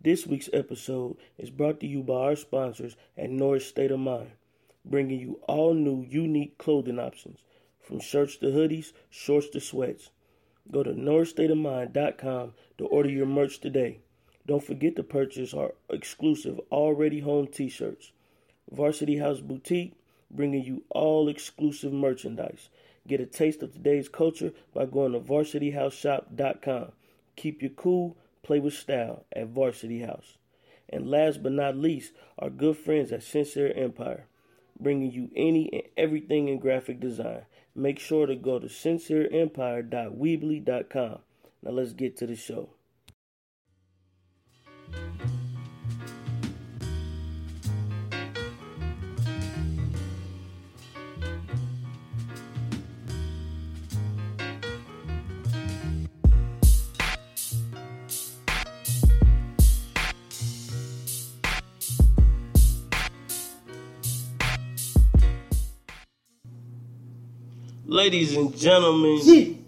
This week's episode is brought to you by our sponsors at Norris State of Mind, bringing you all new unique clothing options from shirts to hoodies, shorts to sweats. Go to norristateofmind.com to order your merch today. Don't forget to purchase our exclusive Already Home t shirts. Varsity House Boutique, bringing you all exclusive merchandise. Get a taste of today's culture by going to varsityhouseshop.com. Keep your cool, play with style at Varsity House. And last but not least, our good friends at Sincere Empire, bringing you any and everything in graphic design. Make sure to go to sincereempire.weebly.com. Now let's get to the show. Ladies and gentlemen,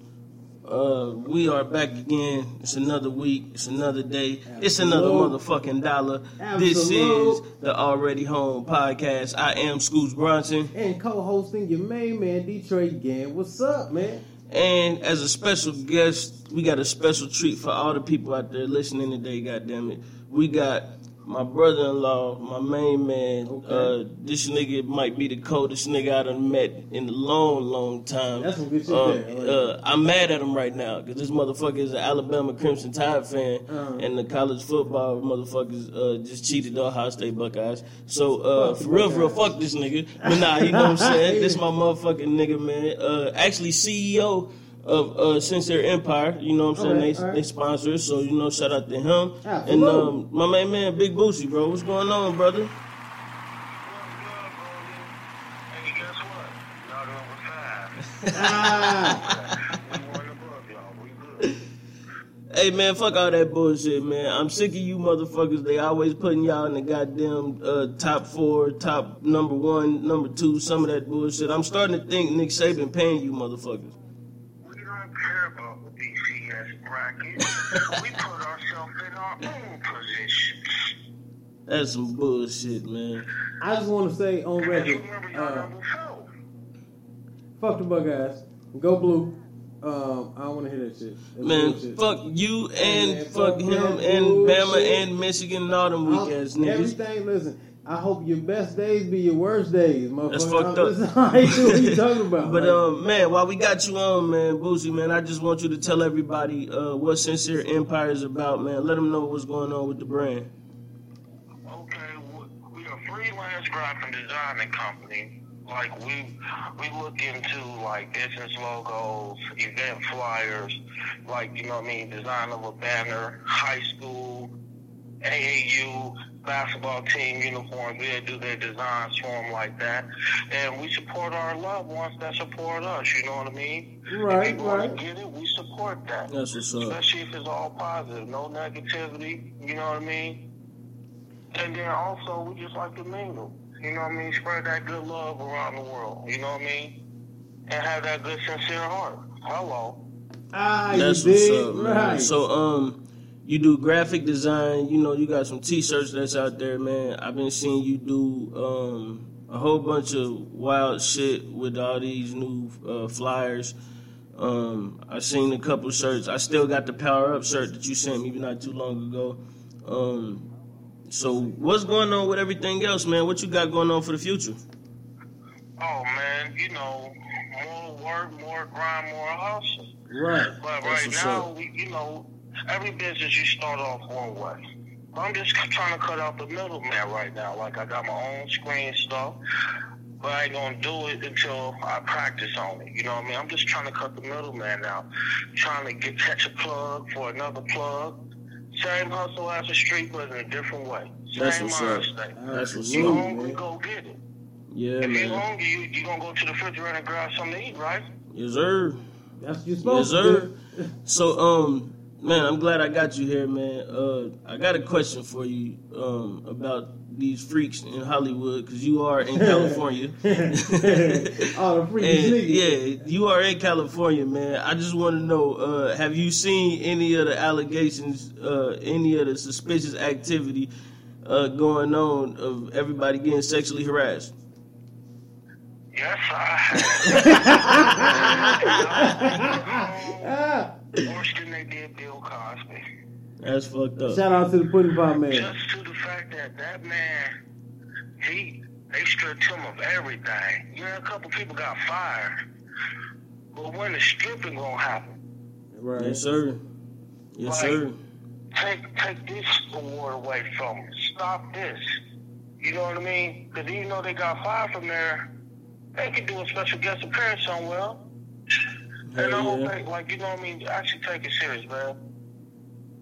uh, we are back again. It's another week. It's another day. It's another motherfucking dollar. This is Absolute. the Already Home podcast. I am Scoots Bronson. and co-hosting your main man Detroit Gang. What's up, man? And as a special guest, we got a special treat for all the people out there listening today. Goddamn it, we got my brother-in-law, my main man. Okay. Uh, this nigga might be the coldest nigga I done met in a long, long time. That's some good shit Um, there, like- uh, I'm mad at him right now because this motherfucker is an Alabama Crimson Tide fan, Uh-huh. and the college football motherfuckers uh, just cheated the Ohio State Buckeyes. So uh, Fuck the for real, for real, Buckeyes. fuck this nigga. But nah, you know what I'm saying. This my motherfucking nigga, man. Uh, actually, CEO of uh, Sincere Empire. You know what I'm saying? Alright, they alright. Ah, they sponsor us, so you know, shout out to him. Absolutely. And um, my main man, Big Boosie, bro. What's going on, brother? Hey, guess what? Y'all doing was fine. Ah, We won above y'all. We good. Hey man, fuck all that bullshit, man. I'm sick of you motherfuckers. They always putting y'all in the goddamn uh, top four, top number one, number two, some of that bullshit. I'm starting to think Nick Saban paying you motherfuckers. We don't care about the BCS bracket. we put ourselves in our own position. That's some bullshit, man. I just want to say on Because record, remember y'all uh, number four. fuck the Buckeyes, go blue. Um, I don't want to hear that shit. That's Man, bullshit. fuck you and Man, fuck fuck him that and Bama bullshit. and Michigan and all them I'll- weak ass niggas. Uh, Everything, listen. I hope your best days be your worst days, motherfucker. That's fucked up. Listen, I ain't sure what you talking about. But Like, um, man, while we got you on, man, Boozy, man, I just want you to tell everybody uh, what Sincere Empire is about, man. Let them know what's going on with the brand. okay, we- we are a freelance graphic designing company. Like we we look into like business logos, event flyers, like you know what I mean, design of a banner, high school, AAU, basketball team uniforms. We'll do their designs for them like that, and we support our loved ones that support us. You know what I mean? Right, if people wanna right. Get it? We support that. That's what's up. Especially if it's all positive, no negativity, you know what I mean? And then also, we just like to mingle, you know what I mean? Spread that good love around the world, you know what I mean? And have that good, sincere heart. Hello. ah, you That's what's dig? up, man. Right. So um, you do graphic design. You know, you got some t-shirts that's out there, man. I've been seeing you do um a whole bunch of wild shit with all these new uh, flyers. Um, I seen a couple shirts. I still got the power up shirt that you sent me not too long ago. Um, so what's going on with everything else, man? What you got going on for the future? Oh, man, you know, more work, more grind, more hustle. right. But That's right what's now, up. we, you know, every business you start off one way. I'm just trying to cut out the middleman right now. Like I got my own screen stuff, but I ain't gonna do it until I practice on it. You know what I mean? I'm just trying to cut the middleman out, trying to get catch a plug for another plug. Same hustle as the street, but in a different way. That's Same what's up. mindset. That's what's You up, hungry? man. Go get it. Yeah, If you man. hungry, you you gonna go to the refrigerator and grab something to eat, right? Yes, sir. That's what you're Yes, supposed sir. to do. So, um, Man, I'm glad I got you here, man. Uh, I got a question for you um, about these freaks in Hollywood, because you are in California. All the freaky And, niggas. yeah, you are in California, man. I just want to know: uh, Have you seen any of the allegations, uh, any of the suspicious activity uh, going on of everybody getting sexually harassed? Yes, I. Ah, Worse than they did Bill Cosby. That's fucked up. shout out to the Pudding Pop Man. Just to the fact that that man, he, they stripped him of everything. Yeah, a couple people got fired. But when the stripping gonna happen? Right. Yes, sir. Yes, sir. Take, take this award away from them. Stop this. You know what I mean? Because even though they got fired from there, they could do a special guest appearance somewhere. And I Hell hope yeah. they, like, you know what I mean? Actually take it serious, man.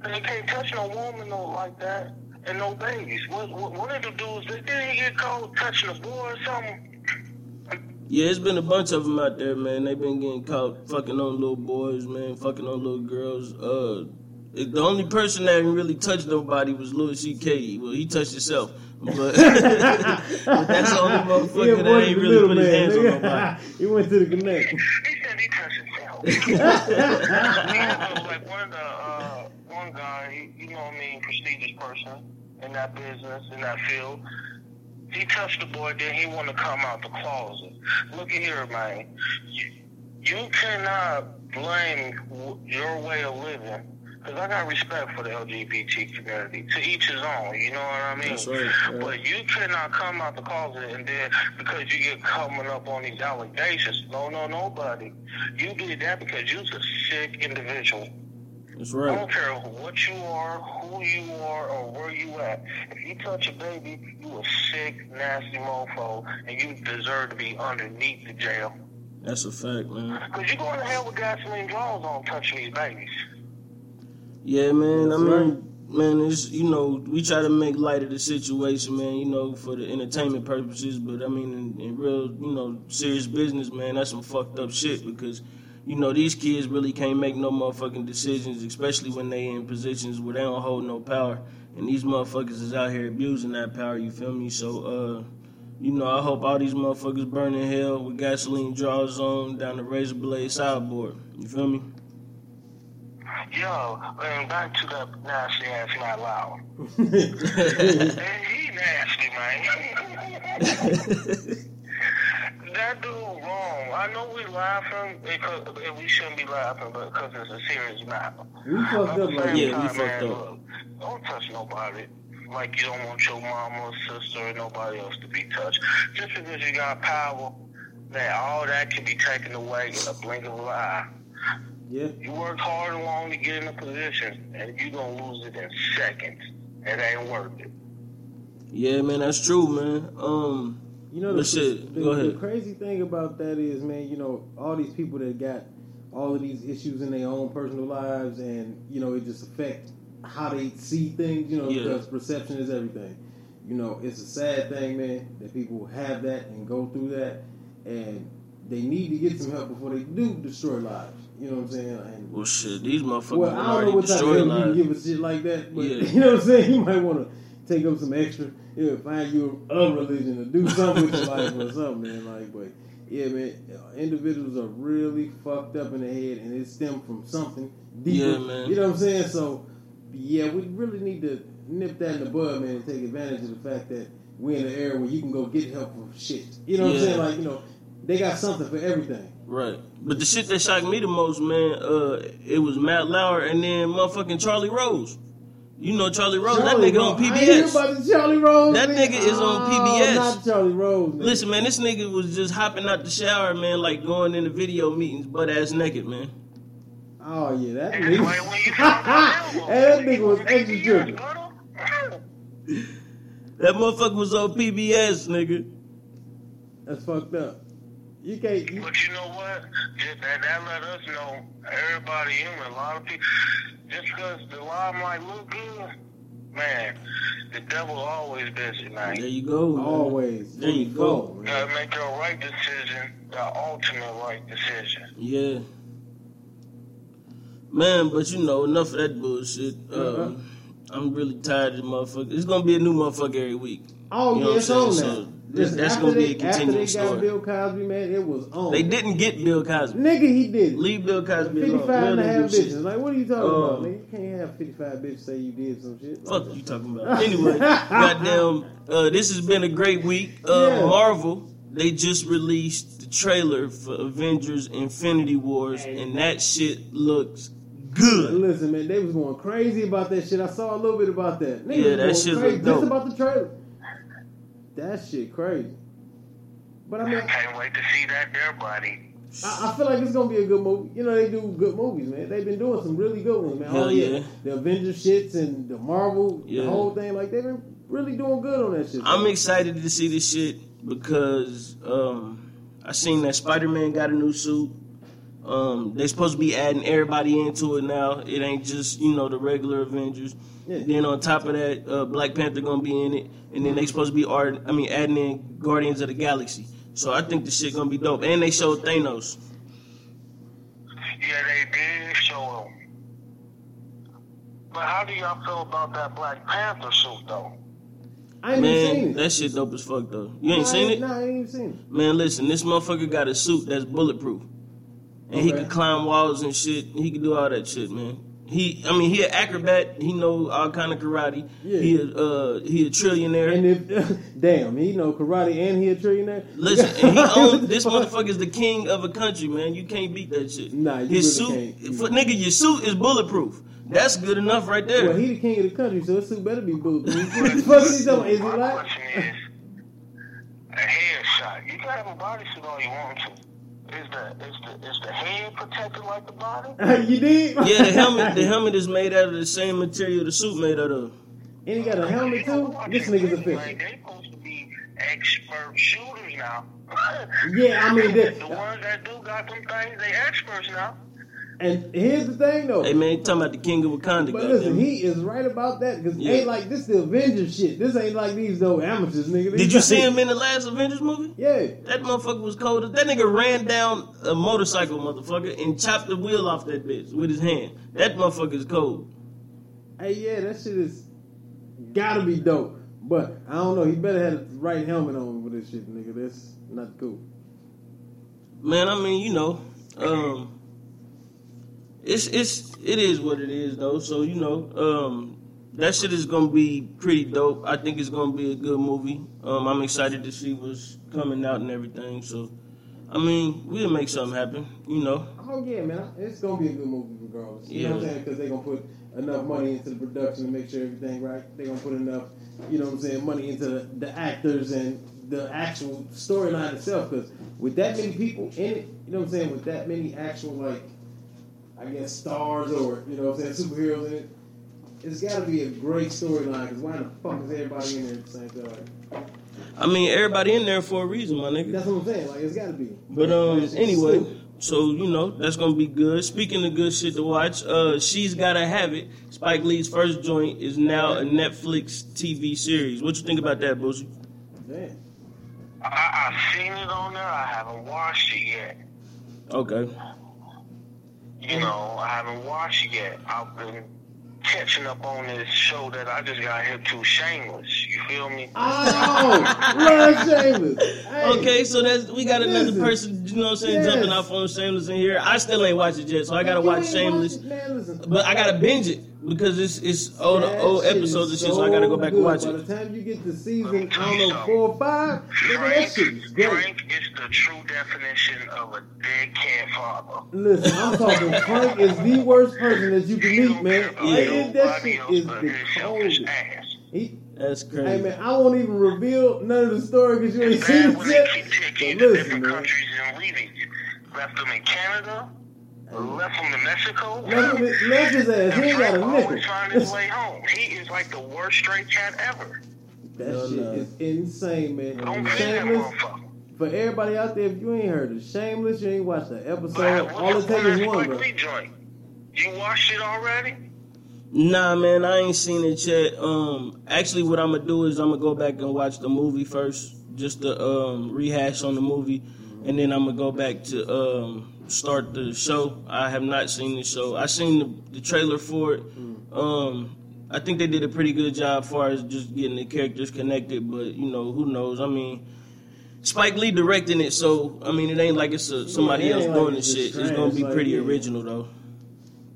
And they can't touch no woman no, like that and no babies. What, what, one of the dudes, they didn't get caught touching a boy or something. Yeah, it's been a bunch of them out there, man. They've been getting caught fucking on little boys, man, fucking on little girls. Uh, it, the only person that really touched nobody was Louis C.K. Well, he touched himself, but, but that's the only He motherfucker that avoided ain't the really put his middleman, hands on nigga. nobody. he went to the connect. He said he touched himself. Yeah, but, like one of the, uh, one guy, he, you know what I mean, prestigious person in that business, in that field. He touched the boy, then he want to come out the closet. Look at here, man. You, you cannot blame w- your way of living. Because I got respect for the LGBT community. To each his own, you know what I mean? That's right, yeah. But you cannot come out the closet and then, because you get coming up on these allegations, no, no, nobody. You did that because you're a sick individual. That's I right. don't care what you are, who you are, or where you at. If you touch a baby, you a sick, nasty mofo, and you deserve to be underneath the jail. That's a fact, man. Because you're going to hell with gasoline draws on touching these babies. Yeah, man. I That's mean, man, it's you know we try to make light of the situation, man. You know, for the entertainment purposes, but I mean, in, in real, you know, serious business, man, that's some fucked up shit because. You know these kids really can't make no motherfucking decisions, especially when they in positions where they don't hold no power, and these motherfuckers is out here abusing that power. You feel me? So, uh, you know, I hope all these motherfuckers burn in hell with gasoline draws on down the razor blade sideboard. You feel me? Yo, and back to that nasty ass not loud. And he nasty, man. that dude wrong. I know we laughing because and we shouldn't be laughing, but because it's a serious matter. We fucked up Yeah, like that. we Time, fucked man, up. look, Don't touch nobody. Like you don't want your mama or sister or nobody else to be touched. Just because you got power, man, all that can be taken away in a blink of an eye. Yeah. You worked hard and long to get in a position, and you gonna lose it in seconds. It ain't worth it. Yeah, man, that's true, man. Um, You know the, But shit, the, go the ahead. crazy thing about that is, man, you know, all these people that got all of these issues in their own personal lives, and you know, it just affects how they see things. You know, Yeah. because perception is everything. You know, it's a sad thing, man, that people have that and go through that, and they need to get some help before they do destroy lives. You know what I'm saying? And, well, shit, these motherfuckers well, I don't know already what type of destroyed help you can lives. give a shit like that, but Yeah. you know what I'm saying. You might want to take up some extra, you know, find you a religion or do something with your life or something, man. Like, but yeah, man, individuals are really fucked up in the head, and it stemmed from something deeper. Yeah, man. You know what I'm saying? So, yeah, we really need to nip that in the bud, man, and take advantage of the fact that we're in an era where you can go get help for shit. You know what Yeah. I'm saying? Like, you know, they got something for everything. Right. But the shit that shocked me the most, man, uh, it was Matt Lauer and then motherfucking Charlie Rose. You know Charlie Rose, Charlie that nigga on Rose. I ain't hear PBS. about the Charlie Rose. Oh, That nigga is on PBS. Not Charlie Rose. Nigga. Listen, man, this nigga was just hopping out the shower, man, like going into video meetings butt ass naked, man. Oh yeah, that And that's why nigga. when you found And out, that nigga was extra tripping. That motherfucker was on PBS, nigga. That's fucked up. You can't. You, But you know what? Just that, that let us know everybody human. A lot of people, just because the limelight look good, man, the devil always busy, man. There you go. man. always. There you go. Fuck, man. Gotta make your right decision, the ultimate right decision. Yeah. Man, but you know, enough of that bullshit. Uh-huh. Um, I'm really tired of the motherfucker. It's gonna be a new motherfucker every week. Oh, You know yeah, what it's I'm on saying? now. So, Listen, that's after gonna be a they- continuing after they got story. Bill Cosby, man, it was on. They didn't get Bill Cosby. Nigga, he did. it. Leave Bill Cosby 55 alone. and a Let him half do shit. bitches. Like, what are you talking about, Um, nigga? You can't have 55 bitches say you did some shit. Like, Fuck you talking about. Anyway, goddamn, uh, this has been a great week. Uh, Yeah. Marvel, they just released the trailer for Avengers: Infinity Wars, and that shit looks good. Listen, man, they was going crazy about that shit. I saw a little bit about that. Nigga Yeah, was that shit going look crazy dope. Just about the trailer. That shit crazy. But I I mean, can't wait to see that there, buddy. I, I feel like it's gonna be a good movie. You know, they do good movies, man. They've been doing some really good ones, man. Hell oh yeah. the Avengers shits and the Marvel, Yeah. the whole thing. Like they've been really doing good on that shit. I'm excited to see this shit because um, I seen that Spider-Man got a new suit. Um, they supposed to be adding everybody into it now. It ain't just you know the regular Avengers. Yeah. Then on top of that, uh, Black Panther gonna be in it, and then they supposed to be art. I mean, adding in Guardians of the Galaxy. So I think the shit gonna be dope. And they showed Thanos. Yeah, they did show him. But how do y'all feel about that Black Panther suit, though? I ain't even Man, seen it. that shit dope as fuck though. You ain't Nah, I seen it? Nah, I ain't even seen it. Man, listen, this motherfucker got a suit that's bulletproof. And he Okay. can climb walls and shit. He can do all that shit, man. He, I mean, he an acrobat. He know all kind of karate. Yeah. He, a, uh, he a trillionaire. And if damn, he know karate and he a trillionaire. Listen, and he own, this motherfucker is the king of a country, man. You can't beat that shit. Nah, you His really suit, can't. For, nigga, your suit is bulletproof. That's good enough right there. Well, he the king of the country, so his suit better be booed. What the fuck is he talking? about? Is he My like? question is, a headshot. You can have a bodysuit all you want to. Is the is the is the head protected like the body? you did? yeah, the helmet, the helmet is made out of the same material the suit made out of. And he got a helmet too. This nigga's a fish. Like, They supposed to be expert shooters now. Yeah, I mean, that- the ones that do got them things, they experts now. And here's the thing though. Hey, man, you talking about the king of Wakanda, But goddamn. listen, he is right about that because Yeah. ain't like this the Avengers shit. This ain't like these old amateurs, nigga. These Did you like- see him in the last Avengers movie? Yeah, That motherfucker was cold. as- That nigga ran down a motorcycle, motherfucker, and chopped the wheel off that bitch with his hand. That motherfucker is cold. hey, yeah, that shit is gotta be dope. But I don't know. He better have the right helmet on for this shit, nigga. That's not cool. Man, I mean, you know, um, it's it's it is what it is though. So you know, um, that shit is gonna be pretty dope. I think it's gonna be a good movie. Um, I'm excited to see what's coming out and everything. So, I mean, we'll make something happen. You know, Oh yeah, man, it's gonna be a good movie regardless. You know what I'm Yeah. saying? Because they gonna put enough money into the production to make sure everything right. They gonna put enough, you know what I'm saying, money into the, the actors and the actual storyline itself. Because with that many people in it, you know what I'm saying, with that many actual like, I guess stars or you know what I'm saying, superheroes in it, it's gotta be a great storyline. Because why the fuck is everybody in there at the same time? I mean, everybody in there for a reason, my nigga. That's what I'm saying. Like it's gotta be. But um, anyway, so you know that's gonna be good. Speaking of good shit to watch, uh, she's gotta have it. Spike Lee's first joint is now a Netflix TV series. What you think about that, Boosie? Damn. I, I've seen it on there. I haven't watched it yet. Okay, Mm-hmm. You know, I haven't watched it yet. I've been catching up on this show that I just got hit to, Shameless. You feel me? Ah, Oh, Ron Chambers. Hey. okay, so that's we got another Listen. person. You know what I'm saying? Yes. Jumping off on Shameless in here. I still ain't watched it yet, so I gotta You watch ain't Shameless. watch it, man, listen. But I gotta binge it because it's it's old That old shit episodes and is shit, so I gotta go so back good. and watch By it. the time you get to season, I don't know, four or five, nigga, that Frank, shit is great. Frank is the true definition of a deadhead father. Listen, I'm talking, Frank is the worst person that you can He meet, don't care man. about Like, it- that nobody shit else is but the his selfish coldest. ass. He, That's crazy. hey, man, I won't even reveal none of the story because you ain't It's seen bad when they keep it taking yet. you But to listen, different man. countries and leaving you. Left them in Canada, left them in Mexico. Left him- left his ass. He And ain't got a Frank always find his nickel. way home. He is like the worst straight cat ever. That No, shit no. is insane, man. Don't pay that Shameless. motherfucker. For everybody out there, if you ain't heard of Shameless, you ain't watched the episode. Like, All it takes is one, bro. Spike Lee joint. You watched it already? Nah, man, I ain't seen it yet. Um, actually, what I'm gonna do is I'm gonna go back and watch the movie first, just to um rehash on the movie, and then I'm gonna go back to um start the show. I have not seen the show. I seen the, the trailer for it. Um, I think they did a pretty good job as far as just getting the characters connected. But you know, who knows? I mean, Spike Lee directing it, so I mean, it ain't like it's a, somebody it ain't else like doing the it's shit. just It's gonna be like, pretty yeah. original though.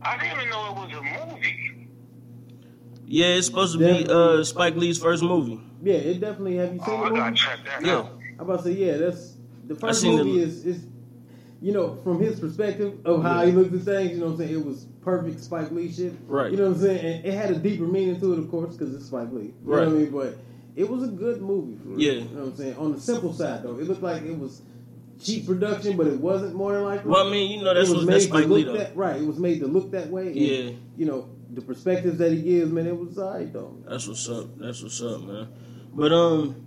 I didn't even know it was a movie. Yeah, it's supposed to be uh, Spike Lee's first movie. Yeah, it definitely. Have you seen Oh, the I gotta movie? check that Yeah. out. I'm about to say, yeah, that's the first seen the- movie is, is, you know, from his perspective of how he looked at things, you know what I'm saying? It was perfect Spike Lee shit. Right. You know what I'm saying? And it had a deeper meaning to it, of course, because it's Spike Lee. You know what I Right. mean? But it was a good movie. For real. Yeah. You know what I'm saying? On the simple side, though, it looked like it was cheap production, but it wasn't more than likely. Well, I mean, you know, that's it was what made that's to Spike Lee look though. that, right. It was made to look that way. And, Yeah. You know, the perspectives that he gives, man, it was alright, though. That's what's up. That's what's up, man. But um,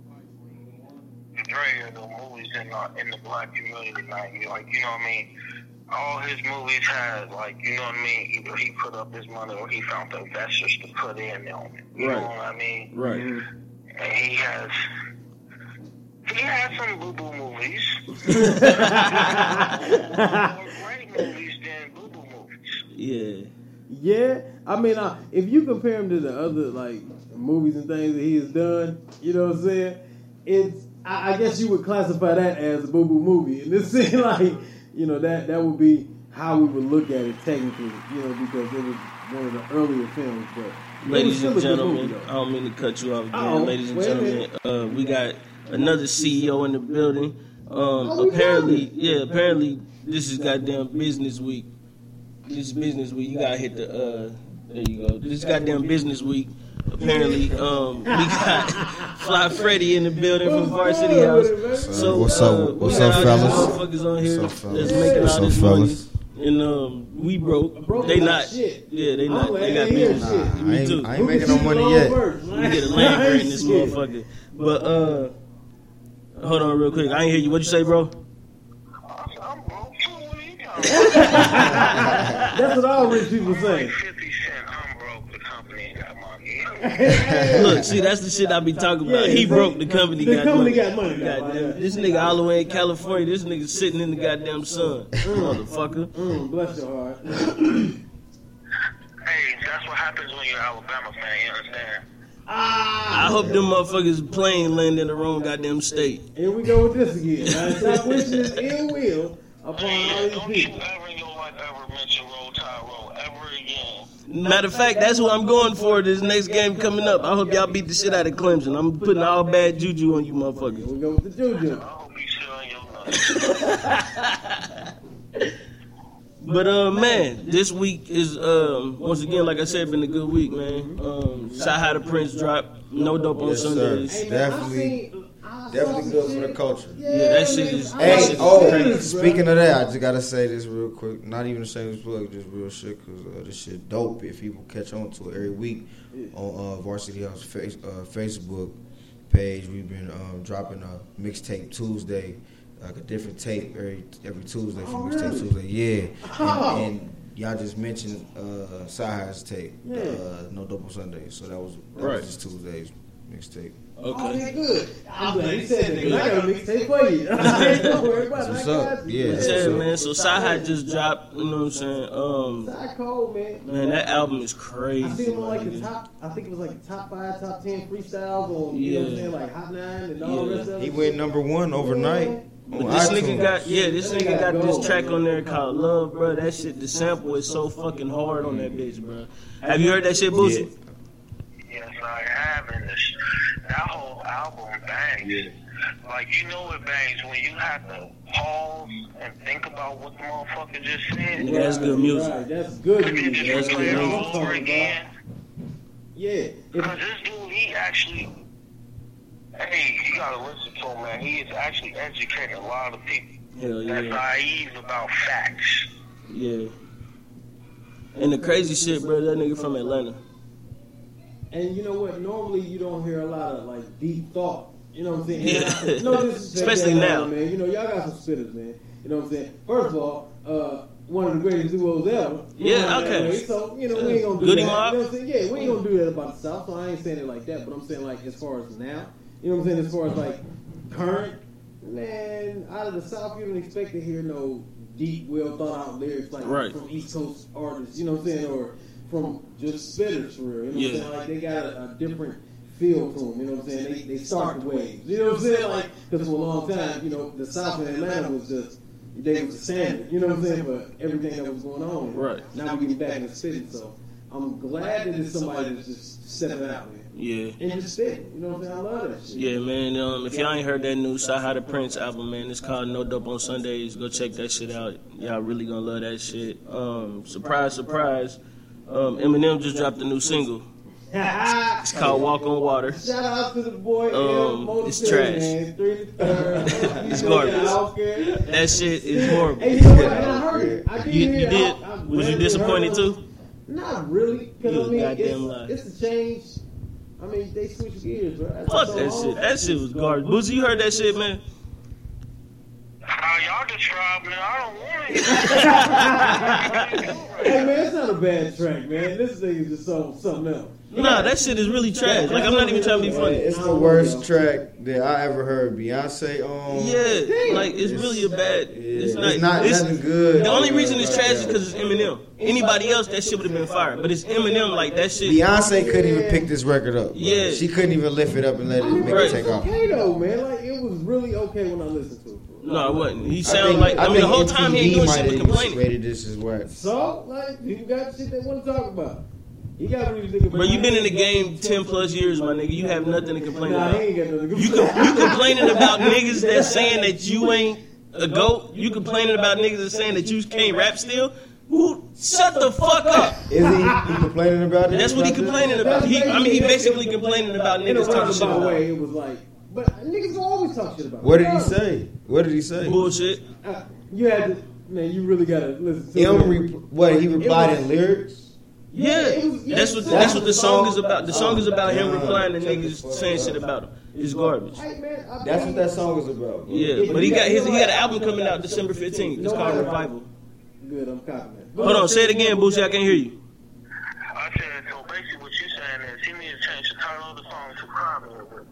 Dre of the movies in the, in the black community, man. You like, you know what I mean? All his movies had, like, you know what I mean? Either he put up his money or he found the investors to put in on it. You know Right. what I mean? right. And he has, he has some boo boo movies. More great movies than boo boo movies. Yeah. Yeah, I mean, I, if you compare him to the other like movies and things that he has done, you know what I'm saying? It's I, I guess you would classify that as a boo boo movie, and this is like you know that that would be how we would look at it technically, you know, because it was one of the earlier films. But it was Ladies still and a good movie, gentlemen, I though. don't mean to cut you off again. Uh-oh. Ladies and Wait a gentlemen, uh, we got another CEO in the building. Um, Oh, apparently, yeah, apparently this is goddamn business week. This is business week. You gotta hit the. Uh, there you go. This is goddamn business week. Apparently, um, we got Fly Freddy in the building from Varsity House. So What's up? uh, What's we got up, all these fellas? Motherfuckers on here What's up, that's fellas? making What's all up, this money. fellas? And um, we broke. Broke They like not. shit. Yeah, they I'm not. glad They I got ain't hear business. shit. I Me too. ain't, I ain't Who making can no see money long yet. words, We man? get a land grant in this Shit. motherfucker. But uh, hold on real quick. I ain't hear you. What you say, bro? I said, I'm broke too. What are you talking about? That's what all rich people I'm like say. 50 Cent. I'm broke. The company ain't got money. Look, see, that's the shit I be talking about. Yeah, he see, broke the company. the got company money. got money, Goddamn, goddamn. this nigga all the way in California. This nigga sitting in the goddamn sun, motherfucker. Mm, bless your heart. Hey, that's what happens when you're an Alabama fan. You understand? Ah. I hope them motherfuckers plane land in the wrong goddamn state. Here we go with this again. Now, stop wishing this ill will upon all Hey, these don't you people. ever in your life ever mention Roll Tide Roll ever again. Matter of fact, that's what I'm going for this next game coming up. I hope y'all beat the shit out of Clemson. I'm putting all bad juju on you motherfuckers. Here we go with the juju. I hope you still in your nuts. But uh, man, this week is um, once again, like I said, been a good week, man. Um, Shy High the Prince drop, no dope on Yes, sir. Sundays. Hey, man, I Definitely- Definitely good for the culture. Yeah, that shit is. Hey, That shit Hey, is oh, crazy. speaking of that, I just gotta say this real quick. Not even a shameless plug, just real shit, cause uh, this shit dope. If people catch on to it every week on uh, Varsity House face, uh, Facebook page, we've been um, dropping a mixtape Tuesday, like a different tape every every Tuesday for mixtape Tuesday. Yeah, Oh. and, and y'all just mentioned uh, Sidehigh's tape, Yeah. uh, No Dope on Sunday. So that was that Right. was just Tuesday's mixtape. Oh, Okay. that's good. I'm glad you said that. 'cause I got a mixtape for you. Don't worry about it. What's I up? got you. Yeah. Yeah, man. So Shy High just dropped. You know what I'm saying? Um, Side cold, man. man, that album is I seen crazy. him on like the man. top. I think it was like top five, top ten freestyles on you know what I'm Yeah. saying, like Hot Nine and all Yeah. the rest of it. He went number one overnight. But on this iTunes. nigga got yeah, this That nigga nigga got got this gold, track man. on there called Love, bro. That shit, the sample is so fucking hard on that bitch, bro. Have you heard that shit, Boosie? Yes, I have, and this, that whole album bangs. Like you know it bangs when you have to pause and think about what the motherfucker just said. Nigga, that's good music. Right, that's good And then music. that's just good play it music. all over again. Yeah. If- Because this dude, he actually, hey, you gotta listen to him, man. He is actually educating a lot of people Hell that's yeah. naive about facts. Yeah. And the crazy shit, bro, that nigga from Atlanta. And you know what? Normally you don't hear a lot of like deep thought. You know what I'm saying? Yeah. No disrespect, Especially y'all, now. man. You know y'all got some spitters, man. You know what I'm saying? First of all, uh, one of the greatest duos ever. You Yeah, know what I'm okay. saying? So you know we ain't gonna do Goody that. Mob? You know what I'm saying? Yeah, we ain't gonna do that about the South. So I ain't saying it like that. But I'm saying like as far as now, you know what I'm saying? As far as like current, man, out of the South you don't expect to hear no deep, well thought out lyrics like Right. from East Coast artists, you know what I'm saying, or from just spitters for real. You know what I'm Yeah. saying? Like they got a, a different feel to them. You know what I'm saying? They, they start the waves. You know what I'm saying? Like because for a long time, you know, the South in Atlanta was just they was the standard. You know what I'm saying? For everything that was going on. Right. Now we getting back in the city, so I'm glad that there's somebody that's just stepping out there. Yeah. And just spitting. You know what I'm saying? I love that shit. Yeah, man. Um, if y'all ain't heard that new Saha the Prince album, man, it's called No Dope on Sundays. Go check that shit out. Y'all really gonna love that shit. Um, surprise, surprise. Um, Eminem just dropped a new single. It's called Walk on Water. Shout out to the boy. Um, L. Motor it's City, trash. Man. Three uh, to third. It's You know garbage. that I don't care. That shit is horrible. Hey, you know what? And I heard it. I did You, hear you it. did? I- I Was you really disappointed heard it. too? Not really. You Because, I mean, goddamn it's, lying. it's a change. I mean, they switched gears, bro. That's Fuck so that long. shit. That shit was garbage. Boozy, you heard that shit, man? How y'all describing it, I don't want Hey, it. man, it's not a bad track, man. This thing is just so, something else. Nah, that shit is really trash. Like I'm not even trying to be funny. It's the worst track that I ever heard. Beyonce on. Yeah, like it's really a bad. It's not. it's not it's- nothing good. The only Yeah, reason it's like trash that. is because it's Eminem. Anybody else, that shit would have been fire. But it's Eminem, like that shit. Beyonce couldn't even pick this record up. bro. Yeah. She couldn't even lift it up and let it I mean, make Right. it take it's off. okay, though, man. Like, it was really okay when I listened to it. bro. No, it wasn't. He sounded like. I mean, the think whole time he ain't MTV doing might shit have but complaining. rated this as whack. So, like, you got shit they want to talk about. You got what you think about. Bro, you been in the game ten plus years, my nigga. You have nothing to complain Nah, he about. ain't got nothing to You com- you complaining about niggas that saying that you ain't a goat. You complaining about niggas that saying that you can't rap still. Who? Shut the fuck up. Is he, he complaining about it? That's what he About this? complaining about. He, I mean, he basically complaining about In a niggas talking shit roundabout about way, it was like, but niggas will always talk shit about. What did it. he say? What did he say? bullshit. Uh, You had to, man. You really gotta listen to M it. re- what he replied in lyrics. Yeah, it was- yeah, that's what it that's was what the the song song. is about. The song is about him Yeah. replying to niggas saying shit about him. It's garbage. Hey, man, I That's what mean, that song was about. Bro. Yeah, but he got his he got an album coming out December fifteenth. It's called Revival. Good, I'm copying that. Hold on, say it again, Boosie. I can't hear you. I said, so basically what you saying is he needs to change the title of the song to Crime Over.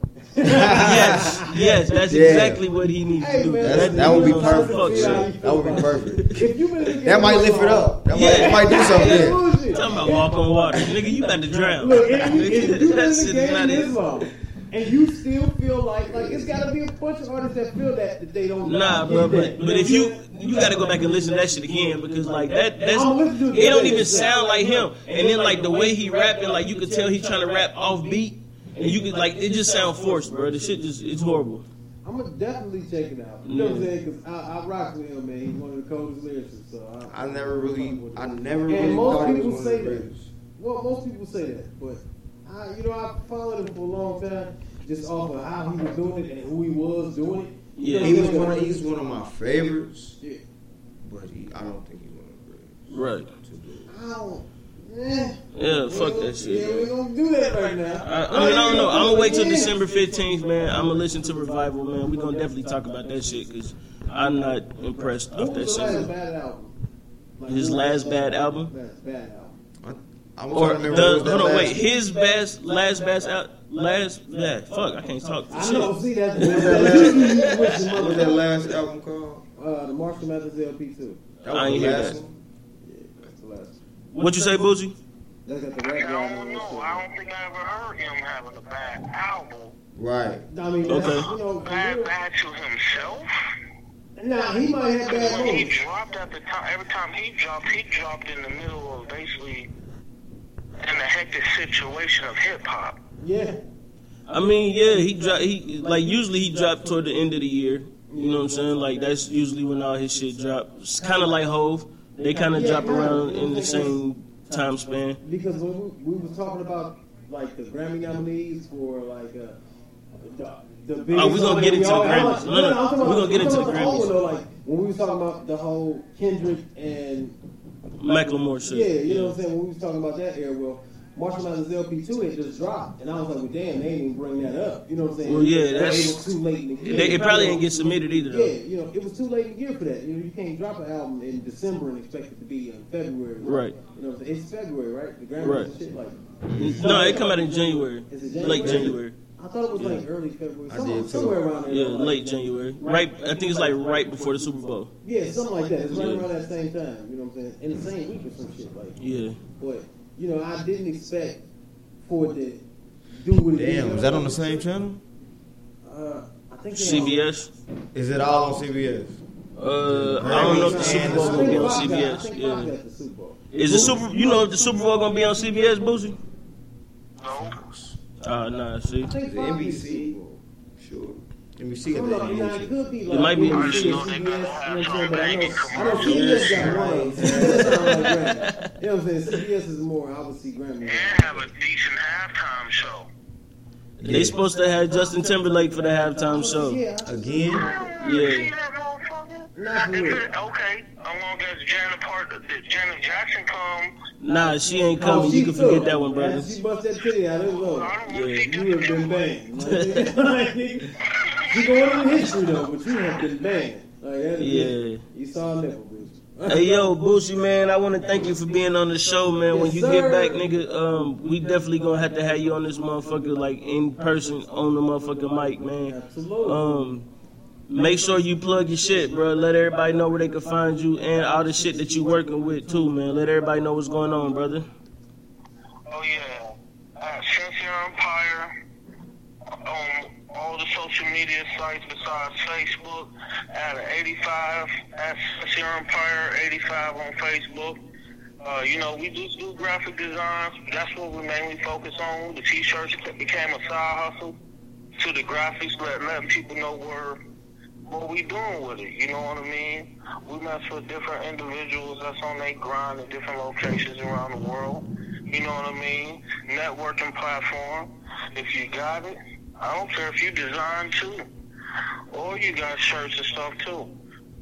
Yes, yes, that's Yeah. exactly what he needs to Hey, do. man, That's, That, that would be dude knows how to perfect. Fuck bro. shit. That would be perfect. If you been in the That game might for a lift it while- up. That might, Yeah. it might do something. That's there. bullshit. Talking about walk on water, nigga. You about to drown. Look, if you, if you been in That the shit is game not this it. long, and you still feel like like it's gotta be a bunch of artists that feel that that they don't. Nah, get bro, that. but, but if you you gotta go back and listen to that shit again because like that that's I'll listen to it it don't again. even sound like him. And then like the way he rapping, like you could tell he trying to rap off beat, and you could like it just sound forced, bro. The shit just it's horrible. I'm gonna definitely check it out. You know what I'm saying? Because I, I rock with him, man. He's one of the coldest lyricists. So I, I never really, I never And really most thought it people was one of the say that. greatest. well, most people say that, but I, you know, I followed him for a long time, just off of how he was doing it and who he was doing it. Yeah. He was one. Of, he's one of my favorites. Yeah. But he, I don't think he's one of the greatest. Right. To do it. I don't. Eh, Yeah, fuck that we don't- Yeah, shit. we bro. don't do that right now. I, I mean, I don't know. I'm gonna wait till Yeah. December 15th, man. I'm gonna listen to Revival, man. we gonna definitely talk about that shit because I'm not impressed What off that was the last shit. bad album? Like, His what was last the bad album? Last bad album. I'm Or trying to the, remember. what was hold that on, last- wait. His best, last best out, last bad. Fuck, I can't talk. I Shit. know. See that's What was that last- What was that last album called? Uh, the Marshall Mathers LP too. That I was ain't the hear last that. one. That's the last. one. What you say, Boozy? That's got the I rap guy on don't it, know. so- I don't think I ever heard him having a bad album. Right. I mean, that's, Okay. you know, Bad bad to himself? nah, he might have bad When he moves. dropped at the time, every time he dropped, he dropped in the middle of basically in the hectic situation of hip hop. Yeah, I mean, yeah, he dropped. He like usually he dropped toward the end of the year. You know what I'm saying? Like that's usually when all his shit drop. It's kind of like Hove. They kind of drop around in the same time span. because when we, we was talking about like the Grammy nominees for like uh, the the biggest Oh, we gonna get song that we into the all- I'm Grammys. not- No, no, I'm talking we about- gonna get I'm into the talking about Grammys. whole one, though, like when we was talking about the whole Kendrick and Macklemore shit. Yeah, you know what I'm saying? When we was talking about that era, well, Marshall Mathers LP2 had just dropped. And I was like, well, damn, they didn't even bring that up. You know what I'm saying? Well, yeah, But that's- It was too late in the year. They, it probably ain't get submitted either. Yeah, Though. you know, it was too late in the year for that. You know, you can't drop an album in December and expect it to be in February. Right. You know what I'm saying? It's February, right? The Grammys Right. and shit like No, it come out in January, Is it late January? January. I thought it was like early February, I somewhere, did, somewhere too. around there. Yeah, like- late January. Right, I think it's like right before the Super Bowl. Yeah, something like that. It's right Yeah. around that same time. You know what I'm saying? In the same week or some shit like. Yeah. But you know, I didn't expect for it to do what it did. Damn, is that on the same channel? Uh, I think they- CBS. Is it all on CBS? Uh, I don't know if the Super Bowl gonna be on CBS. Yeah. Is the Super? You know if the Super Bowl gonna be on CBS, Boozy? No. Uh, nah. See, I think Is it Fox is NBC? Super Bowl. Sure. NBC I don't got know, you know, that it shit. could be like might be NBC or NBC. CBS, you know what I'm saying, but I know- I know CBS got one. CBS got one Grammy. You know what I'm saying? CBS is more, I would see Grammy. And have a decent halftime show. they supposed to have Justin Timberlake for the halftime show. Yeah, I- Yeah. Again? Yeah. See that motherfucker? Not If real. it- Okay, how long does Janet Park, did Janet Jackson come? Nah, she ain't coming. Oh, You she can forget took. that one, brother. She bust that titty out. It was I over. don't want to Yeah, see you You Justin have been banned. Timberlake. Like, you going in history though, but you have been banned. Like, that is- Yeah. You saw never, bitch. Hey yo, Boosie man, I want to thank you for being on the show, man. When Yes, you sir. get back, nigga, um, we definitely gonna have to have you on this motherfucker, like in person on the motherfucking mic, man. Absolutely. Um, make sure you plug your shit, bro. Let everybody know where they can find you and all the shit that you working with too, man. Let everybody know what's going on, brother. Oh yeah, uh, Sincere Empire on all the social media sites besides Facebook at 85 at Sincere Empire 85 on Facebook. Uh, you know, we just do graphic designs. That's what we mainly focus on. The t-shirts became a side hustle to the graphics, let letting people know where what we doing with it. You know what I mean? We mess with different individuals that's on their grind in different locations around the world. You know what I mean? Networking platform. If you got it, I don't care if you design too, or you got shirts and stuff too.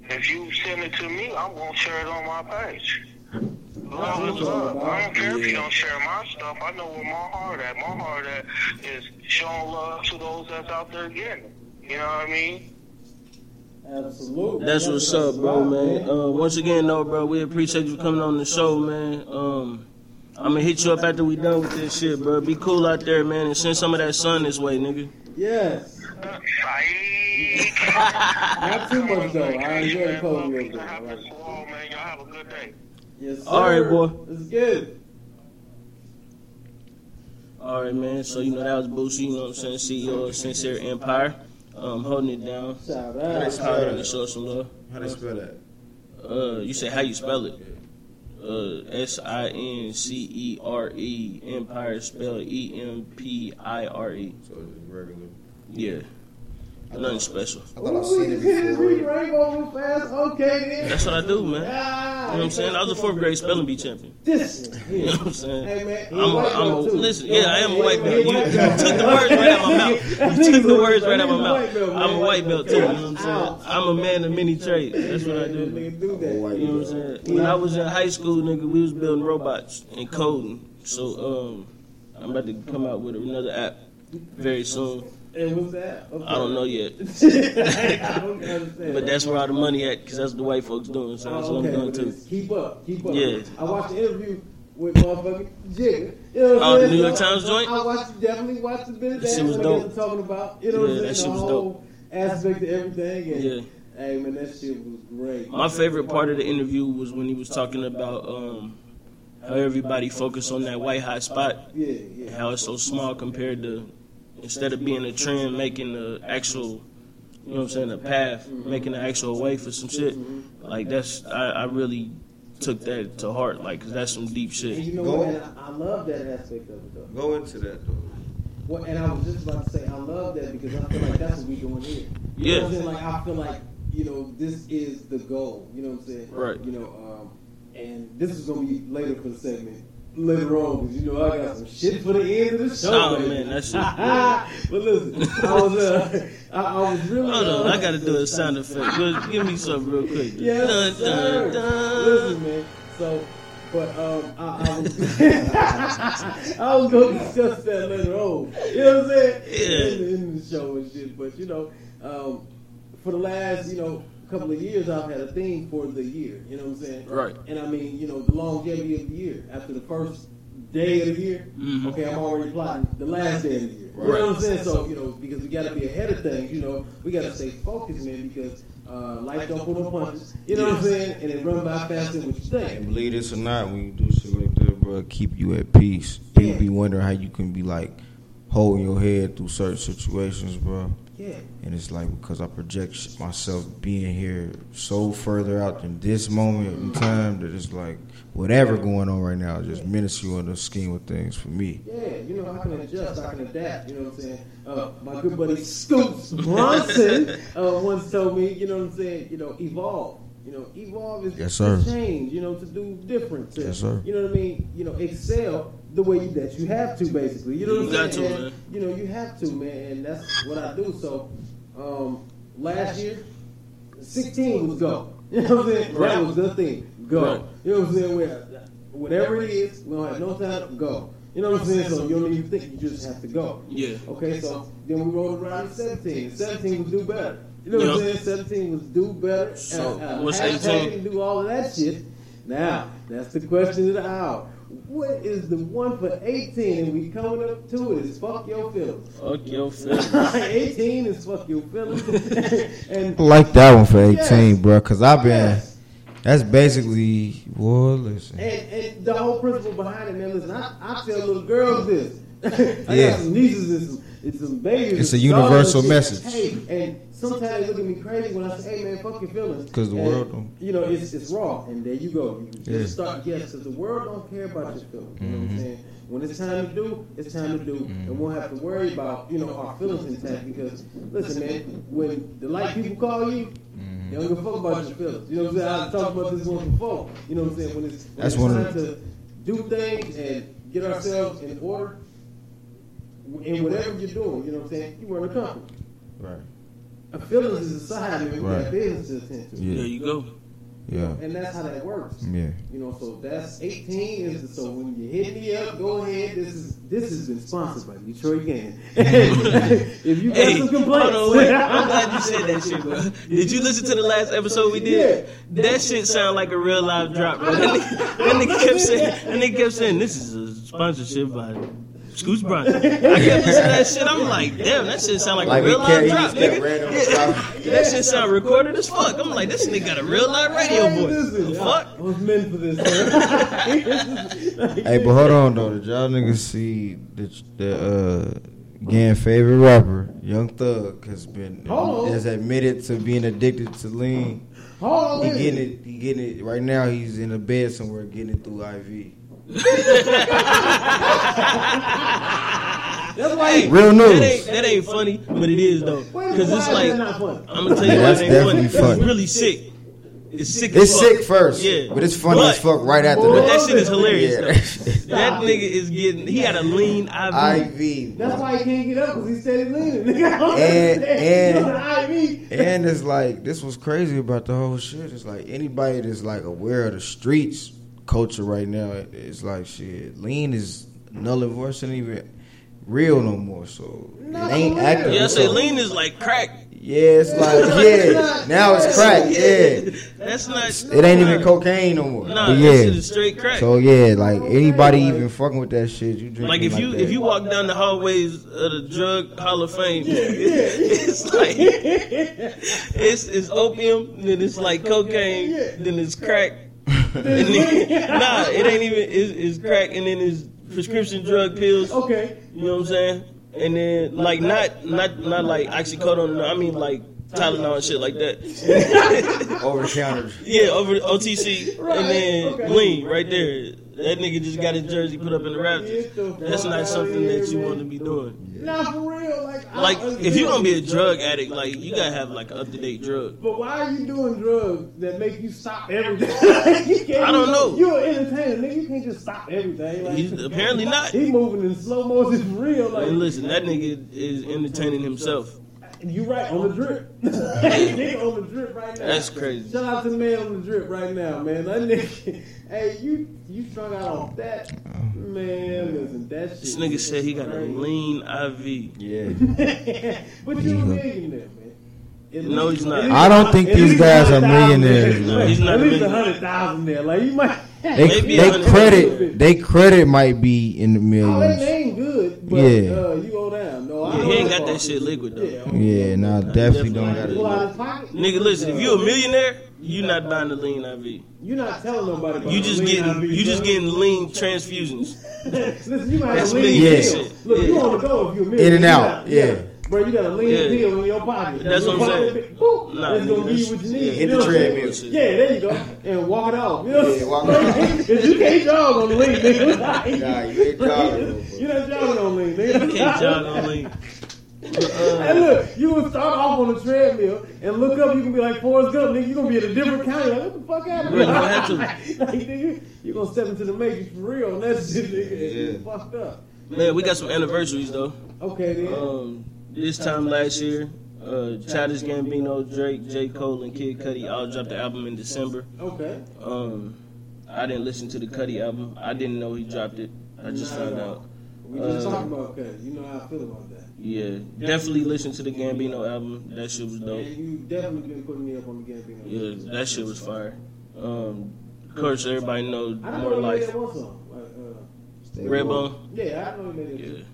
If you send it to me, I'm gonna share it on my page. Love is love. I don't care if you don't share my stuff. I know where my heart at. My heart at is showing love to those that's out there getting it. You know what I mean? Absolutely. That's what's up, bro, man. Uh, once again, though, bro, we appreciate you coming on the show, man. Um, I'm gonna hit you up after we done with this shit, bro. Be cool out there, man, and send some of that sun this way, nigga. Yes. Psych. Not too much though. I enjoy calling you. Y'all have a swole, man. Y'all have a good day. Yes, sir. All right, boy. It's good. All right, man. So you know that was Boosie, you know what I'm saying, CEO of Sincere Empire, um, holding it down. Shout Nice. out. Called on the show some love. How they spell that? Uh, you say how you spell it? Uh, S I N C E R E Empire spell E M P I R E. So it's just regular. Yeah, nothing special. I thought I Ooh, seen it this is we before. rank over fast. Okay then. That's what I do, man. Ah, You know what I'm saying? I was a fourth grade spelling bee champion. This. You know Yeah. what I'm saying? Hey man, I'm a, I'm a, listen, yeah, I am a white belt. You, you took the words right out of my mouth. You took the words right out of my mouth. I'm a white belt too. You know what I'm saying? I'm a man of many trades. That's what I do. Nigga do Oh, that. white You know what girl. I'm saying? When I was in high school, nigga, we was building robots and coding. So um, I'm about to come out with another app very soon. And what's that? Okay. I don't know yet, I don't understand. but that's where all the money at because that's what the white folks doing. So that's Oh, what I'm okay, doing but too. it's Keep up, keep up. Yeah. I watched the interview with motherfucking Jigga. You know what Oh, the I'm saying? New York So, Times joint? I watched, definitely watched a bit of That that. shit was what dope. they was talking about, you know Yeah, what that I'm shit saying? was The whole aspect of everything. And, Yeah. Hey, man, that shit was great. My favorite part of the interview was when he was talking about um, how everybody focused on that white hot spot yeah, and yeah. how it's so small compared to instead of being a trend, making the actual, you know what I'm saying, a path, making the actual way for some shit. Like that's I, I really took that to heart, like 'cause that's some deep And shit. you know Go what? on. And I, I love that aspect of it, though. Go into that though. Well, and I was just about to say, I love that because I feel like that's what we're doing here. You know what Yeah. I'm saying? Like, I feel like, you know, this is the goal. You know what I'm saying? Right. You know, um, and this is going to be later for the segment. Later on, because you know I got some shit for the end of the show. Oh, baby. man, that's it. but listen, I was, uh, I, I was really. Hold on, uh, I gotta do a sound effect. Well, give me something real quick. Yes, Dun, dun, sir. dun. Listen, man. So, but um, I, I was, I was gonna discuss that later on. You know what I'm saying? Yeah. In, in the show and shit. But you know, um, for the last you know couple of years, I've had a theme for the year. You know what I'm saying? Right. And I mean, you know, the longevity of the year after the first day of the year, Mhm. okay, I'm already plotting the last day of the year. You Right. know what I'm saying? So, you know, because we got to be ahead of things, you know, we got to stay focused, man, because uh, life don't pull no punches. You know what I'm saying? And it run by faster than what you think. Believe this or not, when you do shit like that, bro, it keep you at peace. People Yeah. be wondering how you can be like holding your head through certain situations, bro. Yeah. And it's like because I project myself being here so further out than this moment in time that it's like whatever going on right now just minutes you on the scheme of things for me. Yeah, you know, I can adjust, I can adapt, you know what I'm saying? Uh, my good buddy Scoops Bronson uh, once told me, you know what I'm saying, you know, evolve. You know, evolve is Yes, sir. to change, you know, to do different. To, Yes, sir. You know what I mean? You know, excel the way you, that you have to, basically. You know what You I'm got saying? to, And, man. You know, you have to, man, and that's what I do. So, um, last year, 16 was go. You know what I'm saying? That was the thing. Go. Right. You know what I'm saying? Where, whatever it is, we don't have no time. Go. You know what I'm saying? So you don't even think. You just have to go. Yeah. Okay. So then we rolled around to 17. 17 was do better. You know what I'm Yeah. saying? 17 was do better. So, Uh, uh, what's hashtag 18? can Do all of that shit. Now that's the question of the hour. What is the one for 18? And we coming up to it. Is fuck your feelings. Fuck your feelings. 18 is fuck your feelings. and I like that one for 18, Yes. bro, because I've been. Yes. That's basically. Well, listen. And, and the whole principle behind it, man, listen, I, I tell little girls this. I Yeah. got some nieces and some, and some babies. It's and a daughters and universal shit. message. Hey, and sometimes they look at me crazy when I say, hey, man, fuck your feelings. 'Cause the And, world don't- You know, it's, it's raw. And there you go. You just Yeah. Mm-hmm. start, yes, because the world don't care about your feelings. You know what I'm saying? When it's time to do, it's time to do. And we'll have to worry about, you know, our feelings intact. Because, listen, man, when the light people call you, Mm-hmm. they don't give a fuck about your feelings. You know what I'm saying? I talked about this one before. You know what I'm saying? When it's, when That's it's one of time to do things and get ourselves in order, in whatever you're doing, you know what I'm saying? You run a company. Right. A feelings is a side, man. We got Right. business to attend to. Yeah. There you go. Yeah. And that's how that works. Yeah. You know, so that's 18. Is so when you hit me up, go ahead. This is this has been sponsored by Detroit Gang. if you got Hey, some complaints, hold on, wait. I'm glad you said that shit, bro. Did you listen to the last episode we did? That shit sound like a real live drop, bro. That nigga, that nigga kept saying, and they kept saying, this is a sponsorship by Scoots Bronson. I kept listening to that shit. I'm like, damn, that shit sound like, Like a we real can't live he drop, just kept nigga. random That shit sound recorded as fuck. I'm like, this nigga got a real live radio Hey, voice. listen, The I fuck? was meant for this. man. Hey, but hold on though. Did y'all niggas see that the uh, gang favorite rapper Young Thug has been Oh. Hold on. has admitted to being addicted to lean? Oh, Hold He on, wait. getting it. He getting it right now. He's in a bed somewhere getting it through IV. That's why. Wait, Real That ain't, news. that ain't funny, but it is though. why Because is it's that like, not funny? I'm gonna tell you Yeah, why that's it ain't funny. definitely funny. It's really sick. It's sick. as It's fuck. sick first, Yeah. but it's funny as But- fuck right after But that that. shit is hilarious Yeah. though. That nigga is getting he had a lean IV. IV. That's bro. why he can't get up because he steady leaning. And- and- and And it's like this was crazy about the whole shit. It's like anybody that's like aware of the streets culture right now, it's like shit. Lean is null and void. It ain't even real no more. So it ain't active. yeah, I say So- lean is like crack. Yeah, it's like yeah. Now it's crack. Yeah, That's not it ain't even cocaine no more. Nah, but that yeah. shit is straight crack. so yeah, like anybody even fucking with that shit, you drinking like if you that. if you walk down the hallways of the drug hall of fame, it's, it's like it's it's opium, then it's like cocaine, then it's crack. and then, nah, it ain't even it's, it's crack, and then it's prescription drug pills. Okay. You know what I'm saying? And then like not not not like oxycodone. I mean like Tylenol and shit like that. over the counter. yeah, over the OTC and then Right, okay. lean right there. That nigga just got his jersey put up in the Raptors. That's not something that you want to be doing. Not for real. Like, I- Like if you're gonna be a drug addict, like you gotta have like an up to date drug. But why are you doing drugs that make you stop everything? You can't- I don't know. You're an entertainer, nigga. You can't just stop everything. Like, He's apparently not. he moving in slow motion for real. Like, And listen, that nigga is entertaining himself. you right on the drip. nigga on the drip right now. That's crazy. Shout out to the man on the drip right now, man. That nigga, hey, you you strung out on that, man. Listen, that shit. This nigga said he got a lean IV. Yeah. but you're a millionaire, man. At No, least- he's not. at least- I don't think at these least guys are 100,000 millionaires, there. No, he's not At a least a millionaire. hundred thousand there. Like you might. They, Maybe they 100. credit they credit might be in the All that millions. name good, but Yeah. uh, you go down. No, I Yeah, know he ain't that got that part. shit liquid though. Yeah. Yeah, nah, definitely don't got Well, out it. of pocket, Nigga, listen, if you a millionaire, you not buying the lean IV. you're not telling nobody. About You just the lean getting IV, you just bro. getting lean transfusions. Listen, you might have That's a lean me. pill. Yeah. Look, you Yeah. on the go if you're a In and millionaire. out, You got- you yeah. got- Bro, you got a lean Yeah. pill in your pocket. That's Your what I'm pocket- saying. Woo, Nah, it's gonna nigga, give you that's- what you need. yeah, hit You the know what I'm saying? treadmill. Yeah, there you go. And walk it off. You know? Yeah, walk it If you can't jog on the lean, nigga. like- Nah, you ain't jogging, You're not jogging on lean, nigga. You can't jog on lean. Hey, look, you would start off on the treadmill and look up, you can be like Forrest Gump, nigga. You're gonna be in a different county. Like, what the fuck happened? Bro, you gonna have to- like, nigga, you're gonna step into the matrix for real, and that shit, nigga, is Yeah. fucked up. Man, we got some anniversaries though. Okay, then. Um, this time last year, uh, Childish Gambino, Drake, J. Cole, and Kid Cudi all dropped the album in December. okay. Um, I didn't listen to the Cudi album. I didn't know he dropped it. I just found out. We just Uh, talked about that. You know how I feel about that. Yeah, definitely listen to the Gambino album. That shit was dope. And you definitely been putting me up on the game. thing. Yeah, that shit was fire. Um, of course, everybody know I don't more know if life. that one song. Redbone, Like, uh, yeah, I know he made yeah, it.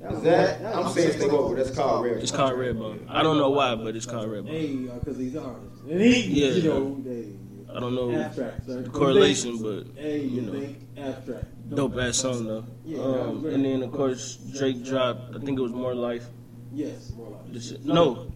That Is was- that? that I'm was- saying stay over. That's called red. it's called Redbone. I don't know why, but it's called Redbone. Hey, because he's artists. And he, Yeah. you know, they, I don't know abstract. sir. the correlation, but Hey, you you know. think abstract. dope ass song though. Um, and then of course Drake dropped. I think it was More Life. Yes, more life. This- No,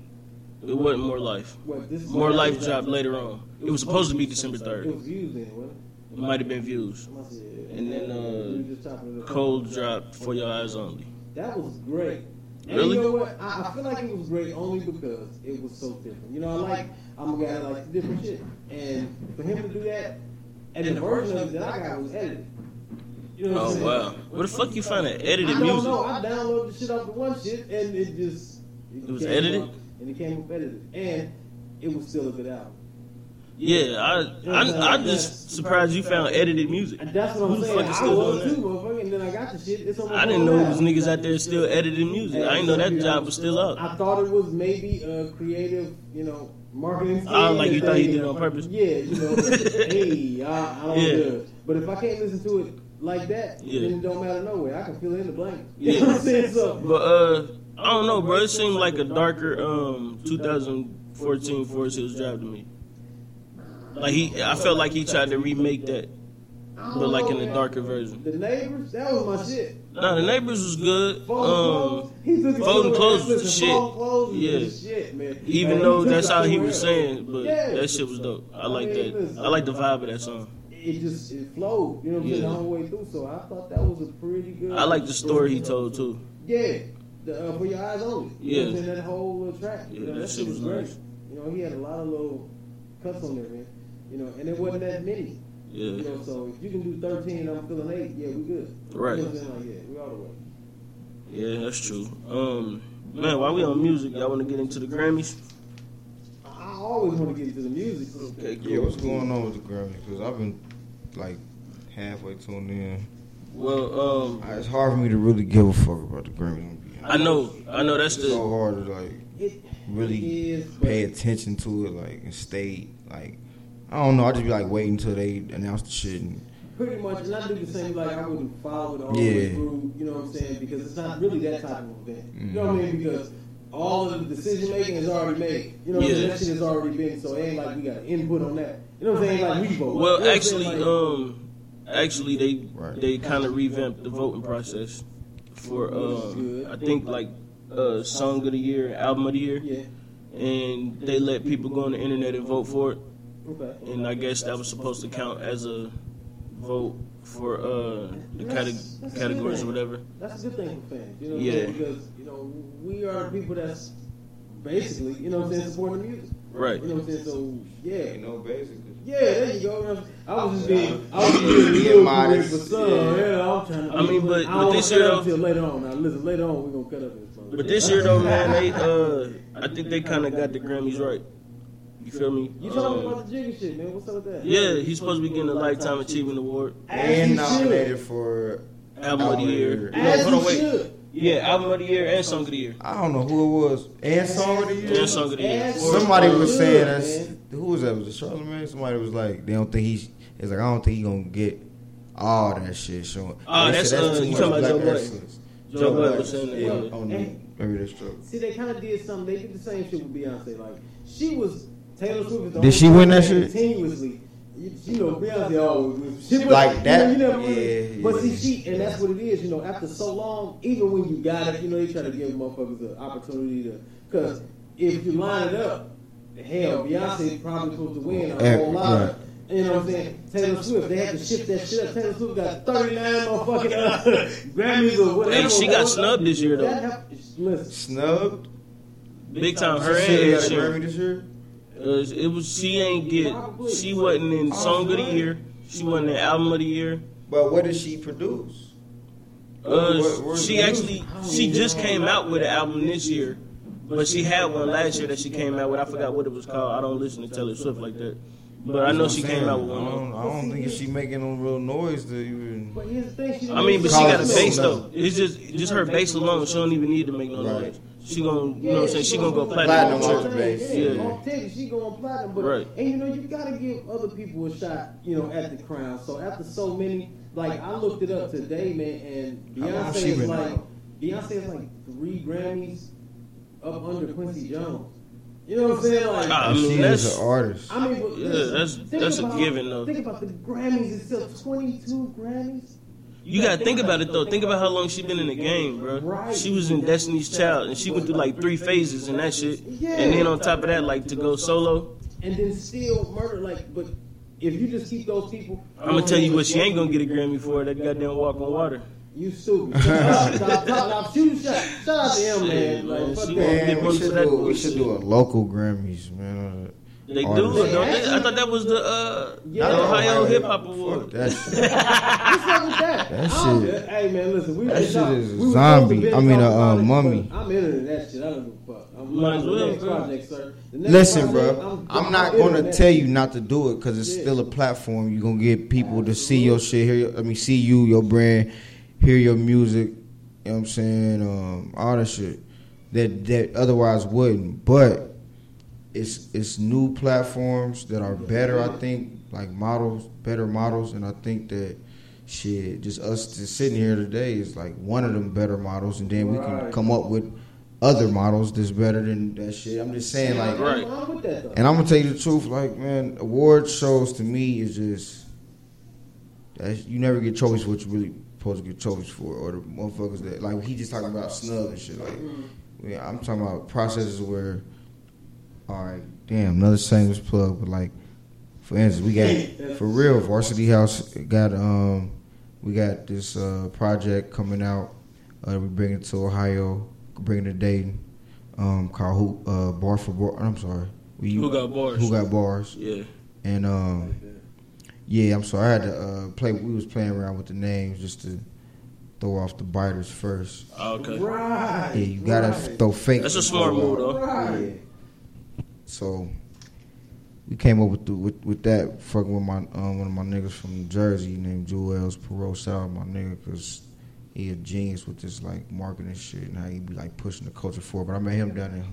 it wasn't More Life. Wait, this is More Life dropped later on. It was supposed to be December It third. was used then, wasn't it? It might have been Views. I said, And then, uh, we were just chopping it up. Cold dropped For Your Eyes Only. That was great. And Really? you know what? I, I feel like it was great only because it was so different. You know, I like I'm a guy that likes different shit, and for him to do that, and the version of it that I got was edited. You know what I'm Oh saying? wow, where the fuck you find that I edited don't music? know. I downloaded the shit off the one shit, and it just It was came edited? up, and it came up edited, and it was still a good album. Yeah, I I, I'm just surprised you found edited music. And that's what I'm Who the saying. fuck is I still was doing too, motherfucker, and then I got the shit. It's on my I didn't phone know now. it was niggas out there still editing music. I didn't know that job was still up. I thought it was maybe a creative, you know, marketing. Oh, thing like you that thought he they- did it on purpose? Yeah, you know, hey, I, I don't Yeah. judge. But if I can't listen to it like that, Yeah. then it don't matter no way. I can fill in the blank. You Yeah. know what I'm saying? So, But uh, I don't know, bro. It seemed like a darker um 2014 Forest Hills Drive to me. Like he, I felt like he tried to remake that, but like in a darker version. the neighbors, that was my shit. Nah, the neighbors was good. Folding Um, clothes, he took it folding somewhere clothes else. was the Listen, shit. folding clothes was Yeah. the shit, man. even Like, though took that's it how he somewhere was else. saying, but Yeah. that shit was dope. I like that. I like the vibe of that song. It just it flowed, you know what I'm saying, Yeah. the whole way through. So I thought that was a pretty good. I like the story he told too. Yeah, the, uh, for your eyes only. You know what I'm Yeah. saying? that whole little track. you Yeah, know, that shit was nice. You know, he had a lot of little cuts on there, man. You know, and it wasn't that many. You Yeah. know, so if you can do 13 and I'm feeling eight, yeah, we good. Right. You know what I'm saying? Like, yeah, we all the way. Yeah, that's true. Um, man, while we on music, y'all want to get into the Grammys? I I always want to get into the music. Okay, Yeah, what's going on with the Grammys? Because I've been like halfway tuned in. Well, um, It's hard for me to really give a fuck about the Grammys. I'm being I know, I know that's It's so the hard to like It really is, but pay attention to it, like and stay like. I don't know. I just be like waiting until they announce the shit. And, pretty much, and I do the same, like, I wouldn't follow it all the Yeah. way through, you know what I'm saying? Because it's not really that type of event. You know Mm. what I mean? Because all of the decision making is already made. You know what I'm saying? Yeah. That shit has already been, so it ain't like we got input on that. You know what I'm saying? Like, we vote. You know well, what I'm actually, saying? Like, um, actually they Right. they kind of revamped the voting process for um, I think like uh, song of the year, album of the year, yeah. and they let people go on the internet and vote for it, Okay. and I guess that was supposed to count as a vote for uh the cate- categories or whatever. That's a good thing for fans. You know what Yeah. I'm saying? Because, you know, we are the people that's basically, you know what I'm saying, supporting the music. Right. You know what I'm saying? So, yeah. know, basically. Yeah, there you go. I was just being, I was just being real modest for modest, some. yeah. Yeah, I'm trying to. I mean, but- I but don't this wanna year, cut up though- till later on. Now listen, later on we're gonna cut up this. motherfucker. But this year though, man, they uh, I think they kind of got the Grammys right. You feel me? you Um, talking about the jiggy shit, man? What's up with that? yeah, he's supposed to be getting a lifetime achievement award, As you And uh, nominated should. for. album of the year. No, As hold on, you wait. should. Yeah, album of the year and song of the year. I don't know who it was. And song of the year. And song of the year. As- Or- Somebody was Good, saying that's man. who was that? Was it Charlamagne? Somebody was like they don't think he It's like I don't think he gonna get all that shit showing. Oh, That that's, shit- uh, too you much talking about black Joe Budden. excellence. Joe Budden was in there. yeah, Well, on the and- maybe that's true. See, they kind of did something. They did the same shit with Beyonce. Like she was Taylor Swift. Was the Did only she win person that shit? Continuously. You, you know, Beyonce always wins. She was, Like you know, that? You never Yeah, really, but yeah. see, she and that's what it is. You know, after so long, even when you got it, you know, they try to give motherfuckers an opportunity to. Because if you line it up, hell, Beyonce probably supposed to win a Yeah, whole lot. right. You know what I'm saying? Taylor Swift, they had to shift that shit up. Taylor Swift got 39 motherfucking uh, Grammys or whatever. Hey, she got snubbed this year, That though. hap- Listen, Snubbed. Big time. Her She should and have got a shit. Grammy this year. Uh, it was she ain't get. She wasn't in song of the year. She wasn't in album of the year. But what did she produce? Uh, she actually she just came out with an album this year, but she had one last year that she came out with. I forgot what it was called. I don't listen to Taylor Swift like that, but I know she came out with I one. don't, I don't think if she making no real noise to even. But here's the thing, she I mean, but she got a College. bass though. It's just just her bass alone. She don't even need to make no Right. noise. She gonna you know what I'm saying she gonna go platinum. Platinum on on tour. the bass. Yeah, Yeah. off Teddy, she going platinum. But Right. and you know you gotta give other people a shot, you know, at the crown. So after so many, like I looked it up today, man, and How long Beyonce she is been like out? Beyonce is like three Grammys up under Quincy Jones. You know what I'm saying? Like, Ah, I If mean, she is that's- an artist. I mean, but Yeah, listen, that's- think that's a about- given, though. Think about the Grammys itself, 22 Grammys. You gotta think about it though. Think about how long she been in the game, bro. She was in Destiny's Child and she went through like three phases and that shit. And then on top of that, like to go solo, and then still murder. Like, but if you just keep those people, I'm gonna tell you what she ain't gonna get a Grammy for that goddamn Walk on Water. You stupid. Shout out- shout out- shoot- shout shout out to him, man. Like, fuck She that. won't get Man, one we for should, that do, we bullshit. should do a local Grammys, man. They do, Artists. don't they? I thought that was the uh, Yeah. the Ohio Hip Hop Fuck Award. that shit. What's up with that? That I don't- shit- Hey man, listen, we that was shit talking- is we was zombie. supposed to I mean, been uh, talking about mummy. it, but I'm into that shit. I don't give a fuck. I'm Might as on the well, next bro. project, sir. The next Listen, project, bro. I'm I'm not into gonna that. tell you not to do it because it's still a platform. You're gonna get people to see your shit, hear. Your, I mean, see you, your brand, hear your music. You know what I'm saying? Um, all that shit that that otherwise wouldn't. But it's it's new platforms that are better. I think like models, better models, and I think that. Shit, just us just sitting here today is like one of them better models, and then we can Right. come up with other models that's better than that shit. I'm just saying, like, Right. I'm with that though. and I'm gonna tell you the truth, like man, award shows to me is just that's, you never get trophies for what you really supposed to get trophies for, or the motherfuckers that like he just talking about snub and shit. Like yeah, I'm talking about processes where, all right, damn, another shameless plug, but like for instance, we got for real Varsity House got um we got this uh project coming out. Uh, we bring it to Ohio, bring it to Dayton. Um, called Who uh, Bar for Bar. I'm sorry, we, Who got bars? Who got bars? Yeah, And um, yeah, I'm sorry. I had to uh, play. We was playing around with the names just to throw off the biters first. oh, okay. Right. Yeah, you gotta throw fake. That's a smart move though. Yeah. So we came up with, the, with with that fucking with my um, one of my niggas from Jersey named Jewels Perot. Shout out my nigga because he a genius with this like marketing shit and how he be like pushing the culture forward. But I met him down in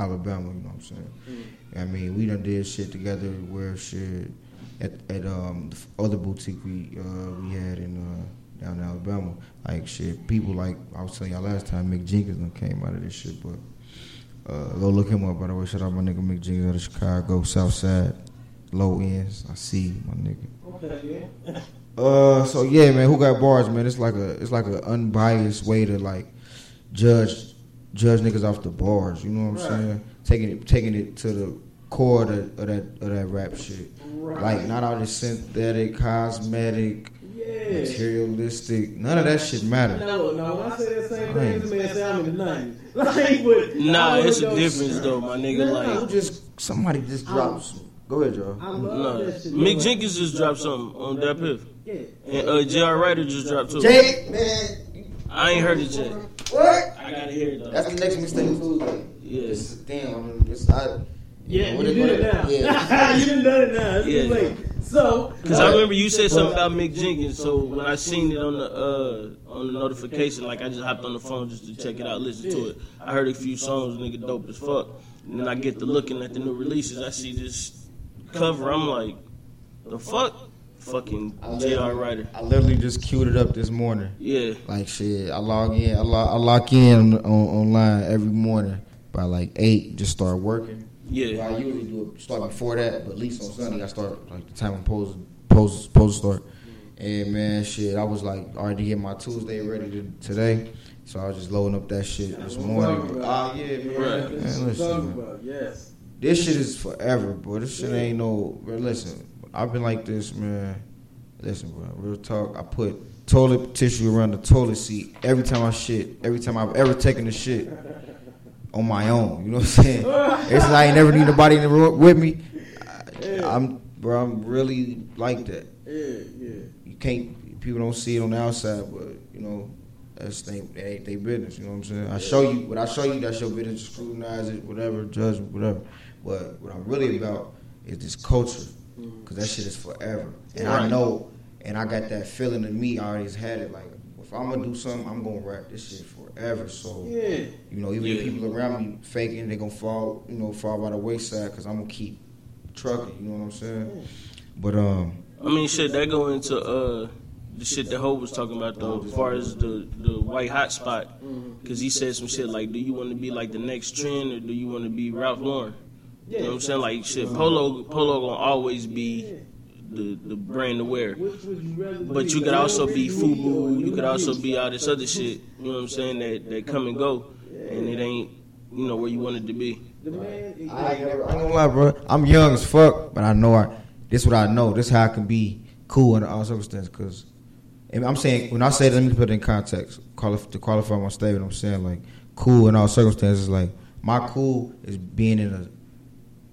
Alabama. You know what I'm saying? I mean, we done did shit together where shit at at um the f- other boutique we uh we had in uh down in Alabama. Like shit, people like I was telling y'all last time, Mick Jenkins done came out of this shit, but. Uh, go look him up, by the way. Shout out my nigga Mick Jenkins out of Chicago, South Side, Low Ends. I see my nigga. Okay, yeah. Uh, so yeah, man, who got bars, man? It's like a, it's like an unbiased way to like judge, judge niggas off the bars. You know what I'm Right. saying? Taking it, taking it to the core of, the, of that, of that rap shit. Right. Like not all this synthetic, cosmetic, Yeah. materialistic. None of that shit matter. No, no, when I say that same I thing, ain't- this man say I'm in the 90s. Like, but Nah, I it's a don't know. difference though, my nigga. Who Like, just somebody just drops. Go ahead, Joe. I love nah. that shit. Mick Like, Jenkins just dropped something on that piff, Yeah. and uh, J.R. Ryder just dropped too. Jake, man, I ain't heard it yet. what? I gotta hear it though. That's the next mistake Tuesday. Yeah. It's, damn, I mean, it's, I, Yeah, what you it- did what it now. Yeah. you done done it now. It's too Yeah. late. So, uh, Cause I remember you said something about Mick Jenkins, so when I seen it on the uh, on the notification, like I just hopped on the phone just to check it out, listen to it. I heard a few songs, nigga, dope as fuck. And then I get to looking at the new releases, I see this cover, I'm like, the fuck? fucking I J.R. literally- Ryder. I literally just queued it up this morning. Yeah. Like shit, I log in. I, lo- I lock in on, online every morning by like eight. Just start working. Yeah. Well, I usually do it start before that, but at least on Sunday I start like the time I'm supposed supposed supposed to start. And man, shit, I was like already get my Tuesday ready to, today, so I was just loading up that shit this morning. Ah, yeah, man. Right. Man, That's what I'm listen, talking man. about. Yes. This shit is forever, bro. This shit ain't no. Bro, listen, I've been like this, man. Listen, bro. Real talk. I put toilet tissue around the toilet seat every time I shit. Every time I've ever taken a shit on my own. You know what I'm saying? it's like I ain't never need nobody in the room with me. I, I'm, bro. I'm really like that. Yeah, yeah. You can't. People don't see it on the outside, but you know. That's they, that ain't their business, you know what I'm saying? I show you what I show you, that's your business. Scrutinize it, whatever, judge it, whatever. But what I'm really about is this culture, because that shit is forever. And I Mm. Right. know, and I got that feeling in me. I always had it. Like if I'm gonna do something, I'm gonna rap this shit forever. So Yeah. you know, even if Yeah. people around me faking, they gonna fall, you know, fall by the wayside, because I'm gonna keep trucking. You know what I'm saying? But um, I mean, shit, that go into uh, the shit that Ho was talking about though, as far as the the white hot spot, because he said some shit like, "Do you want to be like the next trend, or do you want to be Ralph Lauren?" You know what I'm saying? Like, shit, Polo Polo gonna always be the the brand to wear. Which would you rather But be, you could also Lil be Ricky or FUBU. You Lil could also Peep? be all this other shit. You know what I'm saying? That that come and go, and it ain't you know where you wanted to be. The man, I ain't never- I ain't gonna lie, bro. I'm young as fuck, but I know I. This what I know. This how I can be cool under all circumstances. Cause, and I'm saying when I say that, let me put it in context. Qualif- to qualify my statement, I'm saying like cool in all circumstances. Like my cool is being in a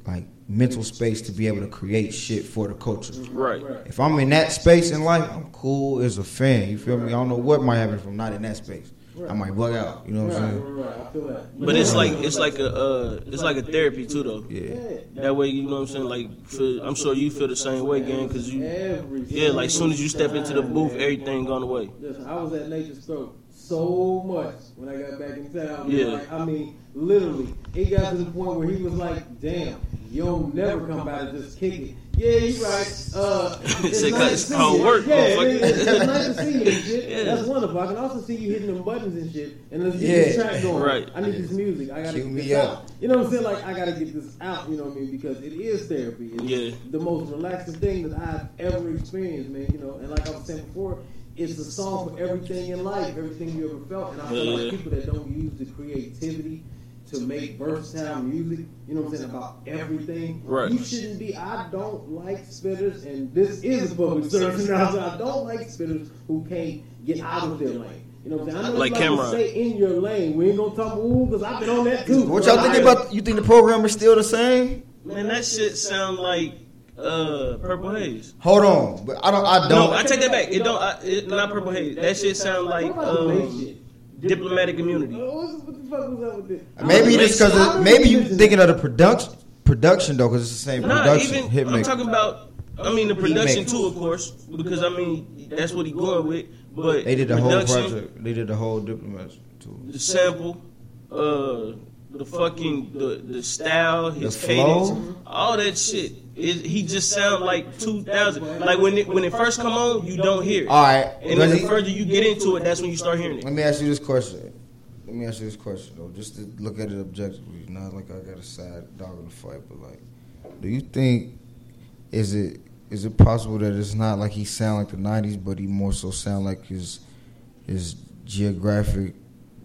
like mental space to be able to create shit for the culture. Right. If I'm in that space in life, I'm cool as a fan. You feel me? I don't know what might happen if I'm not in that space. I might bug out. You know what I'm saying? Right, right, I feel that. But it's like it's like a uh, it's like a therapy too though. Yeah. That way, you know what I'm saying? Like, feel, I'm sure you feel the same way, gang, because you, Every yeah, like, soon as you step into the single booth, time, everything gone away. Listen, I was at Nature's Throat so much when I got back in town. Yeah. Like, I mean, literally, it got to the point where he was like, damn, you'll never come by to just kick it. Yeah, you right. Uh, it's Said, nice 'cause to see I'll you. work, Yeah, motherfucker. it is. it's nice to see you and shit. Yeah. That's wonderful. I can also see you hitting them buttons and shit. And let's get Yeah. this track going. Right. I need this music. I gotta Cue get me this up. out. You know what I'm saying? Like, I gotta get this out. You know what I mean? Because it is therapy. It's Yeah. the most relaxing thing that I've ever experienced, man. You know, and like I was saying before, it's a song for everything in life, everything you ever felt. And I feel Yeah. like people that don't use the creativity to make versatile music, you know what I'm saying, about everything. Right. You shouldn't be. I don't like spitters, and this is a public service announcement. I don't like spitters who can't get out of their lane. You know what I'm saying? I know Like it's to Cameron. Stay in your lane. We ain't gonna talk ooh because I've been on that too. What y'all think about? You think the program is still the same? Man, that shit sound like uh, Purple Haze. Hold on, but I don't. I don't. No, I take that back. It don't. I, it, not Purple Haze. That shit sound like um, diplomatic immunity. What what the fuck was up with this? maybe just because maybe you Listen, thinking of the production production though, because it's the same Nah, production. even hit I'm maker. talking about. I mean, the He production make- too, of course, because I mean that's what he going with. But they did the production, whole project. They did the whole diplomats too. the sample, uh, the fucking the the style, his The cadence, flow. all that shit. It, he just sound like 2000. Like when it when it first come on, you don't hear it. All right. And then the further you get into it, that's when you start hearing it. let me ask you this question. Let me ask you this question though, just to look at it objectively, not like I got a side dog in the fight, but like, do you think is it is it possible that it's not like he sound like the '90s, but he more so sound like his his geographic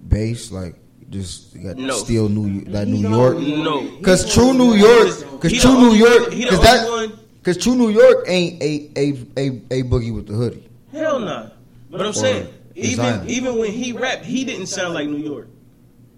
base, like just got No. still New like New York, No. because true New York, because He true the New only- York, he the because only that one. because true New York ain't a a a a boogie with the hoodie. Hell nah. But I'm saying, even design. even when he rapped, he didn't sound like New York.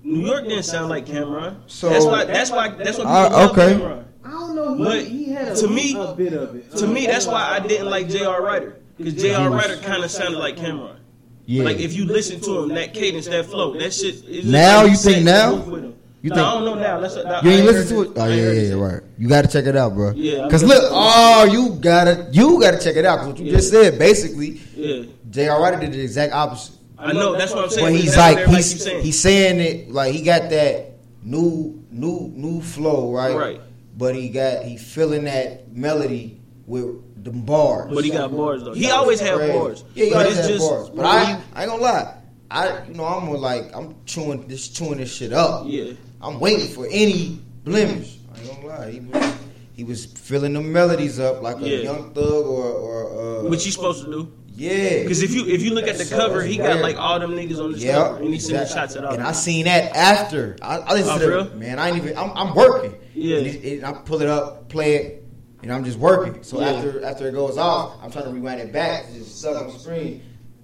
New York didn't sound like Cameron. So- that's why that's why that's why people Uh, love okay. Cameron. I don't know. He, But he had a, to me- a bit of it. To me, that's why I didn't like J.R. Ryder because J.R. Ryder kind of sounded like Cameron. Yeah, Like if you listen to him, that cadence, that flow, that shit. It's just Now like you think set now? to move with him. You Nah, think- I don't know now. That's that, You I ain't heard listen to it? Oh I yeah, heard yeah, yeah, right. You gotta check it out, bro. Yeah, I'm Cause gonna- look, oh, you gotta, you gotta check it out. 'Cause what you Yeah. just said, basically, Yeah, J.R. Ryder did the exact opposite. I know. That's what I'm saying. When but he's that's what like, everybody he's keeps saying. he's saying it like he got that new, new, new flow, right? Right. But he got he feeling that melody with the bars. But he got bars though. He always had Crazy. bars. Yeah, he but always it's had just, bars. But I, I ain't gonna lie. I, you know, I'm more like I'm chewing this, chewing this shit up. Yeah. I'm waiting for any blemish. I ain't gonna lie. He was, he was filling the melodies up like a Yeah. young thug or, or uh, What you supposed to do? yeah. Because if you if you look at the So cover, he got rare. like all them niggas on the Yeah, cover, and he sending exactly. shots at all. And them. I seen that after. I, I listen Oh, to for the real? man. I ain't even. I'm, I'm working. Yeah. And it- it- I pull it up, play it, and I'm just working. So Yeah. after after it goes off, I'm trying to rewind it back to just suck on the screen.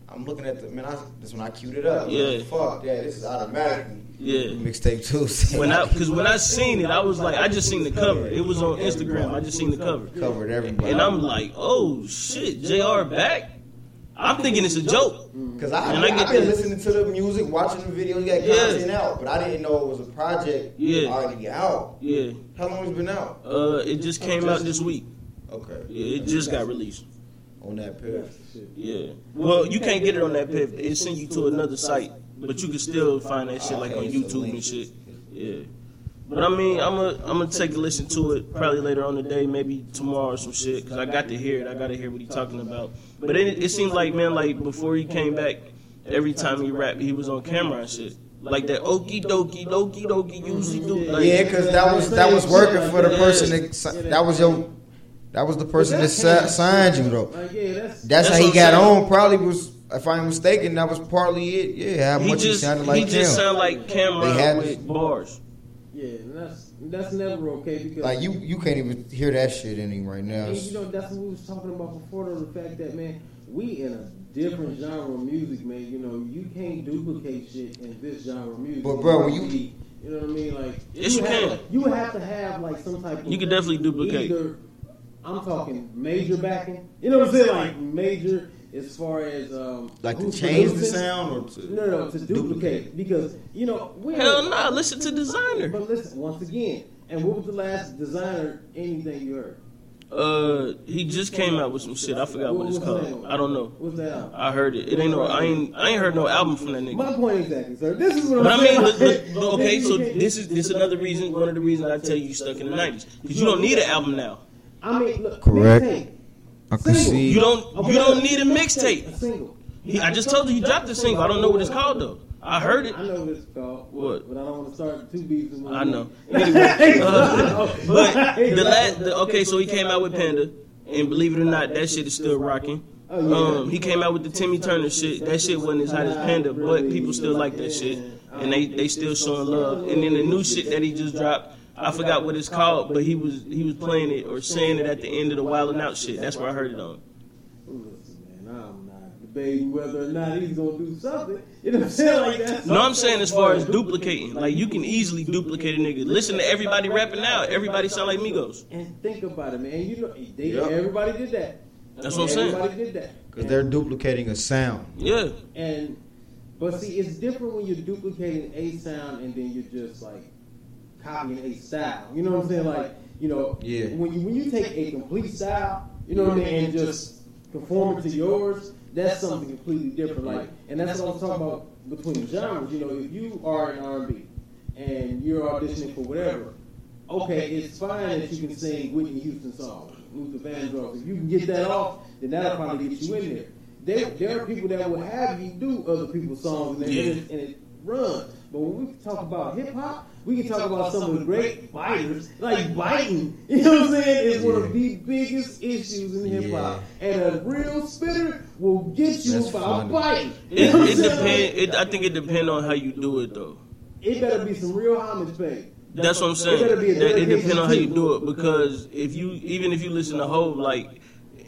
I'm looking at the man. I, that's when I queued it up. Yeah. Fuck yeah. This is automatically. Yeah. Mixtape Tuesday. When I because when I seen it, I was like, I just seen the cover. It was on Instagram. I just seen the cover, covered everybody. and I'm like, oh shit, Jr. back. I'm thinking it's a joke. Cause I, And I I, get have been that. listening to the music, watching the videos, got Yeah. content out, but I didn't know it was a project Yeah. already out. Yeah, How long has it been out? uh, it just came out this week. Okay. Yeah, it just got released. On that pair. Yeah. Well, you can't get it on that pivot. It send you to another site, but you can still find that shit like on YouTube and shit. Yeah. But I mean, I'm gonna I'm gonna take a listen to it probably later on today, maybe tomorrow or some shit, cause I got to hear it. I got to hear what he's talking about. But it it seems like man, like before he came back, every time he rapped, he was on camera and shit. Like that okie dokie, dokie dokie, usually do. Like, Yeah, because that was that was working for the person that si- that was your that was the person that si- signed you though. Like, yeah, that's That's That's how what he I'm got saying. on. Probably was, if I'm mistaken, that was partly it. Yeah, how he much he just sounded like he just him. sound like They had- Cameron with bars. yeah, and that's that's never okay because Like you, you can't even hear that shit in him right now. And you know, that's what we was talking about before, though, the fact that, man, we in a different genre of music, man. You know, you can't duplicate shit in this genre of music. But, bro, when you- You know what I mean? Like, Yes, you have, can. You have to have, like, some type of... You can definitely duplicate. Either, I'm talking major backing. You know what I'm saying? Like, major as far as... Um, Like to who's change the producing. sound or to No, no, to duplicate. Because, you know, we... Hell nah, listen to designer. But listen, once again, and what was the last designer anything you heard? Uh, he just came out with some shit. I forgot what it's called. I don't know. What's that album? I heard it. It ain't no. I ain't. I ain't heard no album from that nigga. My point exactly, sir. This is what I'm But I mean, saying. look, look, look, okay. So this is this another reason. One of the reasons I tell you you stuck in the nineties because you don't need an album now. I mean, look, Correct. mixtape, I can see. You don't. You don't need a a mixtape. single. He, I just told you he dropped a single. I don't know what it's called though. I heard it. I know what it's called. What? But I don't want to start two beefs. in one I know. week. Anyway, uh, but the last. The, okay, so he came out with Panda, and believe it or not, that shit is still rocking. Um, he came out with the Timmy Turner shit. That shit wasn't as hot as Panda, but people still like that shit, and they they still showing love. And then the new shit that he just dropped, I forgot what it's called, but he was he was playing it or saying it at the end of the Wild and Out shit. That's where I heard it on. Listen, man, I'm not debating whether or not he's gonna do something. You know what I'm saying? Like that. No, I'm saying as far as duplicating, like you can easily duplicate a nigga. Listen to everybody rapping now. Everybody sound like Migos. And think about it, man. You know, they, Yep. everybody did that. That's what I'm saying. Everybody did that. because they're duplicating a sound. Yeah. And but see, it's different when you're duplicating a sound and then you're just like copying a style. You know what I'm saying? Like you know, Yeah. When you when you take a complete style, you know what I mean, and just conform it to yours, that's something completely different. Like, and that's what I'm talking about between genres. You know, if you are an R&B and you're auditioning for whatever. Okay, it's fine that you can sing Whitney Houston songs, Luther Vandross. If you can get that off, then that'll probably get you in there. There, there are people that will have you do other people's songs and, Yeah. it, and it runs. But when we talk about hip hop, we can talk about some of the great fighters, like biting. You know what I'm saying? It's one of the biggest issues in hip hop. And a real spitter will get you That's by funny. biting. You It, know what it I'm saying? depend. It, I think it depends on how you do it, though. It better be some real homage paid. That's what I'm saying. gotta be a That- it dedication depends on how you too. do it because if you, even if you listen to Hove, like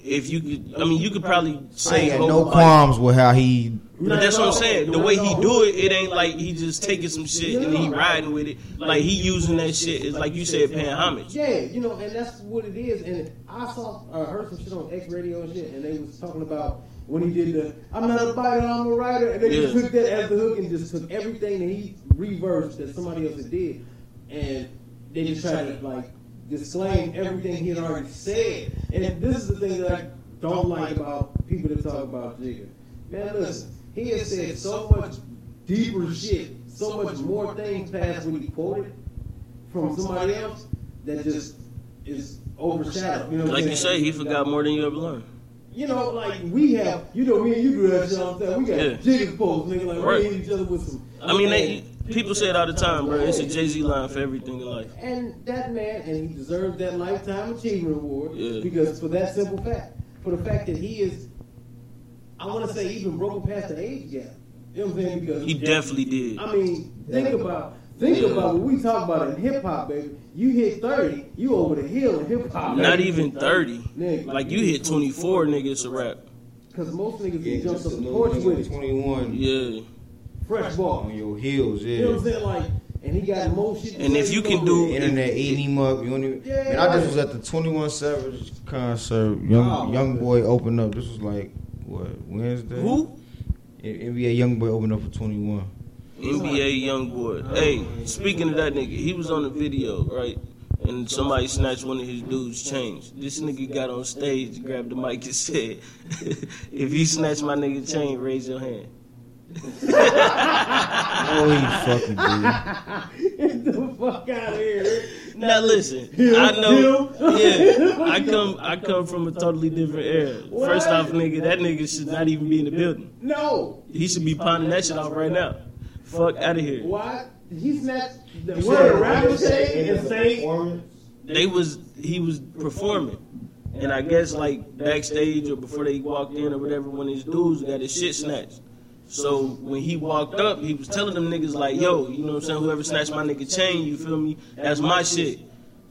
if you could, I mean, you could probably I say ain't got no Hov. like, qualms with how he. but that's what I'm saying. The way he do it, it ain't like he just taking some shit and he riding with it. Like he using that shit is like you said, paying homage. Yeah, you know, and that's what it is. And I saw, uh, heard some shit on X Radio and shit, and they was talking about when he did the "I'm not a biter, I'm a writer," and they just Yeah. took that as the hook and just took everything that he reversed that somebody else had did, and they just tried to like disclaim everything he had already said. And this is the thing that I don't like about people that talk about Jigga. Man, listen, he has said so much deeper shit, so much more things past what he quoted from somebody else that just is overshadowed. You know, what Like I'm you saying? say, he forgot more than you ever learned. you know, like we have, you know, me and you do that shit all the time. We got Yeah. yeah. jigger folks, nigga, like Right. we hit each other with some. I mean, they, people say it all the time, bro. It's a Jay Z line for everything in life. And that man, and he deserves that lifetime achievement award Yeah. because for that simple fact, for the fact that he is, I want to say even broken past the age gap. You know what I'm saying? Because He definitely did. I mean, think about think about what we talk about in hip hop, baby. You hit thirty, you over the hill in hip hop. Not even 30. Like, you hit 24, nigga, it's a wrap. because most niggas Yeah, yeah, jump just up a the little porch nigga, with it, 21 Yeah. fresh ball. on your heels, yeah. You know what I'm saying? Like, and he got more shit. to And if say you than can over do- it. The internet eating him up. You don't even. Yeah, man, I right. just was at the Twenty One Savage concert. Young Oh. Young Boy opened up. This was like what Wednesday. Who? N- NBA Young Boy opened up for Twenty One. NBA young boy. Hey, speaking of that nigga, he was on the video, right? And somebody snatched one of his dudes' chains. This nigga got on stage, grabbed the mic, and said, "If you snatch my nigga chain, raise your hand." Oh, he fucking dude. Get the fuck out of here. Now listen, I know. Yeah, I come. I come from a totally different era. First off, nigga, that nigga should not even be in the building. No. He should be pounding that shit off right now. Fuck out of here. Why? He's not the word rapper say and say they was he was performing. And I guess like backstage or before they walked in or whatever, when his dudes got his shit snatched. So when he walked up, he was telling them niggas like, "Yo, you know what I'm saying? Whoever snatched my nigga chain, you feel me? That's my shit.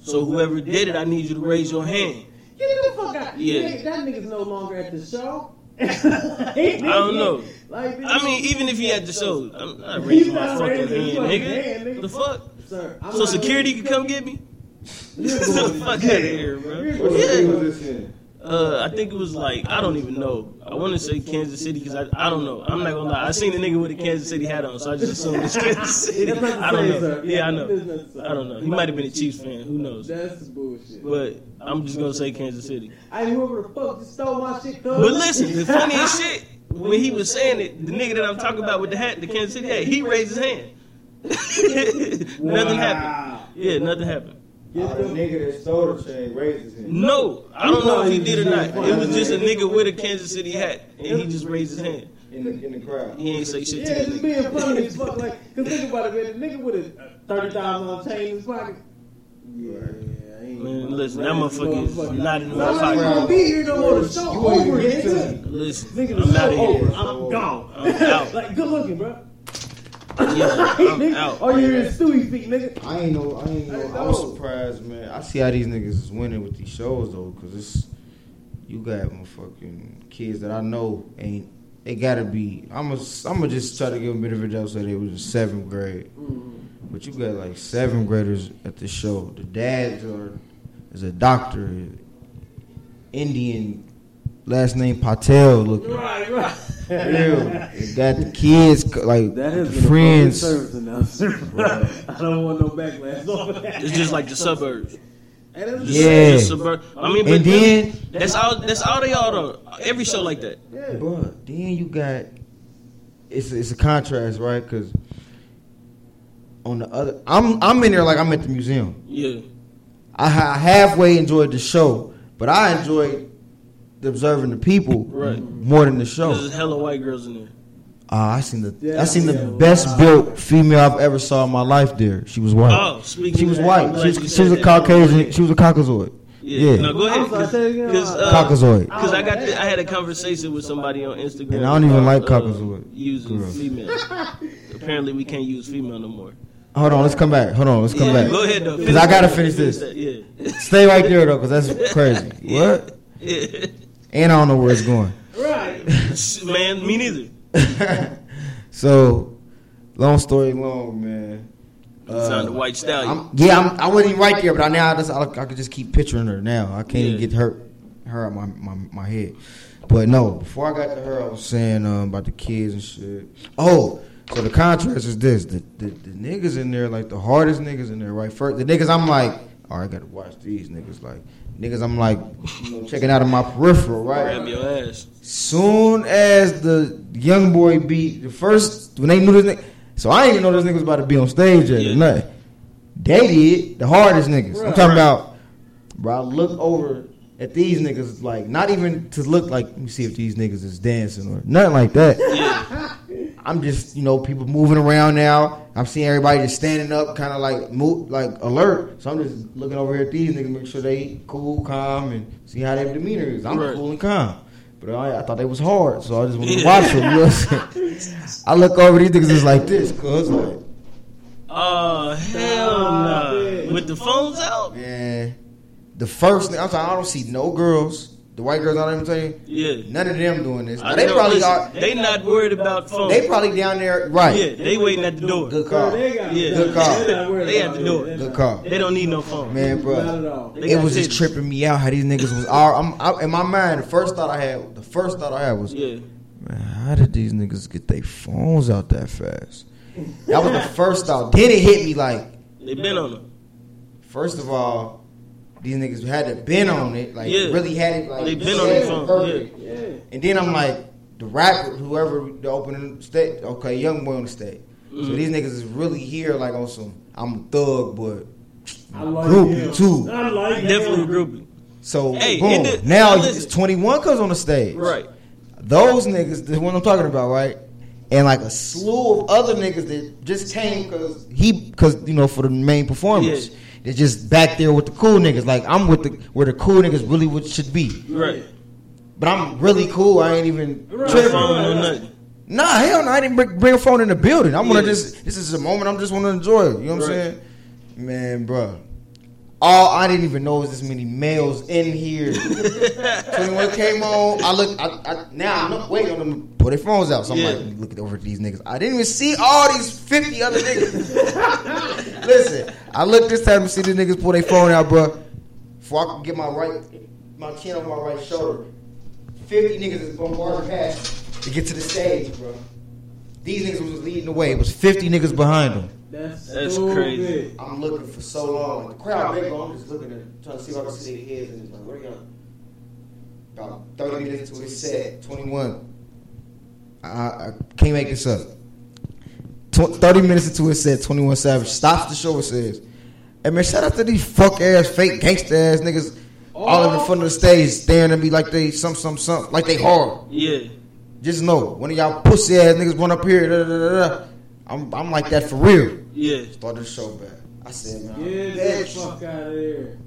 So whoever did it, I need you to raise your hand." get the fuck out. Yeah. Nigga, That nigga's no longer at the show. I don't know. Like, this- I mean, even if he had the show, I'm not raising my not fucking hand, raising his fucking hand, nigga. nigga. The fuck? sir, I'm So not- security could come get me? You're Get the going to fuck out of jail. here, bro. You're What going to Yeah. city jail. was this in? Uh, I think it was like I don't even know. I want to say Kansas City because I, I don't know. I'm not gonna lie. I seen a nigga with a Kansas City hat on, so I just assumed it's Kansas City. That's not the I don't same, know. sir. Yeah, I know. That's not the same. I don't know. He might have been a Chiefs fan. Who knows? That's bullshit. But I'm just gonna say Kansas City. I whoever the fuck just stole my shit. But listen, the funniest shit when he was saying it, the nigga that I'm talking about with the hat, the Kansas City hat, he raised his hand. nothing happened. Yeah, nothing happened. Get the nigga that stole the chain raises him. No, I don't know if he did or not. It was just a nigga with a Kansas City hat, and he just raised his hand. In the, in the crowd. He ain't say shit to Yeah, that nigga. just being funny as fuck. Like, cause think about it, man. The nigga with a thirty thousand dollar chain in his pocket. Yeah, ain't Man, listen, that motherfucker is not in my I'm not even pocket. gonna be here no more. The show You ain't over, even get to nigga. Listen, Nigga, I'm the out show over. of I'm gone. I'm out. like, good looking, bro. here. Yeah, I'm nigga, out. Oh, you're in Stewie feet, nigga. I ain't know. I ain't know. Hey, I was dog. surprised, man. I see how these niggas is winning with these shows though, cause it's you got my fucking kids that I know ain't. They gotta be. I'm gonna. I'm gonna just try to give them a bit of a joke. Say they was in seventh grade, but you got like seventh graders at the show. The dads are is a doctor, Indian, last name Patel looking. Right, right. Yeah, They got the kids co- like That has the been friends. friends. a public service announcer. I don't want no backlash off of that. It's just like the suburbs. And it's- Just- Yeah. just suburb- I mean, but And really, then- that's all. That's all they all though. Every show like that. yeah. Bruh, then you got it's it's a contrast, right? Because on the other, I'm I'm in there like I'm at the museum. Yeah, I, ha- halfway enjoyed the show, but I enjoyed observing the people Right. more than the show. there's hella white girls in there. Ah, I seen the Yeah, I seen the yeah. best built female I've ever saw in my life. There, she was white. Oh, speaking. she of was that, I'm white. glad She was, you she said was a that. Caucasian. She was a Caucasoid. Yeah. Yeah, No, go ahead. uh, I'm sorry, say it again. Because Caucasoid. Because I got, the, I had Oh, a conversation with somebody on Instagram. And I don't even about, uh, like Caucasoid using girls. female. Apparently, we can't use female no more. Hold on, let's come back. Hold on, let's come Yeah, back. Go ahead though. 'Cause I gotta finish this. that, Yeah. Stay right there though, cause that's crazy. What? Yeah. And I don't know where it's going. Right. Man, me neither. so, long story long, man. Uh, Sound the white stallion. I'm, yeah, I'm, I wasn't even right there, but I now that's I, I could just keep picturing her now. I can't even Yeah. get her her out my, my my head. But no, before I got to her, I was saying um, about the kids and shit. Oh, so the contrast is this: the, the the niggas in there, like the hardest niggas in there, right? First, the niggas I'm like, all right, gotta watch these niggas. Like niggas I'm like, you know, checking out of my peripheral, right? Grab your ass. Soon as the young boy beat the first, when they knew this nigga, so I didn't even know this nigga was about to be on stage yet Yeah. or nothing. They did the hardest niggas. I'm talking about Bro, I look over at these niggas, like, not even to look like, let me see if these niggas is dancing or nothing like that. I'm just, you know, people moving around now. I'm seeing everybody just standing up, kind of like move, like alert. So I'm just looking over here at these niggas, make sure they cool, calm, and see how their demeanor is. I'm Right. cool and calm. But I, I thought they was hard, so I just wanted to watch them. You know what I'm saying? I look over these niggas, it's like this, cuz like, Oh hell no! With the phones out? man, the first thing I'm talking, I don't see no girls. The white girls, I don't even tell you, Yeah. none of them doing this. I they know, probably listen, are. They not worried about phones. They probably down there, yeah. right? They waiting at the door. Good call. They got Yeah. Good call. They're not worried They about have to do it. Good call. They don't need no phone. Man, bro, Not at all. They it got was just titties. tripping me out how these niggas was all. I'm I, in my mind. The first thought I had, the first thought I had was, Yeah. man, how did these niggas get their phones out that fast? That was the first thought. Then it hit me like, They been on them. first of all, these niggas had to been on it, like Yeah. really had it, like They been on their phone, perfect. Yeah. And then I'm like, the rapper, whoever the opening state, okay, young boy on the stage. Mm. So these niggas is really here, like on some, I'm a thug, but I like groupie him. too. I like him. Definitely a groupie. So Hey, boom, and the- now now listen. it's 21 comes on the stage. Right. Those niggas, the one I'm talking about, right? And like a slew of other niggas that just came because he, because you know, for the main performance. Yeah. They're just back there with the cool niggas. Like I'm with the where the cool niggas really would, should be. Right. But I'm really cool. I ain't even No tripping. phone, no nothing. Nah, hell no, I didn't bring, bring a phone in the building. I'm gonna Yeah. just this is a moment I'm just wanna enjoy. You know what Right. I'm saying? Man, bruh. All I didn't even know was this many males in here. Twenty one came on. I look. I, I, now I'm not waiting on them to pull their phones out. So I'm Yeah. like, looking over at these niggas. I didn't even see all these fifty other niggas. Listen, I looked this time to see these niggas pull their phone out, bruh. Before I could get my right, my chin on my right shoulder, fifty niggas is bombarding past to get to the stage, bro. These niggas was leading the way. It was fifty niggas behind them. That's, That's so crazy. big. I'm looking for so long. Like, the crowd big, but I'm just looking at trying to see if I can see their heads. And it's like, where y'all? About 30 minutes to his set, 21. I, I can't make this up. Tw- 30 minutes into his set, 21 Savage stops the show and says, Hey man, shout out to these fuck ass, fake gangsta ass niggas all in the front of the stage staring at me like they some, some, some, like they hard. Yeah. Just know, one of y'all pussy ass niggas run up here, da, da, da, da. I'm, I'm like that for real. Yeah. Started the show back. I said, man, Get the fuck out of there.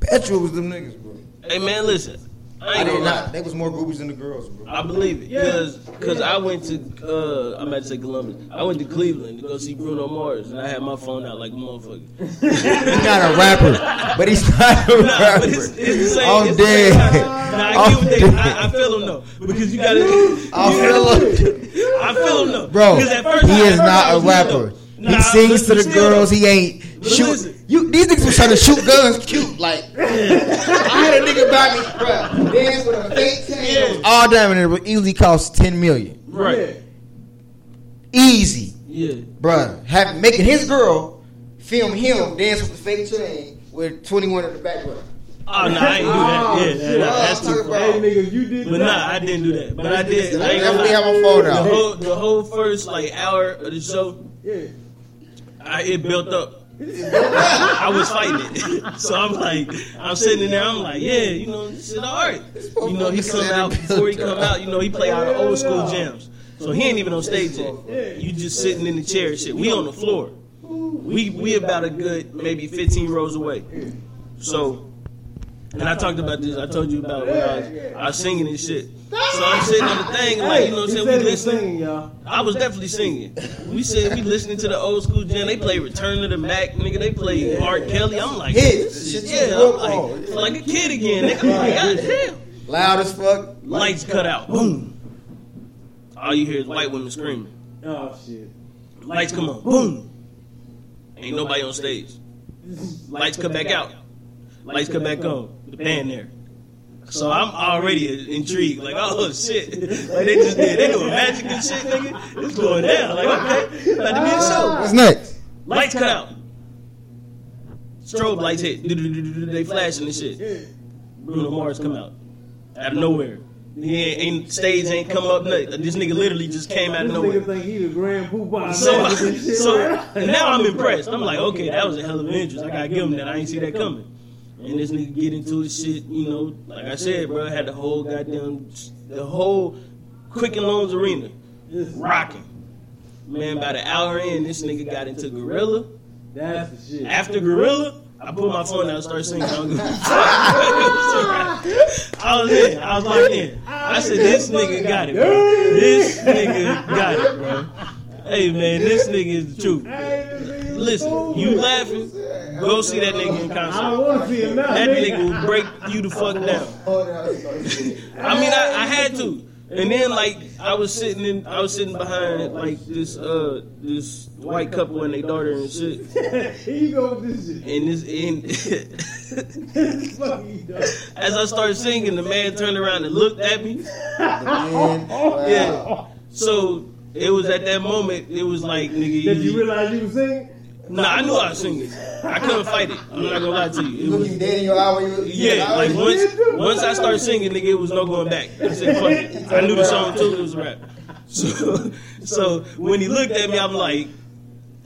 Petra was them niggas, bro. Hey man, listen. I, I ain't did gonna lie. not. They was more groupies than the girls, bro. I believe it because I went to uh, I'm about to say Columbus. I went to Cleveland to go see Bruno Mars, and I had my phone out like a motherfucker. He's not a rapper, but he's not a Nah, rapper. but it's, it's the same. I'm it's the same dead. concept. Nah, I I'm get what they. dead. I, I feel him though because you gotta. I feel like, I feel him though, bro, Because at first, he at is first I not a was rapper. new, though. Nah, He sings to listen, the still, girls. He ain't But shoot. listen. You these niggas was trying to shoot guns, cute. Like I had a nigga by me, bro. Dance with a fake tan. It was All diamond. It would easily cost ten million. Right. Easy. Yeah. Bruh, have, making his girl film him dance with the fake chain with 21 in the background. Oh no, I ain't do that. Yeah, yeah, nah, that's I'm too. talking Hey, about- nigga, you did But that. nah, I didn't do that. But I did. I I ain't gonna definitely lie. have a phone The out. whole the whole first like hour of the show, Yeah. I, it built up. I was fighting it, so I'm like, I'm sitting there. I'm like, yeah, you know, this shit all right. You know, he come out before he come out. You know, he play all the old school jams, so he ain't even on stage yet. You just sitting in the chair, and shit. We on the floor. We we about a good maybe 15 rows away. So, and I talked about this. I told you about when I was, I was singing and shit. So I'm sitting on the thing, like you know, what I'm he saying said we he was listening. singing, y'all. I was definitely singing. We said we listening to the old school jam. They play Return of the Mac, nigga. They play R. Kelly. I'm like, Hits. shit, Shit you yeah, grew I'm up on. like, like a kid again, nigga. I'm like, God damn. Loud as fuck. Lights cut out. Boom. All you hear is white women screaming. Oh, shit. Lights come on. Boom. Ain't nobody on stage. Lights come back out. Lights come back on. The band there. So I'm already intrigued. Like, oh shit. Like they just did. They doing magic and shit, nigga. It's going down. Like, okay. About to be a show. What's next? Lights cut out. Strobe lights hit. Do-do-do-do-do-do. They flashing and shit. Bruno Mars come out out of nowhere. He ain't, ain't stage ain't come up nothing. This nigga literally just came out of This nigga nowhere. think he the grand poobah. So, Magic and shit. so and now I'm impressed. I'm like, okay, that was a hell of an entrance. I gotta give him that. I ain't see that coming. And And this nigga get into his shit, you know, like I said, bro, had the whole goddamn, the whole Quicken Loans Arena rocking. Man, by the hour in, this nigga got into Gorilla. That's the shit. After Gorilla, I put my phone out and started singing. I don't give a fuck. I was in. I was locked in. I said, this nigga got it, bro. This nigga got it, bro. Hey, man, this nigga is the truth. Listen, you laughing, go see that nigga in I concert. don't want to see it now. That nigga. nigga will break you the fuck down. I mean, I, I had to. And then like I was sitting in, I was sitting behind like this uh this white couple and their daughter and shit. Here you go with this shit. And this and Fuck you, dog. as I started singing, the man turned around and looked at me. Man, wow. Yeah. So it was at that moment it was like nigga. Did you you- realize you were singing? Nah, I knew I was singing. I couldn't fight it. I'm not gonna lie to you. It Look was you dead in your eye when you Yeah, I like was- once once I started singing, nigga, it was no going back. I said, fuck it. I knew the song too. It was a rap. So, so when he looked at me, I'm like,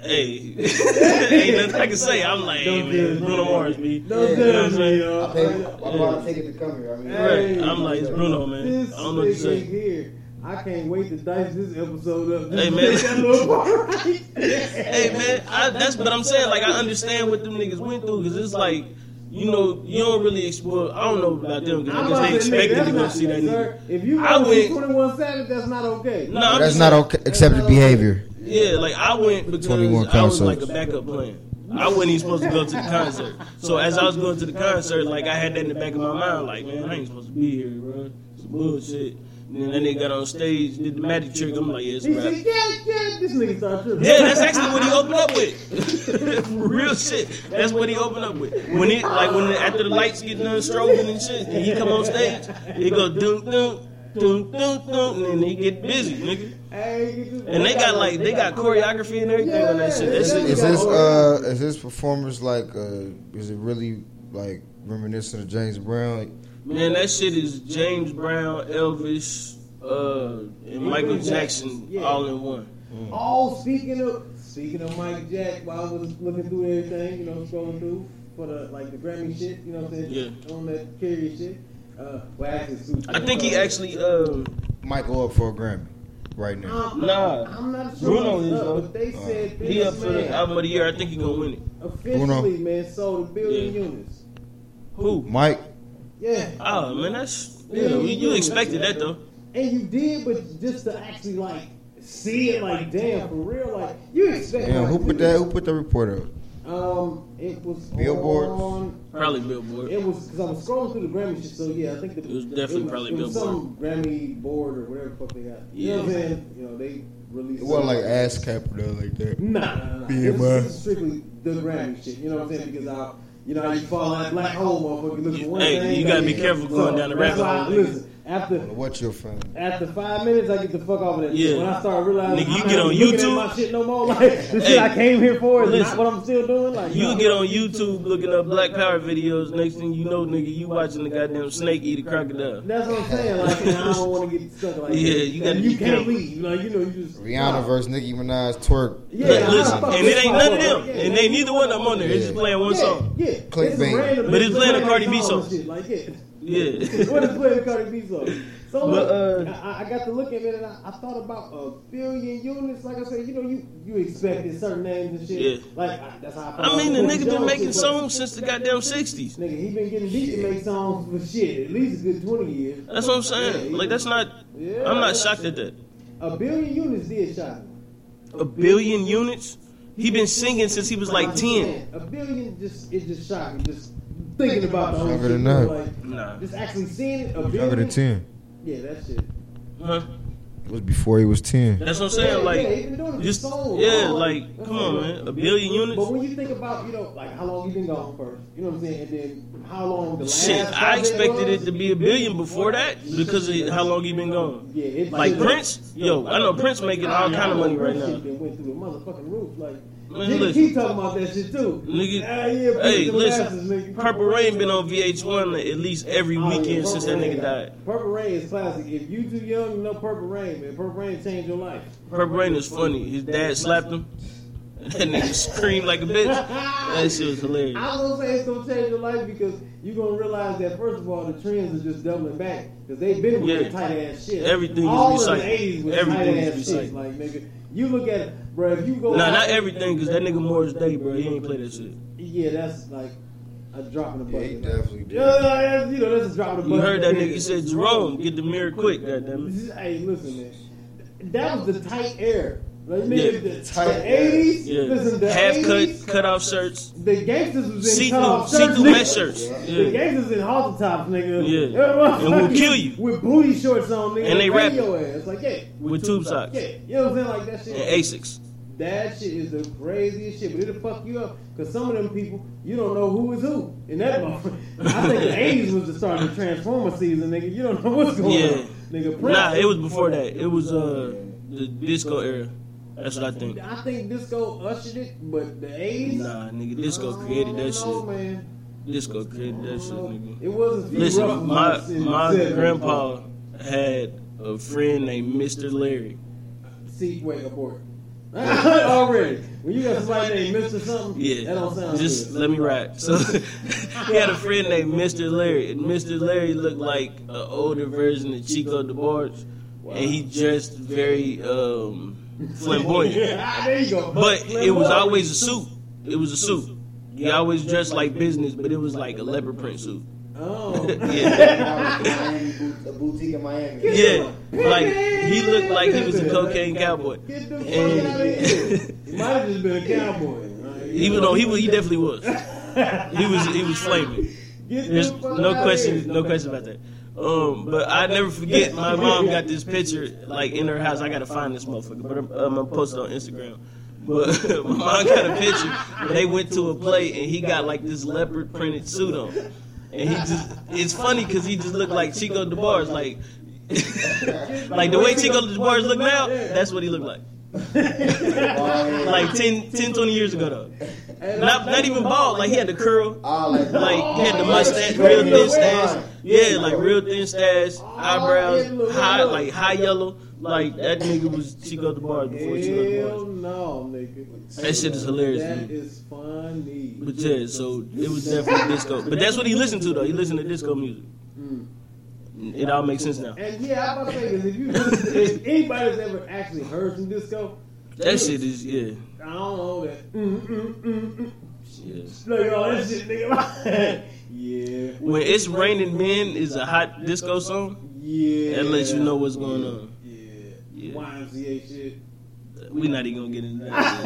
hey, ain't nothing I can say. I'm like, hey man, it's Bruno Mars, me. Don't Yeah. tell me, I yo. paid my yeah. ticket to come here. I mean, Right. I'm like, it's Bruno, man. This I don't know what to nigga say. here. I can't wait to dice this episode up. Hey, man. Get that little part right. Hey man, I, that's what I'm saying. Like I understand what them niggas went through because it's like. You know, you don't really explore. I don't know about them because I I'm guess about they to say, expected that's to go not see that nigga. sir. If you I go see went- 21 Savage, that's not okay. No, I'm That's just not okay, accepted behavior. Yeah, like I went because 21 I was concerts. like a backup plan. I wasn't even supposed to go to the concert. So as I was going to the concert, like I had that in the back of my mind, like man, I ain't supposed to be here, bro. It's bullshit. And then that nigga got on stage, did the magic trick. I'm like, yeah, it's a He wrap. said, yeah, yeah, this nigga started tripping. Yeah, that's actually what he opened up with. Real shit. That's what he opened up with. When it like when the, after the lights get done strobing and shit, and he come on stage, it go dunk dunk dunk dunk dunk, and then he get busy, nigga. Hey, get this- And they got like they got choreography and everything on that shit. That shit Is this uh is this performance like uh is it really like reminiscent of James Brown? Man, that shit is James Brown, Elvis, uh, and Michael Jackson all in one. Oh, speaking of speaking of Mike Jack, while I was looking through everything, you know, scrolling through for the like the Grammy shit, you know what I'm saying? On that carry shit. Uh, well, actually, Sue- I think he actually, um, Might go up for a Grammy right Uh, now. I'm, nah, I'm not sure. Bruno what's is, up, though. But they said he up this for the man album of the year. I think he gonna win it. officially, man, sold a billion Yeah. units. Who? Mike, Yeah, Oh man, that's yeah, you, you expected that though. and you did, but just to actually like see it, like damn, for real, like you expect. damn, who like, put that? Who put the report up? Um, it was Billboard? on- Probably Billboard. It was because I was scrolling through the Grammy shit, so yeah, I think the, It was definitely probably it was Billboard. some Grammy board or whatever the fuck they got. You know what I'm Yeah. saying? You know they released. It wasn't like ass capital like that. Nah, nah, nah. Yeah, this, man. this is strictly the Grammy shit. You know what I'm saying? Because I, you know, how you fall out black hole, motherfucker. You look for one Hey, thing. you gotta be careful going down the that's rabbit why I- hole, nigga. Listen, after What's your fan? after five minutes, I get the fuck off of that. Yeah. shit. When I start realizing, Nigga, you I'm get not on looking at YouTube. my shit no more. Like the Hey, shit I came here for is listen. not what I'm still doing. Like You nah. get on YouTube looking up Black Power videos. Next thing you know, nigga, you watching the goddamn snake eat a crocodile. That's what I'm saying. Like, I don't want to get stuck like Yeah, that. you gotta you be can't careful. leave. Like, you know, you just Rihanna versus Nicki Minaj twerk. Yeah, Like, listen, how the fuck and it this ain't my none of fault? them, Yeah, and they neither one of them on there. It's just playing one yeah, song. Yeah, It's Clickbait. random. But it's playing a Cardi B song. song. Shit, like, yeah. Yeah. what is playing a Cardi B song? So But, look, uh, I, I got to look at it, and I, I thought about a billion units. Like I said, you know, you you expected certain names and shit. Yeah. Like I, that's how. I, I mean, the nigga been making songs songs. since the goddamn '60s. Nigga, he been getting beat to make songs for shit at least a good twenty years. That's what I'm saying. Like, that's not. I'm not shocked at that. A billion units did shot. me. A billion units. He been singing since he was like ten. A billion just it just shocked me. Just thinking about the whole Younger shit, than that. Like, Nah. just actually seeing it. A billion. Younger than ten. Yeah, that shit. Huh? It was before he was ten. That's what I'm Yeah, saying. yeah, he been doing it Like, for just so long. yeah, like, come on, man. A billion But units. when you think about you know like how long you been gone first, you know what I'm saying, and then how long the last. Shit, I project expected was, it to be a billion before that because of how long he been gone. Yeah, it Like should've- Prince, yo, I know Prince making all kind of money right now. Shit that went through the motherfucking roof, like. Man, nigga, listen. keep talking about that shit too. Nigga, Ah, yeah, Prince hey, and the listen, Masters, nigga. Purple Rain been on VH1 at least every Oh, yeah, weekend since that nigga Purple Rain. died. Purple Rain is classic. If you too young to know Purple Rain, man, Purple Rain changed your life. Purple Rain is funny. His dad slapped him, and That nigga screamed like a bitch. That shit was hilarious. I was gonna say it's gonna change your life because you're gonna realize that first of all the trends are just doubling back because they've been with Yeah. that tight ass shit. Everything is all recycled. Of the 80s was Everything tight is ass shit. recycled. Like nigga, you look at it, bro. If you go, Nah, out- not everything, because that nigga Morris Day, bro, he ain't play that shit. Yeah, that's like a drop in the Yeah, he bucket. definitely did. Yeah, that's, you know that's a drop in the You bucket. heard that nigga said, Jerome, get the mirror quick, goddammit. Hey, listen, man. That was the tight air. Like, Yeah. nigga, the, Tight the air. 80s, listen, Yeah. the Half 80s, cut, cut off shirts, the gangsters was in see cut through, off see shirts. through nigga. mesh shirts. The Yeah. gangsters in halter tops, nigga. Yeah. And we'll kill you. With booty shorts on, nigga. And they rap rap your ass. Like, yeah. With tube socks. Yeah. You know what I'm saying? Like, that shit. And Asics. That shit is the craziest shit, but it'll fuck you up because some of them people you don't know who is who in that moment. I think the '80s was the start of the Transformer season, nigga. You don't know what's going Yeah. on, nigga. Prince, Nah, it was before that. It was uh the disco era. That's what I think. I think disco ushered it, but the '80s. Nah, nigga, disco I created don't that know, shit. Man. Disco created that shit, nigga. It was a few rough Listen, my months in my the 70s. grandpa had a friend named Mr. Larry. See, wait, abort. Already, when you got somebody named Mister something, Yeah, that don't sound just good. let me rap. So he had a friend named Mr. Larry, and Mr. Larry looked like an older version of Chico DeBarge, and he dressed very um, flamboyant. Yeah, Ah, there you go. But it was Flamboyant. always a suit. It was a suit. He always dressed like business, but it was like a leopard print suit. Oh. Yeah, Miami boot- a boutique in Miami. yeah. Like he looked like he was a cocaine cowboy. Get the fuck out of here. And He might have just been a cowboy. Like, he was, no, he was, he definitely was. He was, he was flaming. Get There's the fuck no outta question, here. no question about that. Um, but I never forget. My mom got this picture like in her house. I gotta find this motherfucker, but I'm, um, I'm gonna post it on Instagram. But my mom got a picture. where They went to a play and he got like this leopard printed suit on, and he just. It's funny because he just looked like Chico DeBarge, like. like the way Chico DeBarge look now, that's what he looked like. Like 10, 10 20 years ago though. Not not even bald, like he had the curl. All like, Like he had the Oh, Yeah, mustache, straight real in thin the stash. line. Yeah, like real thin stash, yeah, eyebrows look, high, look. like high yellow. Like that nigga was Chico the Bard before Chico the Hell Bard. no, nigga. That shit is hilarious. That dude. is funny. But yeah, so it was definitely disco. But that's what he listened to though. He listened to disco music. Mm. It all makes sense now. And yeah, I'm about to say this. If, you, if anybody's ever actually heard some disco, That shit is yeah, I don't know that. Mm, mm, mm, mm. yeah. Look at all that shit, nigga. yeah. When it's raining men is a hot disco song. Yeah. That lets you know what's going on. Yeah. Yeah. YMCA shit. We're not even gonna get into that.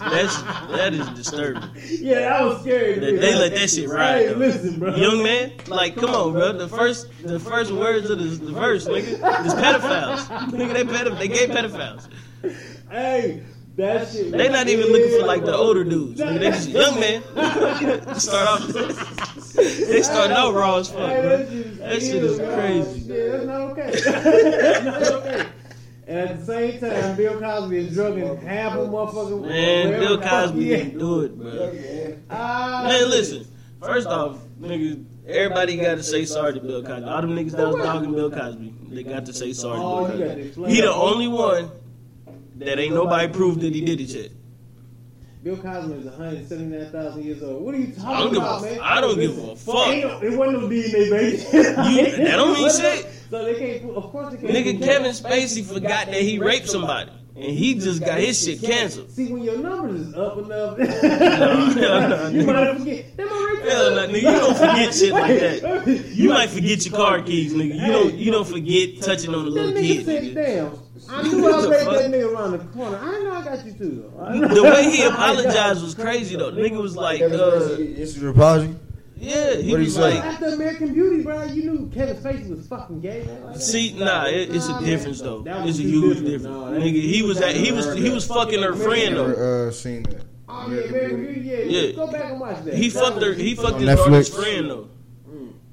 That's, that's that is disturbing. Yeah, that was scary. to They- me. they let that shit ride, Hey, though. listen, bro. Young man, like, come on, bro. The first, the first words of the, the verse, nigga, is pedophiles. Nigga, they pedoph- they gay pedophiles. Hey, that shit. They not even looking for like the older dudes. Nigga, they just young man. start off, they start out raw as fuck, bro. That shit is crazy. Yeah, that's not okay. that's not okay. And at the same time, Bill Cosby is drugging half a motherfucker. Man, wherever Bill the fuck Cosby he at. didn't do it, bro. Ah, Man, listen. First off, nigga, everybody got to say sorry to Bill Cosby. All them niggas that was dogging Bill Cosby, they got to say sorry Oh, you to gotta Bill explain. Cosby. He the only one that ain't nobody proved that he did it yet. Bill Cosby is 179,000 years old. What are you I don't talking give about, man? a, I don't give a Ain't fuck. no- It wasn't no DNA, baby. that don't mean shit. So they can't. prove- Of course, they can't. Nigga, prove Kevin Spacey forgot that he raped somebody, and he just got his shit canceled. See, when your numbers is up enough, no, no, you nigga. might forget. That my right Hell no, nigga, you don't forget shit like that. You, You might forget your car keys, nigga. You don't, you don't forget touching on a That little nigga kid, said, nigga. damn. I knew I What the raped fuck? that nigga around the corner. I know I got you too, though. I know. The way he apologized was crazy though. Nigga was like, Kevin uh, Spacey issued an apology. yeah, he What'd he was say? like, After American Beauty, bro, you knew Kevin Spacey was fucking gay. man. Like, See, nah, it, it's a difference though. That It's was a too huge different. difference, Nah, that- nigga. He was at, he was he was fucking her friend though. Never uh, seen that. oh, yeah, American Beauty, yeah. yeah. Yeah. Go back and watch that. He That fucked was- her. He fucked On his daughter's Netflix. friend though.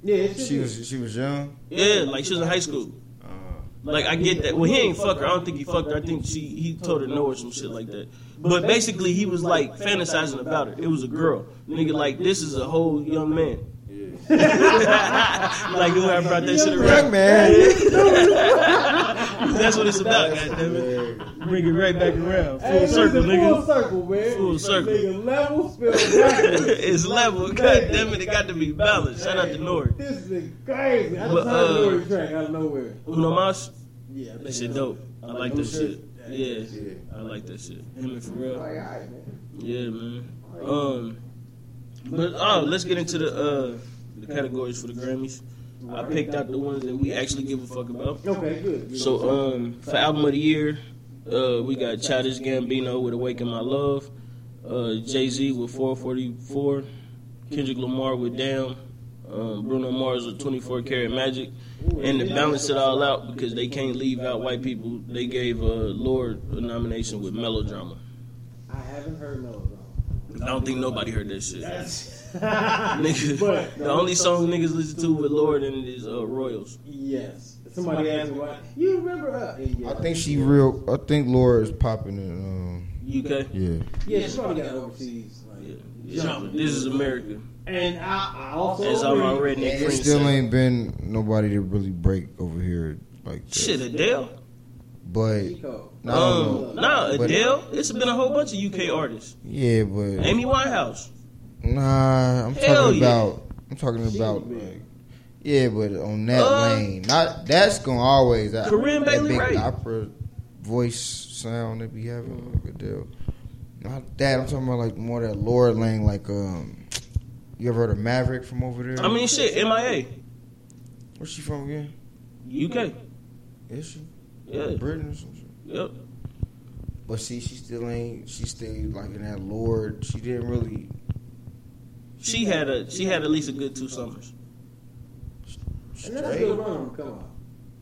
Yeah, it's just, She was she was young. Yeah, like she was in high school. Uh, Like I get that. Well, he ain't fuck her. I don't think he fucked her. I think she he told her no or some shit like that. But basically, he was like fantasizing about her. It was a girl, nigga. Like this is a whole young man. like whoever brought that shit Black around. man. That's what it's about, goddammit. Bring it right back around. Full Hey, circle, listen, nigga. Full circle, man. Full circle. Nigga, level spilled backwards. it's level. God damn it, it got to be balanced. Shout out to Nori. This is crazy. I But, just uh, heard Nori track out of nowhere. Uno Mas, Yeah, that I think shit that's- dope. I like that shit. Yeah, I like that shit. Him and Pharrell. alright, man. Yeah, man. Um, but oh, let's get into the uh the categories for the Grammys. I picked out the ones that we actually give a fuck about. Okay, good. good. So um, for album of the year, uh, we got Childish Gambino with "Awaken My Love," uh, Jay Z with "444," Kendrick Lamar with "Damn," um, Bruno Mars with "24 Karat Magic," uh, and to balance it all out because they can't leave out white people, they gave uh, Lord a nomination with "Melodrama." I haven't heard Melodrama. I don't think nobody heard that shit. But- Nigga, the only song niggas listen to with Lord and it is uh, Royals. Yes. Somebody asked me why. You remember her? And yeah. I think she real. I think Laura is popping in. Um, UK. yeah. Yeah, she probably got overseas. Like, Yeah, yeah. This is America. And I, I also. As I'm agree. already And it Prince still said. ain't been nobody to really break over here like that. Shit, Adele. But She cold. I don't know. Um, nah, But- Adele. It's been a whole bunch of UK artists. Yeah, but Amy Winehouse. nah. I'm Hell talking yeah. about. I'm talking about. Like, yeah, but on that Uh, lane, not that's gonna always. I- Corinne that Bailey big Rae. opera voice sound that be having like Adele. Not that. I'm talking about like more that Laura lane. Like um, you ever heard of Maverick from over there? I mean, shit. MIA. where's she from again? UK. Is she? Yeah. Britain or something. Yep. But see, she still ain't. She stayed like in that Lord. She didn't really. She had a. She had at least a good two summers. And that's Straight. Oh, good run. Come on.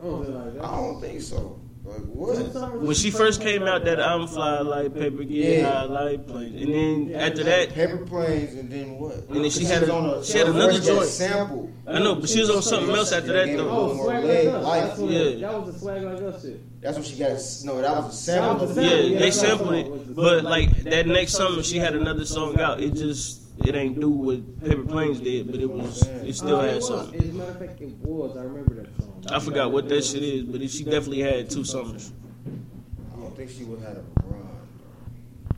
I don't feel like that. I don't think so. Like what? When she first came out, that I'm fly like paper, get Yeah. high like plane, and then after that, Paper planes and then what? then she Because had was a- on she had another voice that joint. Sample. I know, but she was on something else after that though. Oh, More swag leg, like us. life. That's what- Yeah. That was the swag like us shit. That's when she got. a- No, that was a sample. That was a sample. Yeah, they sampled it, but like that next summer, she had another song out. It just it ain't do what Paper Planes did, but it was it still Uh, it had was. something. As a matter of fact, it was. I remember that song. I forgot what that shit is, but it, she definitely had two summers. I don't think she would have had a run.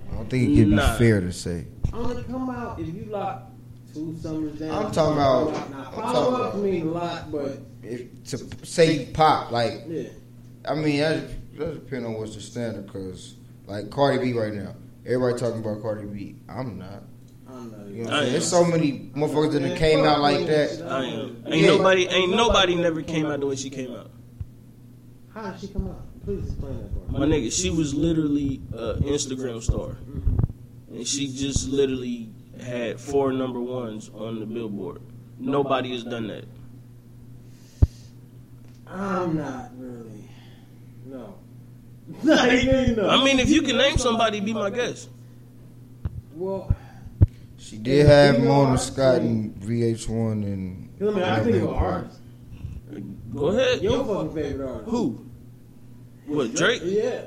I don't think it'd Nah. be fair to say. Only come out if you lock two summers down. I'm talking about- Now, I'm follow talking up about- mean a lot, but If to say you pop, like yeah. I mean, that, that depends on what's the standard. Cause like Cardi B right now, everybody talking about Cardi B. I'm not. I don't know. You know You what I'm saying? There's so many motherfuckers that done came out like that. I am. Ain't nobody ain't nobody never came out the way she came out. How did she come out? Please explain that for me. My nigga, she was literally an Instagram star, and she just literally had four number ones on the Billboard. Nobody has done that. I'm not really. No. Like, you know. I mean, if you can name somebody, be my guest. well, She did have Mona Scott and VH1 and. 'cause I mean, I think of an artist. Go ahead. Your fucking favorite artist. Who? What Drake? Yeah.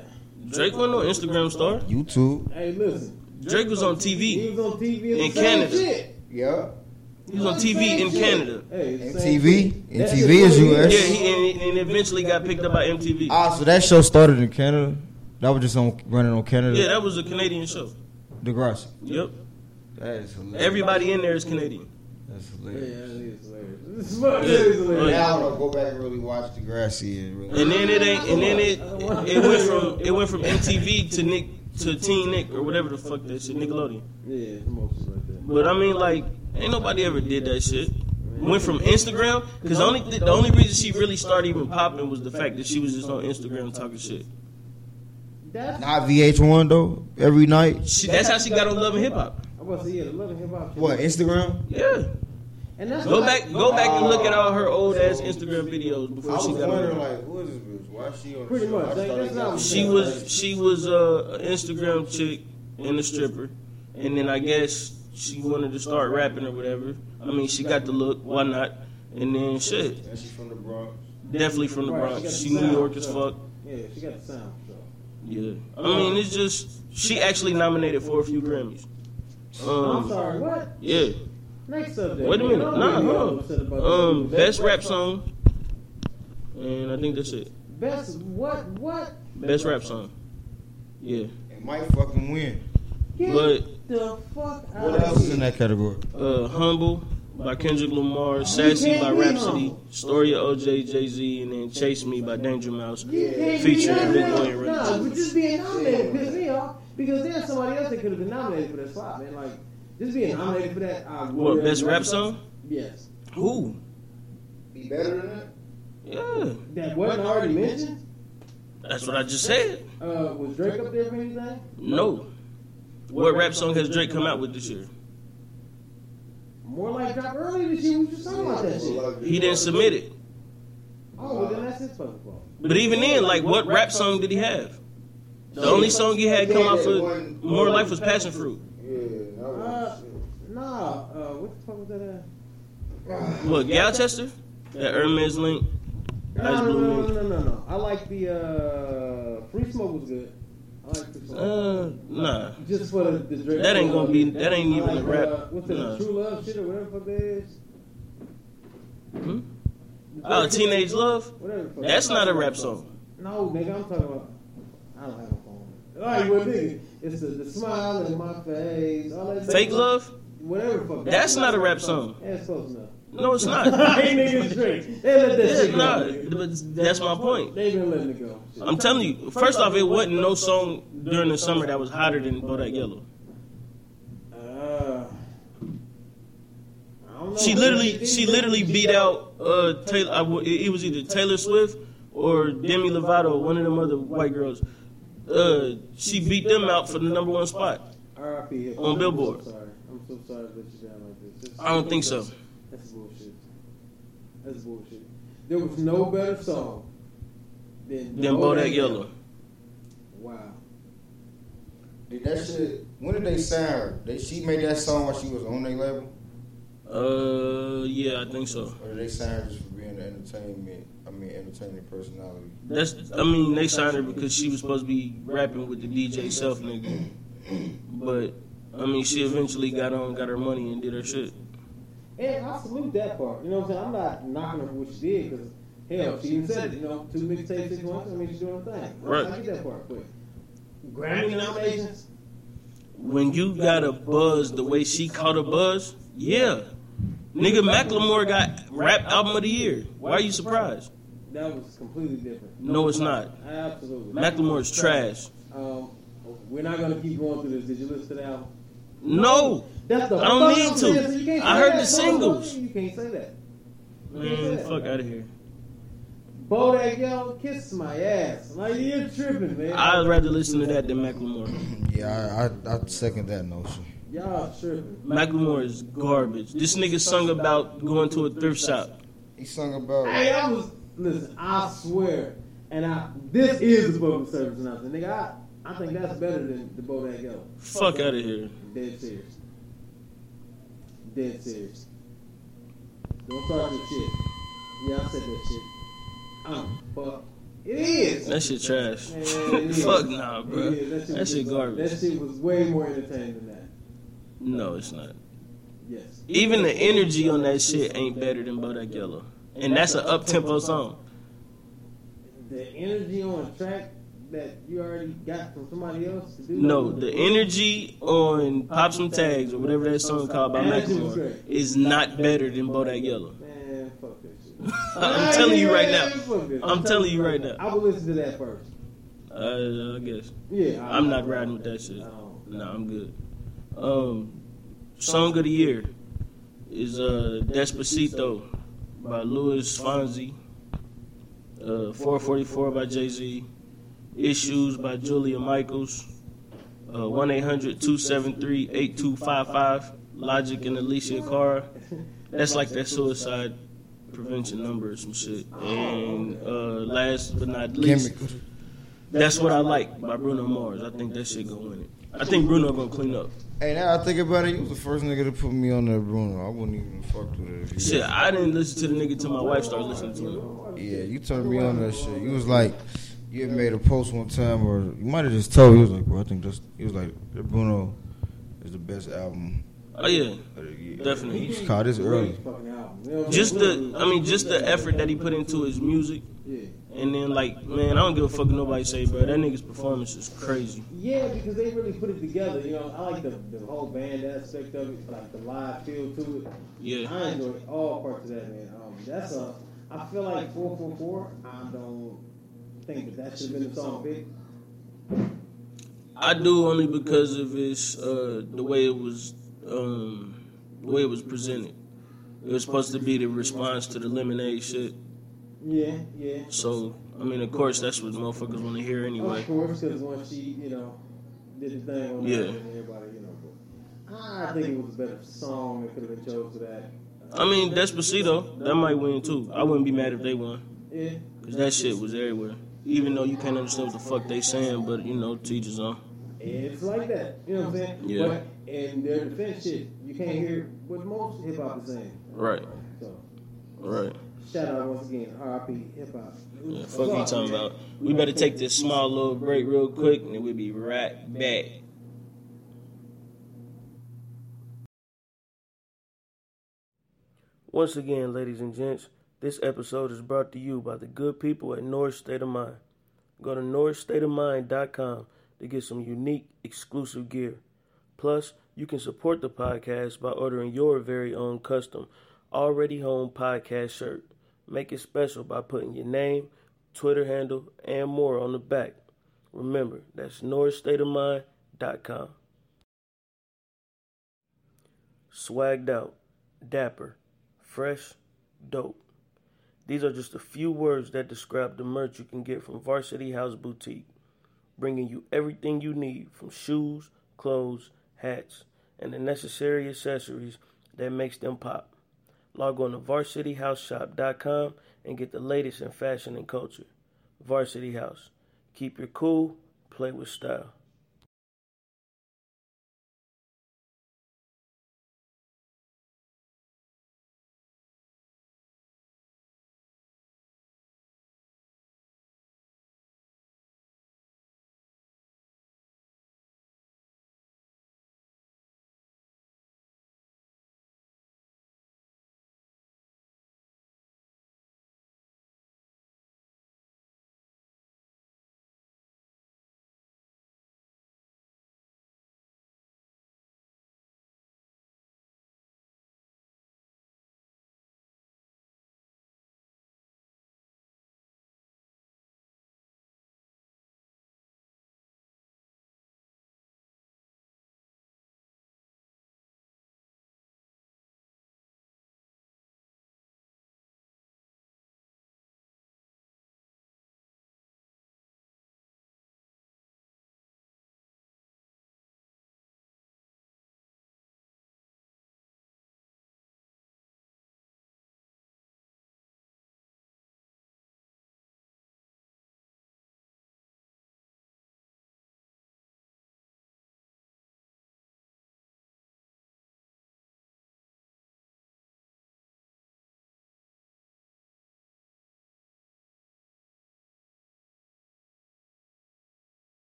Drake wasn't no Instagram star. YouTube. Hey, listen. Drake was on He TV. was on TV and In the same Canada. Shit. Yeah. He was on TV in Canada. Hey, the same shit. MTV. That's MTV just is what it Yeah, US. he and, and eventually got picked up by MTV. Ah, so that show started in Canada. That was just on running on Canada. Yeah, that was a Canadian show. Degrassi. Yep. That is hilarious. Everybody in there is Canadian. That's Yeah, hilarious. that is hilarious. This is what it is hilarious. Now I'm gonna go back and really watch Degrassi and really. And then it ain't. And then it it went from it went from MTV to Nick to Teen Nick or whatever the fuck that shit Nickelodeon. Yeah, most is like that. But I mean, like, ain't nobody ever did that shit. Went from Instagram because only th- the only reason she really started even popping was the fact that she was just on Instagram talking shit. That's Not VH1 though. Every night. She, that's how she got on Love and Hip Hop. I was yeah, the love and hip hop. shit. What Instagram? Yeah, And that's go what I- back, go back and look at all her old ass Instagram videos before she got on. like, who is this bitch? Why is she on? Pretty much, like, that's not- She was she was uh, an Instagram chick and a stripper, and then I guess she wanted to start rapping or whatever. I mean, she got the look, why not? And then shit, And she's from the Bronx. definitely from the Bronx. She New York as fuck. Yeah, she got the sound. So. Yeah. I mean, it's just she actually nominated for a few Grammys. I'm Um, sorry, what? yeah. Next subject. Wait a minute. I'm Nah, really hold upset about on. Um, this. best rap song. And I think that's it. Best what? What? Best rap song. Yeah. It might fucking win. Get But the fuck out What of else is here. in that category? uh, Humble by Kendrick Lamar, Sassy can't by be Rhapsody, humble. Story of OJ Jay Z, and then Chase Me by Danger Mouse. You can't Featuring be Big nominated. Boy and Red Nah, Chili. but just being nominated pissed me off because there's somebody else that could have been nominated for that spot, man. Like just being nominated for that. uh, I What would- best rap song? Yes. Who? Be better than that? Yeah, That wasn't already mentioned. that's what I just said. Uh, was Drake up there for anything? No. What rap song has Drake come out with this year? More like drop early this year. We just talking about that shit. He didn't submit it. Oh, well, then that's his fucking fault. But even then, like, what rap song did he have? The only song he had come out for More Life was Passion Fruit. Yeah, that Uh, was Nah, uh, what the fuck was that? Uh? What, Galchester? That Hermes Link? Ice No, no, Blue no, Moon. no, no, no, no. I like the uh, Free Smoke was good. I like Free Smoke. Uh, nah. Just for the, the Drake. That ain't gonna be- that ain't even I a rap. Uh, what's that? Nah. True Love shit or whatever the fuck that is. Hmm? Oh, Teenage Love? Whatever. the fuck. That's not a rap song. No, nigga, I'm talking about. I don't have a phone. All right, well, nigga, it's the, the smile in my face. All that Fake Love? Whatever. the Fuck. That's not a rap song. That's close enough. No, it's hey, not. nigga, Drake. They let that Yeah, shit go. nah, nigga. but that's my point. They been letting it go. I'm telling you, first off, it wasn't no song during the summer that was hotter than Bodak Yellow. Uh, I don't know. She literally, she literally beat out uh, Taylor. I w it it was either Taylor Swift or Demi Lovato, one of them other white girls. Uh, she beat them out for the number one spot. R.I.P. Hip Hop. on Billboard. I'm so sorry. I'm so sorry to let you down like this. That's, I don't think so. that's bullshit. That's bullshit. There was no better song than Then Bodak Yellow. Wow. Did that shit? When did they sign her? They, she made that song while she was on their label, Uh, yeah, I think so. or did they sign her just for being an entertainment? I mean, entertaining personality. That's, I mean, they signed her because she was supposed to be rapping with the DJ Self nigga. But I mean, she eventually got on, got her money, and did her shit. And I salute that part. You know what I'm saying? I'm not knocking her for what she did because, hell, she even said it. You know, two mixtapes, six months. I mean, she's doing her thing. Right. I get that part quick. Grammy nominations. When you got a buzz the way she caught a buzz, yeah. Nigga, Macklemore got rap album of the year. Why are you surprised? That was completely different. No, it's not. Absolutely. Macklemore is trash. Um, we're not gonna keep going through this. Did you listen to the album? No. That's the I don't fuck need I'm to. saying, so you can't I say heard that. the singles. You can't say that. Man, fuck out of here. Bodak yo, kiss my ass. Like you're tripping, man. I'd rather listen to that than Macklemore. Yeah, I, I, I second that notion. Y'all tripping. Macklemore is garbage. This nigga sung about going to a thrift shop. He sung about. Hey, I was listen. I swear, and I this is the public service announcement, nigga. I, I think that's better than the Bodak yo. Fuck out of here. Dead serious. Dead serious. Don't start this shit. Yeah, I said that shit. I'm fucked. It is. That shit trash. Man, it is. Fuck nah, It bro. is. That shit was- garbage. That shit was way more entertaining than that. No, it's not. Yes. Even the energy on that shit ain't better than Bodak Yellow. And that's an up tempo song. The energy on a track that you already got from somebody else to do. No, the energy on Pop Some Tags or whatever that song called by Macklemore is not better than Bodak Yellow. Man, fuck that shit. I'm telling you right Man, now. fuck this. I'm telling you right now. I will listen to that first. Uh, I guess. Yeah. I- I'm not riding with that shit. No, I'm good. Um, song of the year is uh, Despacito by Louis Fonzi, uh, 444 by Jay Z, Issues by Julia Michaels, Uh, 1 800 273 8255, Logic and Alicia Cara. That's like that suicide prevention number or some shit. And uh, last but not least, that's what I like by Bruno Mars. I think that shit gonna win it. I think Bruno gonna clean up. Hey, now I think about it, you was the first nigga to put me on that Bruno. I wouldn't even fuck with it. If you Shit, I didn't listen to the nigga till my wife started listening to him. Yeah, you turned me on that shit. You was like, you had made a post one time, or you might have just told. He was like, bro, I think this. He was like, that Bruno is the best album. Oh yeah, He definitely. just caught this early. Fucking album. You know what I'm Just saying? the, I mean, just the effort that he put into his music, Yeah. and then like, man, I don't give a fuck what nobody say, bro. That nigga's performance is crazy. Yeah, because they really put it together. You know, I like the, the whole band aspect of it, like the live feel to it. Yeah, I enjoy all parts of that, man. Um, that's a. I feel like 444. I don't think that that should have been the song pick. I do only because of his uh, the way it was, um, the way it was presented. It was supposed to be the response to the lemonade shit. Yeah, yeah. So I mean, of course, that's what motherfuckers want to hear anyway. Of course, because once she, you know, did the thing on Yeah. that, and everybody, you know. But I think it was a better song that could have been chose for that. I mean, Despacito, that might win too. I wouldn't be mad if they won, Yeah. cause that shit was everywhere. Even though you can't understand what the fuck they saying, but you know, teachers on. It's like that. You know what I'm saying? Yeah. But in their defense shit, you can't hear what most hip hop is saying. Right, So right. shout out once again, RP hip hop. Yeah, fuck you talking about. We better take this small little break real quick, and then we'll be right back. Once again, ladies and gents, this episode is brought to you by the good people at Norris State of Mind. Go to norrisstateofmind.com to get some unique, exclusive gear. Plus, you can support the podcast by ordering your very own custom, already home podcast shirt. Make it special by putting your name, Twitter handle, and more on the back. Remember, that's norrisstateofmind.com. Swagged out, dapper, fresh, dope. These are just a few words that describe the merch you can get from Varsity House Boutique, bringing you everything you need from shoes, clothes, hats, and the necessary accessories that makes them pop. Log on to varsityhouseshop.com and get the latest in fashion and culture. Varsity House. Keep your cool, play with style.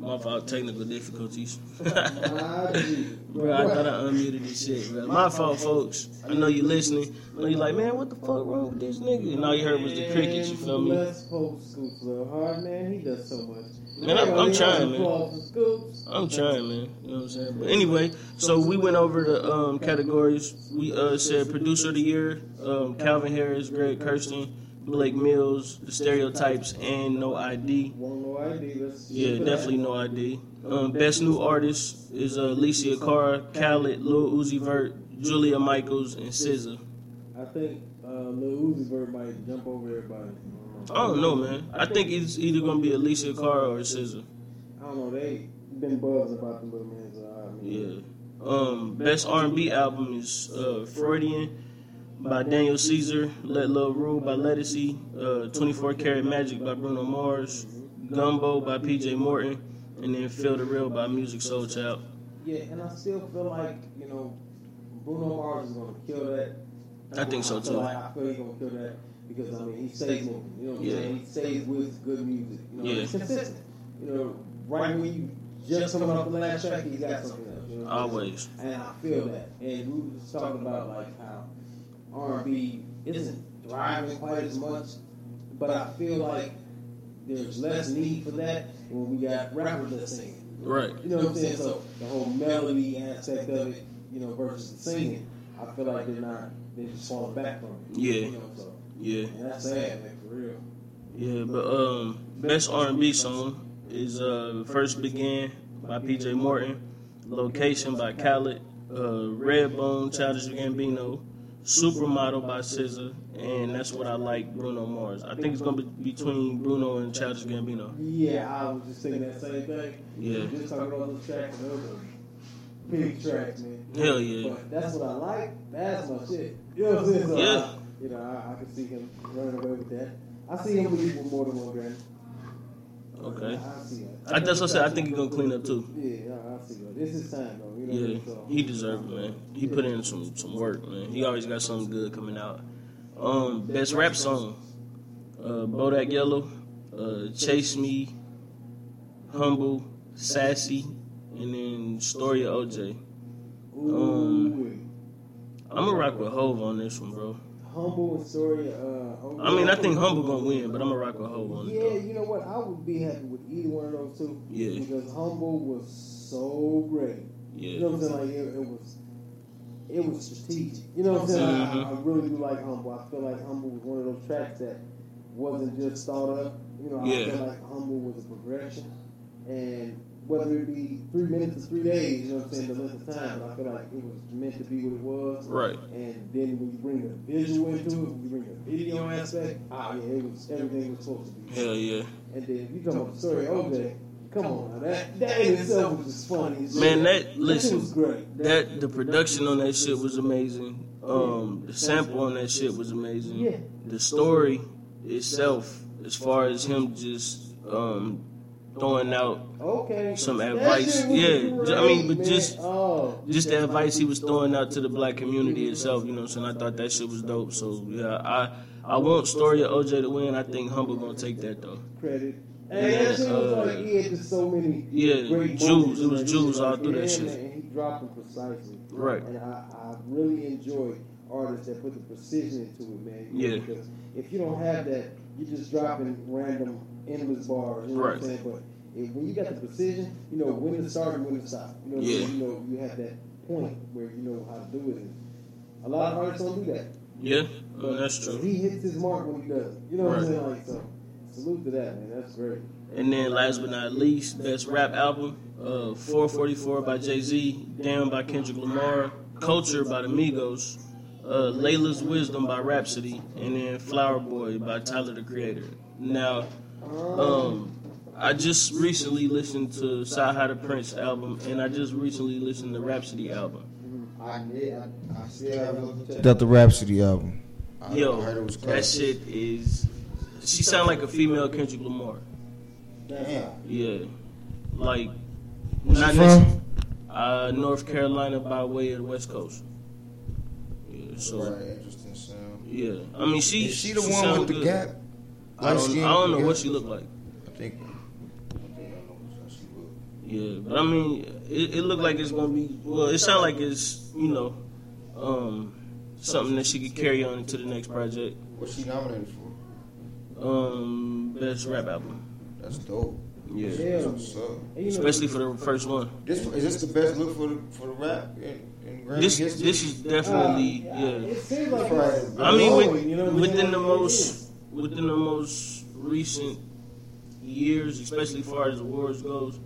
My fault, technical difficulties. Ah, Jesus. Bro, I thought I unmuted this shit, bro. My fault, folks. I know you listening. I know you like, man, what the fuck wrong with this nigga? And all you heard was the crickets, you feel me? Bless Pope Scoops, little hard man. He does so much. Man, I'm- I'm trying, man. Applause for Scoops. I'm trying, man. You know what I'm saying? But anyway, so we went over the um, categories. We uh, said producer of the year, um, Calvin Harris, Greg Kirsten, Blake Mills, the stereotypes, and no ID. One no ID. Let's Yeah, definitely no ID. Um, best new artist is uh, Alicia Cara, Khaled, Lil Uzi Vert, Julia Michaels, and SZA. I think uh, Lil Uzi Vert might jump over everybody. I don't know, man. I think it's either gonna be Alicia Cara or SZA. I don't know. They been buzz about the little man. So I mean, Yeah. Um, best R&B album is uh, Freudian by Daniel Caesar, Let Love Rule by Lettucey, uh, 24 Karat Magic by Bruno Mars, Gumbo by P.J. Morton, and then Feel the Real by Music Soul Child. yeah. and I still feel like you know Bruno Mars is gonna kill that. I think so, feel too. Like, I feel he's gonna kill that because I mean he stays moving. You know what I'm Yeah. saying? He stays with good music. You know, Yeah. it's consistent. You know, right when you just coming off the last track, he's got something else. You know what I'm saying? Always. And I feel that. And we were just talking about like how R and B isn't driving quite as much, but I feel like there's less need for that when we got rappers that sing. Right. You know what I'm saying? So the whole melody aspect of it, you know, versus the singing, I feel like they're not they just falling back from it. Yeah. You know, so Yeah. and that's sad, man, for real. Yeah, but um, best R&B song is uh, First Began by P.J. Morton, Location by Khaled, uh, Redbone, Childish Gambino, Supermodel by SZA, and That's What I Like, Bruno Mars. I think it's gonna be between Bruno and Childish Gambino. Yeah, I was just thinking that same thing. Yeah. Just talking about those tracks, those are big tracks, man. Hell yeah, But that's what I like. That's my shit. You know what I'm saying? So Yeah. I, you know, I, I can see him running away with that. I see him with equal more than one Grammy. okay. I, I see it. I, that's what I said. I think he's gonna clean up too. Yeah, I, I see it. This is time, though. You know Yeah, so. he deserved it, man. He put in some some work, man. He always got something good coming out. Um, best rap song, uh, Bodak Yellow, uh, Chase Me, Humble, Sassy, and then Story of OJ. Um, Ooh, I'm gonna rock with Hove on this one, bro. humble and story. Uh, humble. I mean, I think Humble gonna win, but I'm gonna rock with Hove on it. Yeah, Though. you know what? I would be happy with either one of those two. Yeah. Because humble was so great. You Yeah, know what I'm saying? Like it, it was, it was strategic. You know what I'm saying? I- Mm-hmm. I, I really do like Humble. I feel like Humble was one of those tracks that wasn't just thought up. You know, I Yeah. feel like Humble was a progression, and whether it be three minutes or three days, you know what I'm saying, the length of time, but I feel like it was meant to be what it was. right. And then when you bring the visual into it, when you bring the video aspect, ah, yeah, it was everything was supposed to be. Hell yeah, And then you come up with the story, OJ. Come on, now, that that in itself was just funny. as man. shit. That That listen, was great. that the production on that shit was amazing. Um, the sample on that shit was amazing. Yeah. The story itself, as far as him just um throwing out Okay. Some That advice. shit was Yeah, great, ju- I mean, but man. just- oh, just the advice he was throwing out to the black community itself, you know. So I thought that shit was dope. So yeah, I I want Story of OJ to win. I think Humble gonna take that though. credit. And that shit was uh, like he had just so many yeah, great Jews. moments. It was Like, Jews like, all through that yeah, shit. man, And he dropped them precisely. Right. And I, I really enjoy artists that put the precision into it, man. You know, Yeah. Because if you don't have that, you're just dropping random endless bars. You know Right. what I'm saying? But if, when you got the precision, you know when to start and when to stop. You know, what I'm Yeah. saying? you know, you have that point where you know how to do it. And a lot of artists don't do that. Yeah, I mean, Uh, that's true. He hits his mark when he does. it. You know what I'm Right. saying? Like, so, salute to that, man. That's great. And then last but not least, best rap album, uh, 444 by Jay Z, Down by Kendrick Lamar, Culture by the Migos, uh, Layla's Wisdom by Rhapsody, and then Flower Boy by Tyler the Creator. Now, um, I just recently listened to Sci the Prince album, and I just recently listened to Rhapsody album. I did. I, I still haven't looked at That the Rhapsody album. I Yo, heard it was that classic. shit is. She sound like a female Kendrick Lamar. Damn. Yeah, like Where's not she next, from? uh, North Carolina by way of the West Coast. Yeah, so Right, interesting sound. yeah, I mean she Is she the sound one with the good. gap? I don't, Light-skinned I don't know gap? what she look like. I think. I think I know what she look. Yeah, but I mean, it, it looked like it's gonna be. Well, it sounds like it's you know, um, something that she could carry on into the next project. What's she nominated for? Um, best rap album. That's dope. Yeah, That's what's up. And, you know, especially for the first one. This is this the best look for the for the rap in, in Grammy This history? this is definitely Ah. yeah. It seems like Right. I mean, Low, with, Oh, you know what I mean? within the It most is. within the most recent years, especially far as awards goes,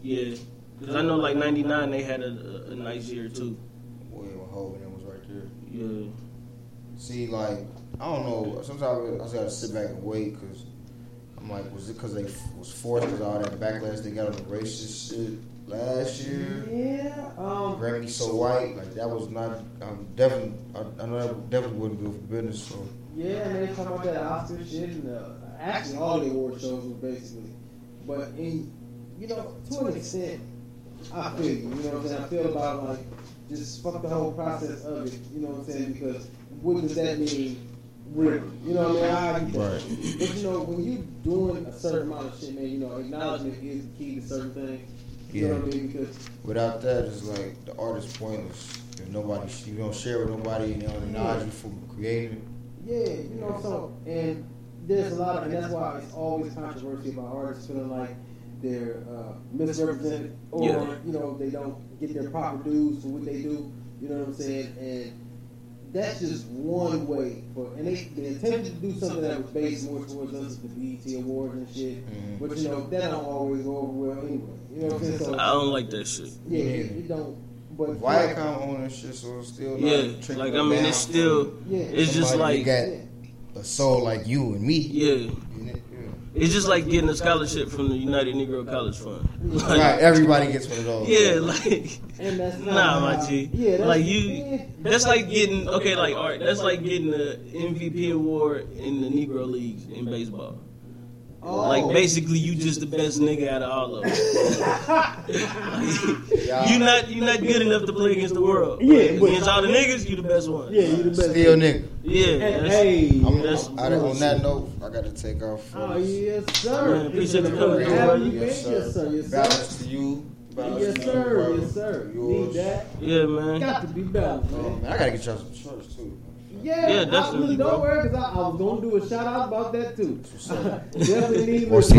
yeah. Because I know like '99 they had a, a, a nice year too. William Hogan that was right there. Yeah, See, like I don't know. Sometimes I just gotta sit back and wait because I'm like, was it because they f- was forced because all that backlash they got on the racist shit last year? Yeah. Um. Grammy so white, like that was not. I'm definitely. I, I know that definitely wouldn't go for business. So Yeah, and they talk about that Oscar shit, and uh, actually all the award shows were basically. But in, you know, to an extent, I feel you. You know what I'm saying? I feel about like just fuck the whole process of it. You know what I'm saying? Because what does that mean? Really? You know what I mean? I get that. But you know, when you doing a certain amount of shit, man, you know, acknowledgement is key to certain things. You know what I mean? Because without that, it's like the art is pointless. If nobody, you don't share with nobody, and they don't acknowledge you for creating. it. Yeah, you know, so and there's a lot, of, and that's why it's always controversy about artists feeling like they're uh, misrepresented, or Yeah. you know, they don't get their proper dues for what they do. You know what I'm saying? And that's just one way for, and they, they attempted to do something that was based more towards us, the BET Awards and shit. Mhm. But you know, that don't always go over well anyway. You know what I'm saying? So I don't like that shit. yeah, it, it don't. But Viacom owning shit, so it's still not Yeah, trickling like I mean, down it's still yeah, it's just Somebody like that got a soul like you and me. yeah, You know? it's just like getting a scholarship from the United Negro College Fund. Like, Right, everybody gets one of those. Yeah, like and that's not nah, my how- G. Yeah, that's- like yeah. you, that's like getting okay, like all right, that's like getting the MVP award in the Negro Leagues in baseball. Oh. Like basically, you just the best nigga out of all of them. Y'all you not you not good enough to play against the world. Yeah, but- against all the niggas, you the best one. yeah, you the best. still nigga. yeah. And, that's- hey, I'm, That's- I'm- I don't- on that note, I got to take off. Oh yes, sir. Man, appreciate the How cover, you bro. been? Yes, sir. Yes, sir. Balance to you. Balance Yes, to sir. you, Yes, sir. Yours. Need that. yeah, man. Got to be balanced, Oh, man. man, I got to get y'all some shorts too. Yeah, Yeah, I- definitely, look, Don't bro. worry, because I, I was going to do a shout out about that, too. Definitely need Or listen,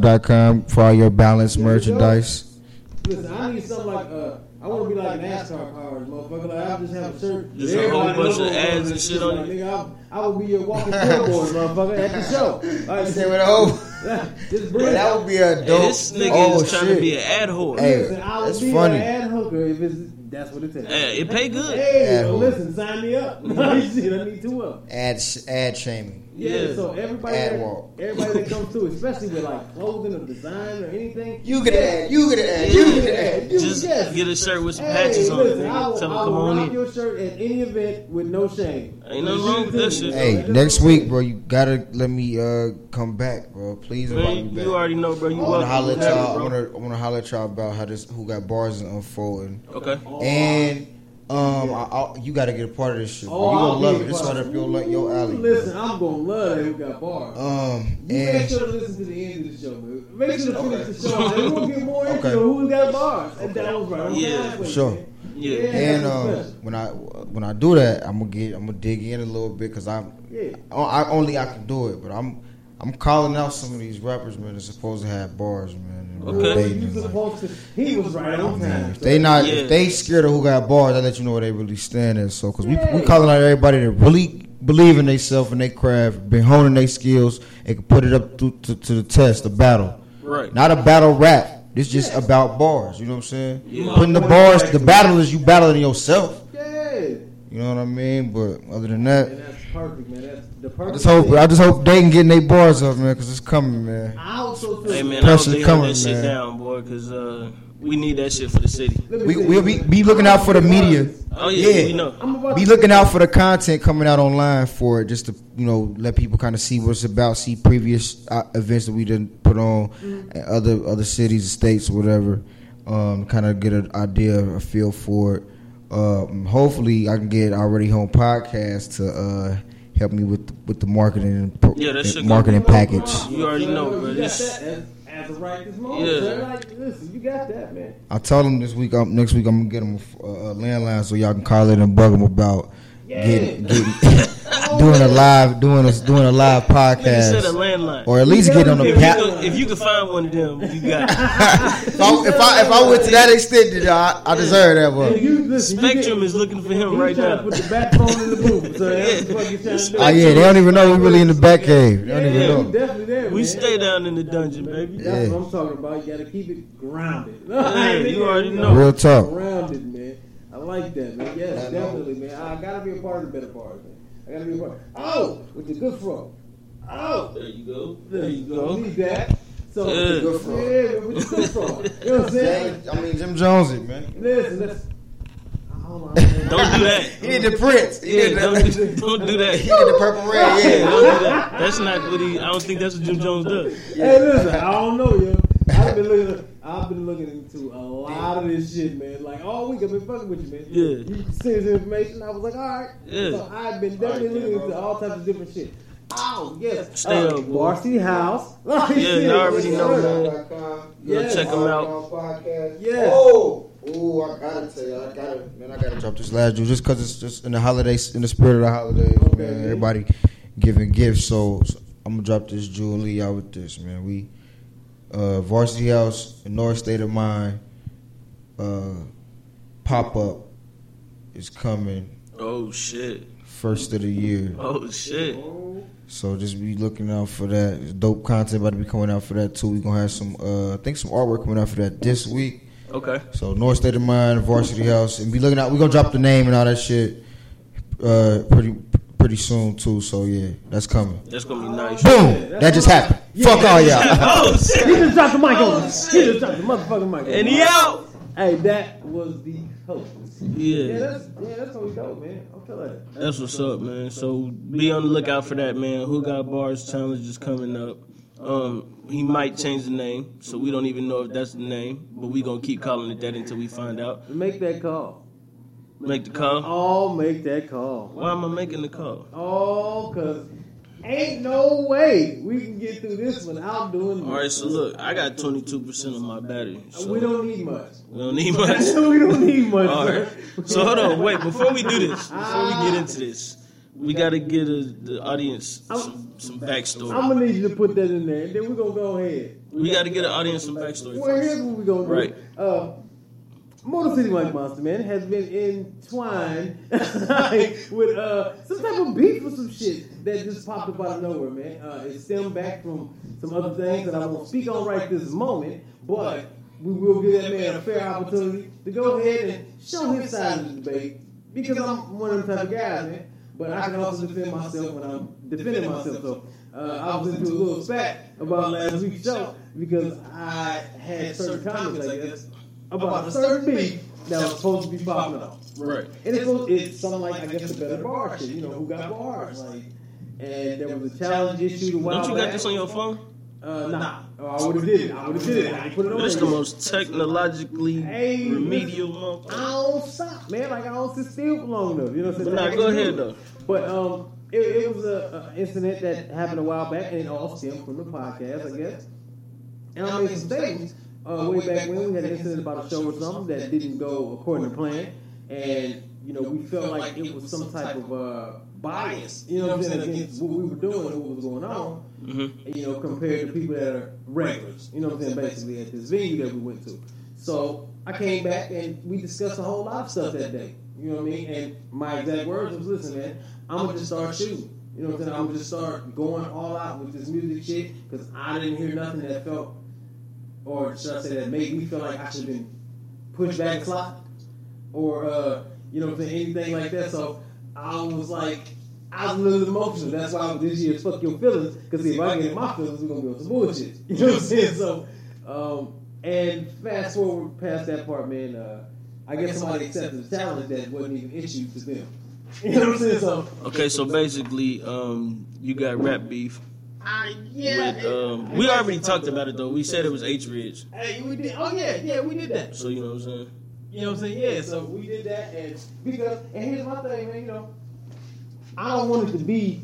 seahouseshop.com for all your balance merchandise. listen, I need something like, uh, I want to be like NASCAR powers, motherfucker. Like, I just have a shirt. Just a whole Everybody bunch of knows ads and this shit on Like, it. nigga, I, I will be your walking billboard, motherfucker, at the show. I said with a hoe. Just bring it That would be a dope. Hey, this nigga oh, is trying shit. to be an ad whore. Hey. Listen, I will that's be funny. an ad hooker if it's, that's what it takes. Hey, it pay good. Hey, Ad yo, hook. listen, sign me up. Shit, I need two up. ad, sh- ad shaming. Yeah, Yeah. so everybody, Ad that- walk. everybody that comes through, especially with like clothing or design or anything, You get an ad. You get an ad. you You get get an an ad. ad. You- Just yes. get a shirt with some hey, patches on it. listen, I nigga. will, Tell I him come will on rock in. your shirt at any event with no shame. Oh, Ain't nothing wrong with that shit. Hey, next week, bro, you gotta let me uh come back, bro. Please invite me Man, back. you already know, bro. You I wanna holler welcome. at y'all. I wanna, I wanna holler at y'all about how this who got bars is unfolding. Okay. And um, I, I, you got to get a part of this shit. Bro. Oh, you I'll gonna love be it. a This part. right up your like your alley. Listen, I'm gonna love that who got bars. Um, you make and sure to listen to the end of the show, man. Make sure to finish Okay. the show, man. We'll get more into Okay. who got bars. And that was right. on Yeah. time for you, Sure. man. Yeah. Yeah. and um, That's special. when I when I do that, I'm gonna get I'm gonna dig in a little bit because I'm Yeah. I, I only I can do it, but I'm I'm calling out some of these rappers, man. That's supposed to have bars, man. and Okay. they- You like, supposed to. He was right on Man, time. if they not, Yeah. if they scared of who got bars, I let you know where they really stand at. So, cause we Yeah. we calling out everybody that really believe in themselves and they craft, been honing their skills, and can put it up to, to, to the test, the battle. Right. Not a battle rap. It's just about bars. You know what I'm saying? Yeah. Putting the bars, the battle is you battling yourself. Yeah. You know what I mean? But other than that, And that's perfect, man. That's the I perfect. just hope thing. I just hope they can get their bars up, man, cause it's coming, man. I also feel. Hey man, I hope Pressure's they hold coming, that shit man. down, boy, because uh, we need that shit for the city. Let me We say we'll this, be, man. be looking out for the media. Oh yeah, Yeah. we know. I'm about be to- looking out for the content coming out online for it, just to you know let people kind of see what it's about, see previous uh, events that we didn't put on, at other other cities, states, whatever. Um, kind of get an idea, a feel for it. Um, hopefully, I can get already home podcast to uh, help me with with the marketing and pro- Yeah, that shit marketing gonna package. You already know, bro. You got This, that. That's as of right this moment. Yeah. Yeah. Like, listen, you got that, man. I told him this week. I'm, next week I'm gonna get him a, f- a- a landline so y'all can call it and bug him about getting, getting doing a live doing a doing a live Nigga said a podcast landline. or at least get on the if, you pa- could, if you could find one of them, you got it. if, I, if I if I went to that extent, then uh, I, I deserve that If one. you listen, you get- Spectrum is looking for him you right trying to now. put the back phone in the booth. So that's what you trying to do. Oh yeah, they don't even know we really in the back cave. They don't even Yeah, we know. definitely there. We man. stay down in the dungeon, baby. That's Yeah. what I'm talking about. You gotta keep it grounded. you already know. Real talk. Grounded, man. I like that, man. Yes, definitely, man. I gotta be a part of the better part, man. I gotta be a part. Oh, with the good frog. Oh, There you go. there you go. Need that. So Yeah. good frog. Yeah, with the good frog. You know what I'm saying? I mean Jim Jones, it man. Listen, that's. Hold on, man. Don't do that. He did the Prince. He Yeah, did the, don't do, don't do he that. did the Purple Rain. Yeah, Yeah. don't do that. That's not what he. I don't think that's what Jim Jones does. Hey, listen, I don't know, yo. I've been looking. I've been looking into a lot of this shit, man. Like all week, I've been fucking with you, man. Yeah. You sent us information. I was like, all right. Yeah. So I've been definitely looking into all types of different shit. Oh yes. Stay Uh, up, boy. Varsity House. Like, Yeah, you already yes, know, sir. man. Go Yeah. check him out. Yeah. Oh, ooh, I gotta tell you, I gotta, man, I gotta drop this last jewel just because it's just in the holidays, in the spirit of the holidays, man. Everybody giving gifts, so, so I'm gonna drop this jewel Lee out with this, man. We, uh, varsity house, North State of Mind, uh, pop up is coming Oh shit. first of the year. Oh shit. So just be looking out for that. There's dope content about to be coming out for that too. We gonna have some, uh, I think some artwork coming out for that this week. Okay. So North State of Mind, Varsity House, and be looking out. We gonna drop the name and all that shit uh, pretty pretty soon too. So yeah, that's coming. That's gonna be nice. Boom! That just happened. Fuck all y'all. Oh He shit. just dropped the mic on us. He shit. just dropped the motherfucking mic. on And us. he out. Hey, that was the host. Yeah, Yeah. that's yeah, that's how we go, man. I'm feeling it. That's what's up, man. So be on the lookout for that, man. Who got bars challenge is coming up. Um, he might change the name, so we don't even know if that's the name, but we gonna keep calling it that until we find out. Make that call. Make the call. All make that call. Why am I making the call? Oh, cause ain't no way we can get through this without doing. All right, so look, I got 22% of my battery. So we don't need much. we don't need much. we don't need much. All right. sir. So hold on, wait. Before we do this, before we get into this, we gotta get a, the audience some, some I'm backstory. gonna need you to put that in there, and then we're gonna go ahead. We gotta get the audience some backstory. Well, here's what we're gonna do. Right. Uh, Motor City Mike Monster Man has been entwined with uh, some type of beef or some shit that just popped up out of nowhere, man. Uh, it stemmed back from some other things that I won't speak on right this moment, but we will give that man a fair opportunity to go ahead and show his side of the debate because I'm one of them type of guys, man. But I can also defend myself when I'm defending myself. So uh, I was into a little spat about last week's show because I had certain comments, I guess, about a certain beef that was supposed to be popping up. Right. And it's, it's something like, I guess, the better bar shit, you know, who got bars. Like, and there was a challenge issue a while Don't you got back. this on your phone? Uh, nah. Oh, I would have did it. I would have did it. I put it on That's the there. most technologically Hey, remedial motherfucker. I don't stop, man. Like I don't sit still for long enough. You know what I'm saying? Nah, go ahead though. But um, it, it was a, a incident that happened a while back, and it all stemmed from the podcast, I guess. And I made some statements uh, way back when we had an incident about a show or something that didn't go according to plan, and you know we felt like it was some type of uh, bias. You know what I'm saying against what we were doing and what was going on. You know, compared to people that are regulars. You know what I'm saying? Basically, at this venue that we went to. So I came back and we discussed a whole lot of stuff that day. You know what I mean? And my exact words was, listen, man, I'm going to just start shooting. You know what I'm saying? I'm going to just start going all out with this music shit because I didn't hear nothing that felt, or should I say, that made me feel like I should have been pushed back a slot or, uh, you know what I'm saying, anything like that. So I was like, I was a little emotional. That's why I was this year, fuck your feelings because if I get in my feelings, we're going to be on some bullshit. You know what I'm saying? So, um, and fast forward past that part, man. Uh, I guess somebody accepted the challenge that wasn't even issued to them. You know what I'm saying? So, Okay, so basically, um, you got rap beef. I, With, um, we already talked about it though. We said it was H Ridge, Hey, we did. Oh yeah, yeah, we did that. so you know what I'm saying. You know what I'm saying? Yeah. So we did that, and because and here's my thing, man. You know, I don't want it to be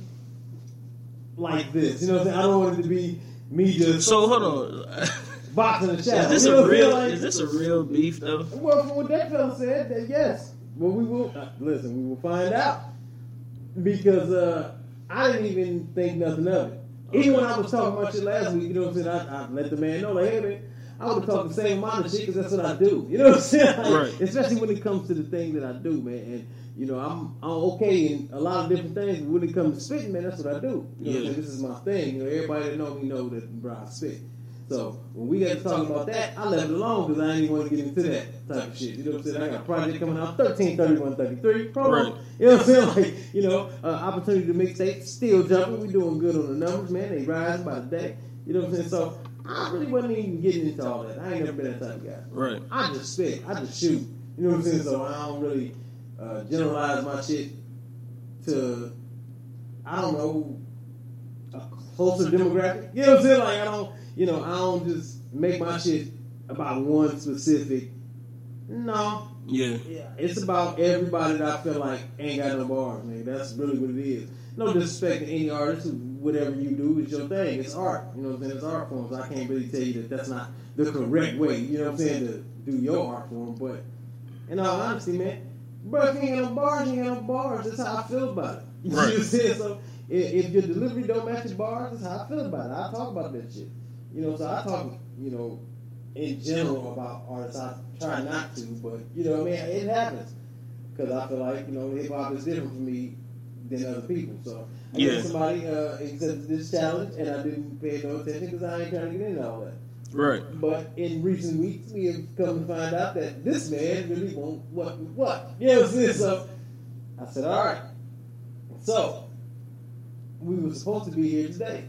like this. You know what I'm saying? I don't want it to be me just. So hold on. boxing the shadow. Is this You know a what I'm saying? real? Like, Is this a real beef though? Well, from what that fellow said, that yes. Well, we will uh, listen. We will find out because uh, I didn't even think nothing of it. Even when I was talking about shit last week, you know what I'm saying? I, I let the man know, like, hey man, I would have talked the same amount of shit because that's what I do. You know what I'm saying? Like, Right. Especially when it comes to the thing that I do, man. And you know, I'm I'm okay in a lot of different things, but when it comes to spitting, man, that's what I do. You know, what I'm Yeah. saying? this is my thing. You know, everybody that know me know that bro, I spit. So when we got to talk about that, I left it alone because I didn't want to get into that type of shit. You know what I'm saying? I got a project coming out 13, 31, 33. Promo. Right. You know what I'm saying? Like, you know, uh, opportunity to mix eight, still jumping. We doing good on the numbers, man. They rising by the day. You know what I'm saying? So I really wasn't even getting into all that. I ain't never been that type of guy. Right. I just spit. I just shoot. You know what I'm saying? So I don't really uh, generalize my shit to I don't know a closer demographic. You know what I'm saying? Like I don't, you know, I don't just make my shit about one specific. No, Yeah. yeah, it's about everybody that I feel like ain't got no bars, man. That's really what it is. No disrespect to any artist. Whatever you do is your thing. It's art. You know what I'm saying? It's art forms. I can't really tell you that that's not the correct way. You know what I'm saying? To do your art form, but in all honesty, man, bro, if you ain't got no bars, you ain't got no bars. That's how I feel about it. You know what I'm Right. saying? So if, if your delivery don't match your bars, that's how I feel about it. I talk about that shit. You know, so I talk, you know, in general about artists. I try not to, but you know, what I mean, it happens because I feel like you know, hip hop is different for me than other people. So I guess Yeah. somebody uh, accepted this challenge, and I didn't pay no attention because I ain't trying to get into all that. Right. But in recent weeks, we have come to find out that this man really won't what with what. You know what I'm saying? So I said, all right. So we were supposed to be here today.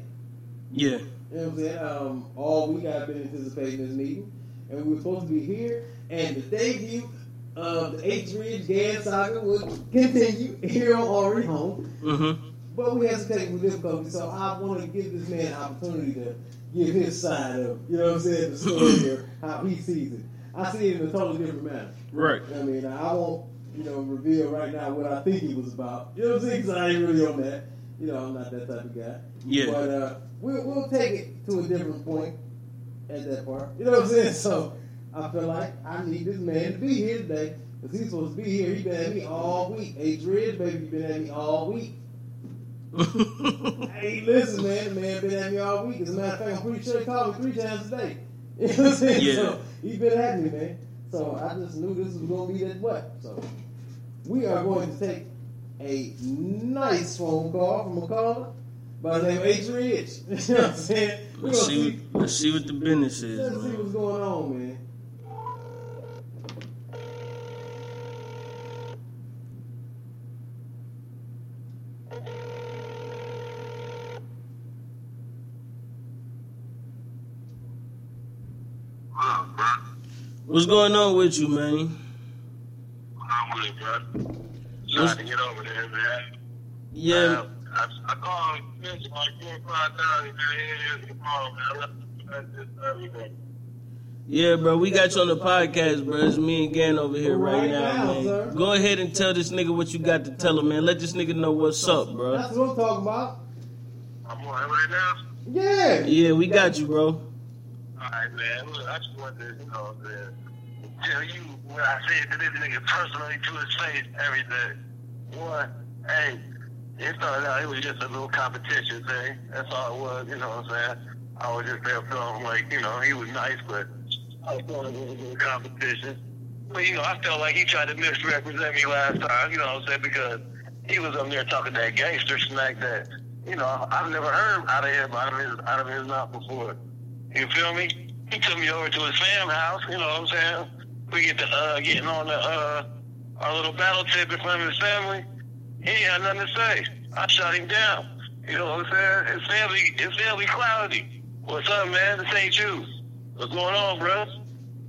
Yeah. You know what I'm saying? Um, all week I've been anticipating this meeting, and we were supposed to be here. And the debut of the H Ridge Gas Saga would continue here on Already Home, Mm-hmm. but we had some technical difficulties. So I want to give this man an opportunity to give his side of, you know what I'm saying, the story or how he sees it. I see it in a totally different manner. Right. I mean, I won't, you know, reveal right now what I think it was about. You know what I'm saying? 'Cause I ain't really on that. You know, I'm not that type of guy. Yeah. But uh, we'll, we'll take it to a different point at that part. You know what I'm saying? So I feel like I need this man to be here today because he's supposed to be here. He's been at me all week. Hey, Dredge, baby, you been at me all week. Hey, listen, man. The man been at me all week. As a matter of fact, I'm pretty sure he called me three times a day. You know what I'm saying? Yeah. So he been at me, man. So I just knew this was going to be that what. So we are going to take a nice phone call from a caller by the name of H. Ridge. you know what I'm saying? We're let's gonna see. what- Let's see what the business is, Let's see man. what's going on, man. Look, bro, What's going on with you, man? I'm with it, bro. Trying to get over there, man. Yeah. I, I called Vince like four or five times, man. Yeah, yeah, come on, man. Let's- let's just, uh, we go. Yeah, bro, we got you on the podcast, bro. It's me and Gan over here right, Right now, now, man. sir. Go ahead and tell this nigga what you got to tell him, man. Let this nigga know what's up, bro. That's what I'm talking about. I'm on it right now. Yeah. Yeah, we got you, bro. Alright, man. Look, I just want to, you know, man, tell you what I said to this nigga personally to his face every day. One, hey, it started out, it was just a little competition thing. That's all it was, you know what I'm saying? I was just there feeling like, you know, he was nice, but I was feeling it was a little competition. But, you know, I felt like he tried to misrepresent me last time, you know what I'm saying? Because he was up there talking that gangster smack that, you know, I've never heard out of him, out of his, out of his mouth before. You feel me? He took me over to his fam house, you know what I'm saying? We get to uh getting on the uh our little battle tip in front of his family. He ain't had nothing to say. I shot him down. You know what I'm saying? His family his family cloudy. What's up, man? This ain't you. What's going on, bro?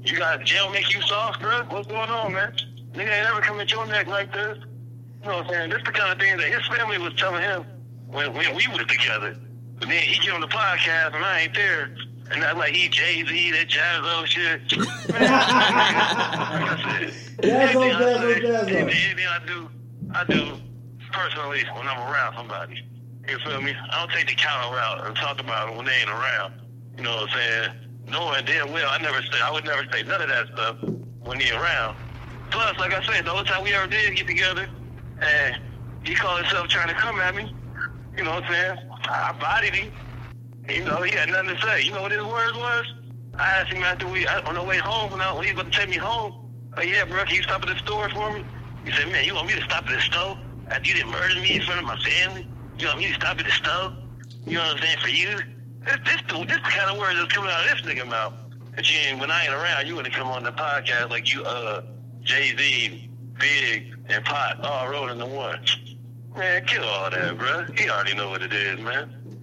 You got jail make you soft, bro? What's going on, man? Nigga ain't ever come at your neck like this. You know what I'm saying? This the kind of thing that his family was telling him when, when we was together. But then he get on the podcast and I ain't there. And I'm like, he Jay Z, that jazz old shit. Man, that's it. Jazz on, Anything I jazz say, on, jazz on. anything- Anything I do, I do personally when I'm around somebody. You feel me? I don't take the counter route and talk about them when they ain't around. You know what I'm saying? knowing damn well I never say I would never say none of that stuff when he around. Plus, like I said, the only time we ever did get together, and he called himself trying to come at me. You know what I'm saying? I I bodied him. You know, he had nothing to say. You know what his words was? I asked him after we I, on the way home when, I, when he was about to take me home. Like, yeah, bro, can you stop at the store for me? He said, man, you want me to stop at the store after you didn't murder me in front of my family? You want me to stop at the store? You know what I'm saying? For you, this this dude, this the kind of words that's coming out of this nigga mouth. But you ain't- when I ain't around, you wouldn't come on the podcast like you, uh, Jay Z, Big, and Pot all rolled into one. Man, kill all that, bro. He already know what it is, man.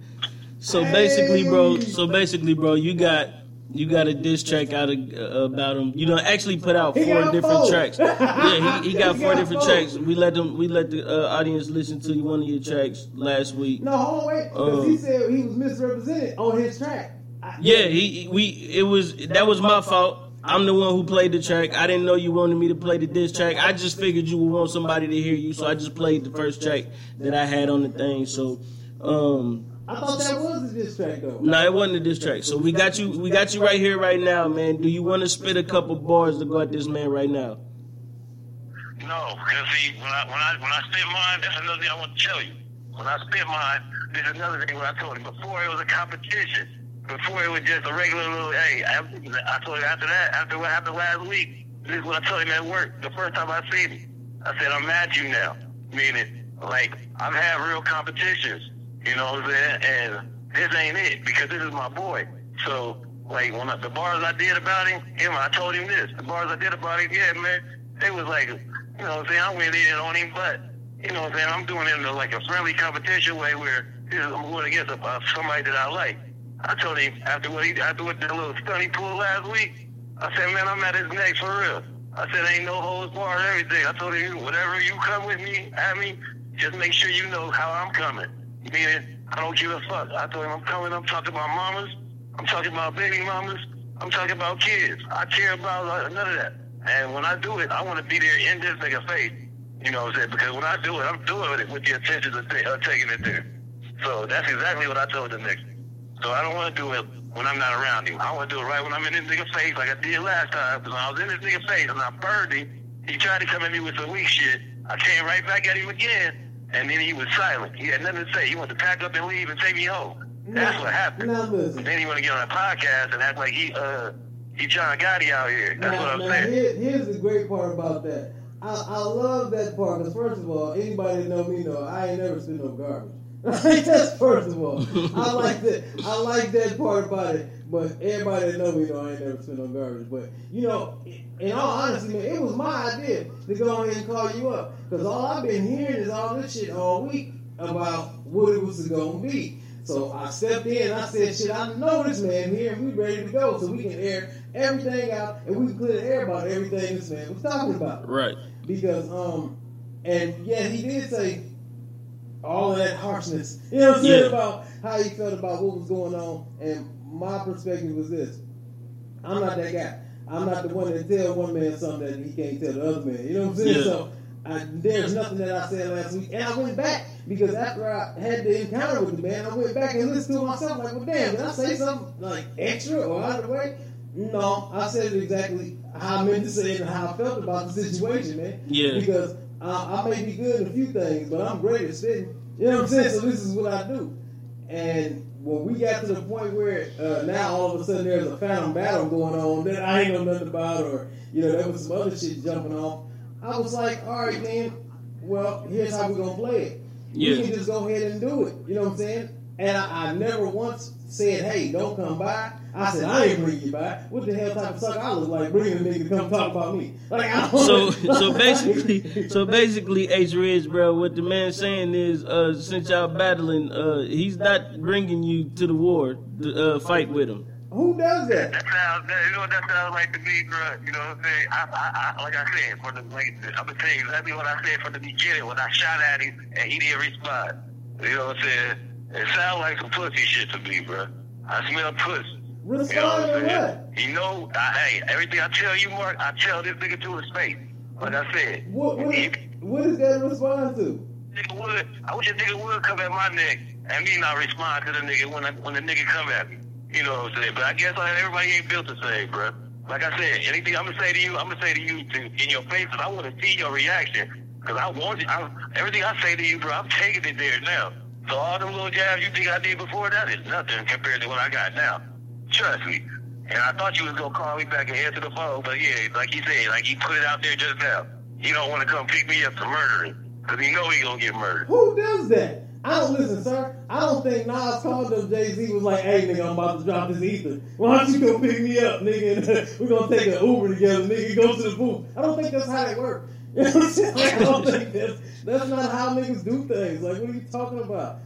So basically, bro. So basically, bro, you got you got a diss track out of, uh, about him. You know, actually put out He four got different four. tracks. Yeah, he, he got He four got different four. tracks. We let them. We let the uh, audience listen to one of your tracks last week. No, hold on, wait. Because Oh. Um, he said he was misrepresented on his track. I, Yeah, he we it was that was my fault. I'm the one who played the track. I didn't know you wanted me to play the diss track. I just figured you would want somebody to hear you, so I just played the first track that I had on the thing. So, um, I thought that was his diss track though. No, it wasn't a diss track. So we got you, we got you right here, right now, man. Do you want to spit a couple bars to go at this man right now? No, because see, when I when I when I spit mine, that's another thing I want to tell you. When I spit mine, there's another thing when I told him before it was a competition. Before it was just a regular little hey. I, I told him after that, after what happened last week, this is what I told him at work. The first time I seen him, I said I'm mad at you now, meaning like I've had real competitions. You know what I'm saying? And this ain't it because this is my boy. So like when I, the bars I did about him, him, I told him this. The bars I did about him, yeah, man, they was like, you know what I'm saying? I went in on him, but you know what I'm saying? I'm doing it in a, like a friendly competition way where you know, I'm going against a, uh, somebody that I like. I told him after what he after what that little stunt he pulled last week, I said, man, I'm at his neck for real. I said, ain't no holds barred, everything. I told him, whatever you come with me, at me, just make sure you know how I'm coming. Meaning, I don't give a fuck. I told him I'm coming. I'm talking about mamas. I'm talking about baby mamas. I'm talking about kids. I care about uh, none of that. And when I do it, I want to be there in this nigga face. You know what I'm saying? Because when I do it, I'm doing it with the intention of, ta- of taking it there. So that's exactly what I told the nigga. So I don't want to do it when I'm not around him. I want to do it right when I'm in this nigga face, like I did last time. Because when I was in this nigga face and I burned him, he tried to come at me with some weak shit. I came right back at him again, and then he was silent. He had nothing to say. He wanted to pack up and leave and take me home. That's what happened. Now listen. Then he want to get on a podcast and act like he uh he John Gotti out here. That's now, what I'm now, saying. here- here's the great part about that. I, I love that part because first of all, anybody that know me know I ain't never spit no garbage. That's first of all. I like that. I like that part about it. But everybody that know me know I ain't never spit no garbage. But you know, in all honesty, man, it was my idea to go ahead and call you up because all I've been hearing is all this shit all week about what it was gonna be. So I stepped in. I said, "Shit, I know this man here. and We ready to go, so we can air everything out, and we can clear the air about everything this man was talking about." Right. Because, um, and yeah, he did say all of that harshness. You know what I'm saying Yeah. about how he felt about what was going on. And my perspective was this: I'm not that guy. I'm not the one that tell one man something that he can't tell the other man. You know what I'm saying? Yeah. So I, there's nothing that I said last week, and I went back because after I had the encounter with the man, I went back and listened to myself like, well, damn, did I say something like extra or out of the way? No, I said it exactly how I meant to say it and how I felt about the situation, man. Yeah. Because I, I may be good in a few things, but I'm great at sitting. You know what I'm saying? So this is what I do. And when we got to the point where uh, now all of a sudden there's a phantom battle going on that I ain't know nothing about, or you know there was some other shit jumping off, I was like, all right, man. Well, here's how we're gonna play it. Yeah. We can just go ahead and do it. You know what I'm saying? And I, I never once said, hey, don't come by. I said, I ain't bringing you by. What the hell type of sucker I look like bringing a nigga to come talk about me? Like, I don't So so basically, so basically, H Ridge, bro. What the man saying is, uh, since y'all battling, uh, he's not bringing you to the war to uh, fight with him. who does that? That sounds, that, you know what that sounds like to me, bro. You know what I'm saying? I, I, I like I said, for the, like, I'm gonna tell you exactly what I said from the beginning when I shot at him and he didn't respond. You know what I'm saying? It sounds like some pussy shit to me, bro. I smell pussy. Respond you know what or I'm saying? what? You know, I, hey, everything I tell you, Mark, I tell this nigga to his face. Like I said, What, what, is, if what is that response to? nigga would, I wish a nigga would come at my neck and me not respond to the nigga when I, when the nigga come at me. You know what I'm saying? But I guess like, everybody ain't built the same, bro. Like I said, anything I'm gonna say to you, I'm gonna say to you to, in your face, and I want to see your reaction. Cause I want you. I, everything I say to you, bro, I'm taking it there now. So all them little jabs you think I did before that is nothing compared to what I got now. Trust me. And I thought you was gonna call me back and answer the phone, but yeah, like you said, like he put it out there just now. He don't want to come pick me up to murder him, cause he know he gonna get murdered. Who does that? I don't listen, sir. I don't think Nas called up Jay Z was like, "Hey, nigga, I'm about to drop this ether. Why don't you come pick me up, nigga? And we're gonna take an Uber together, nigga. Go to the booth." I don't think that's how it works. You know what I'm saying? Like, I don't think that's that's not how niggas do things. Like, what are you talking about?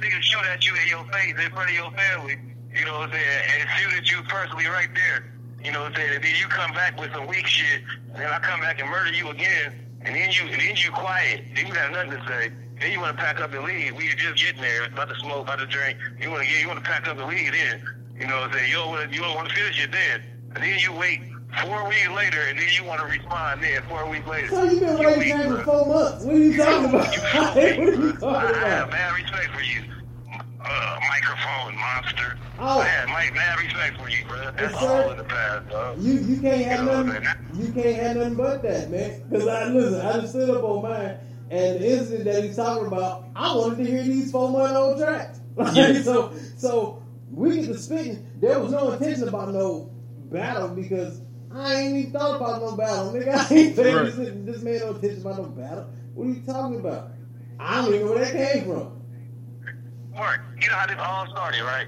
nigga shoot at you in your face in front of your family, you know what I'm saying, and shoot at you personally right there. You know what I'm saying? And then you come back with some weak shit, and then I come back and murder you again, and then you and then you quiet. Then you got nothing to say. Then you wanna pack up and leave. We were just getting there, about to smoke, about to drink. You wanna get you wanna pack up and leave then. You know what I'm saying? You don't wanna you don't wanna finish it then. And then you wait four weeks later and then you wanna respond then four weeks later. So you been You waiting weak, Jay bro. for four months. What are you talking about? Like, what are you talking I have about? mad respect for you, uh, microphone monster. Oh. I have mad, mad respect for you, bro. That's Yes, sir. all in the past, dog. You you can't have You know nothing. what I'm You can't have nothing but that, man. Because I listen, I just stood up on mine, and the incident that he's talking about, I wanted to hear these four month old tracks. Like, Yeah. So so we get to spitting. There was no intention about no battle because I ain't even thought about no battle, nigga. I ain't paying Right. this, this man no attention about no battle. What are you talking about? I don't even know where that came from. Mark, you know how this all started, right?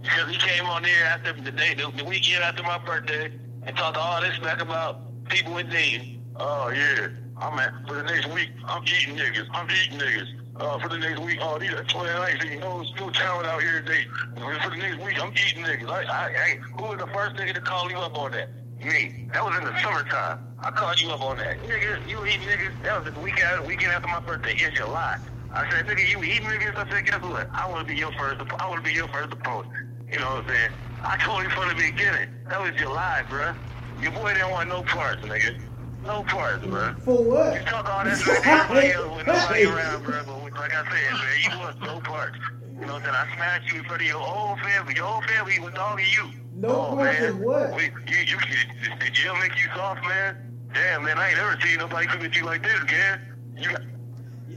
Because he came on there after the day, the, the weekend after my birthday, and talked all this back about people in need. Oh yeah, I'm at for the next week. I'm eating niggas. I'm eating niggas. Uh, for the next week, oh these are twenty nights. You know, it's still talent out here today. For the next week, I'm eating niggas. I, I, I, who was the first nigga to call you up on that? Me. That was in the summertime. I called you up on that. Nigga, you eat niggas. That was the week after, weekend after my birthday in July. I said, nigga, you eat niggas. I said, guess what? I want to be your first. I want to be your first opponent. You know what I'm saying? I told him from the beginning. That was July, bruh. Your boy didn't want no parts, nigga. No parts, bruh. For what? You talk all that shit to everybody else with nobody around, bro. But we- like I said, man, you was no parts. You know what I'm saying? I smashed you in front of your whole family. Your whole family was dogging you. No oh, parts man. of what? We, you, you, did, did jail make you soft, man? Damn, man, I ain't ever seen nobody come at you like this, man. You,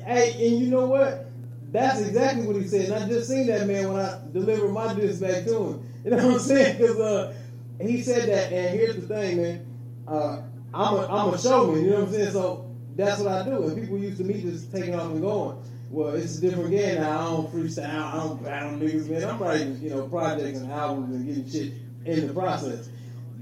Hey, and you know what? That's exactly what he said. And I just seen that man when I delivered my disc back to him. You know what I'm saying? Because uh, he said that. And here's the thing, man. Uh, I'm a I'm a showman. You know what I'm saying? So that's what I do. And people used to me just taking off and going. Well, it's a different game now. I don't freestyle. I don't battle niggas, man. I'm writing you know projects and albums and getting shit in the process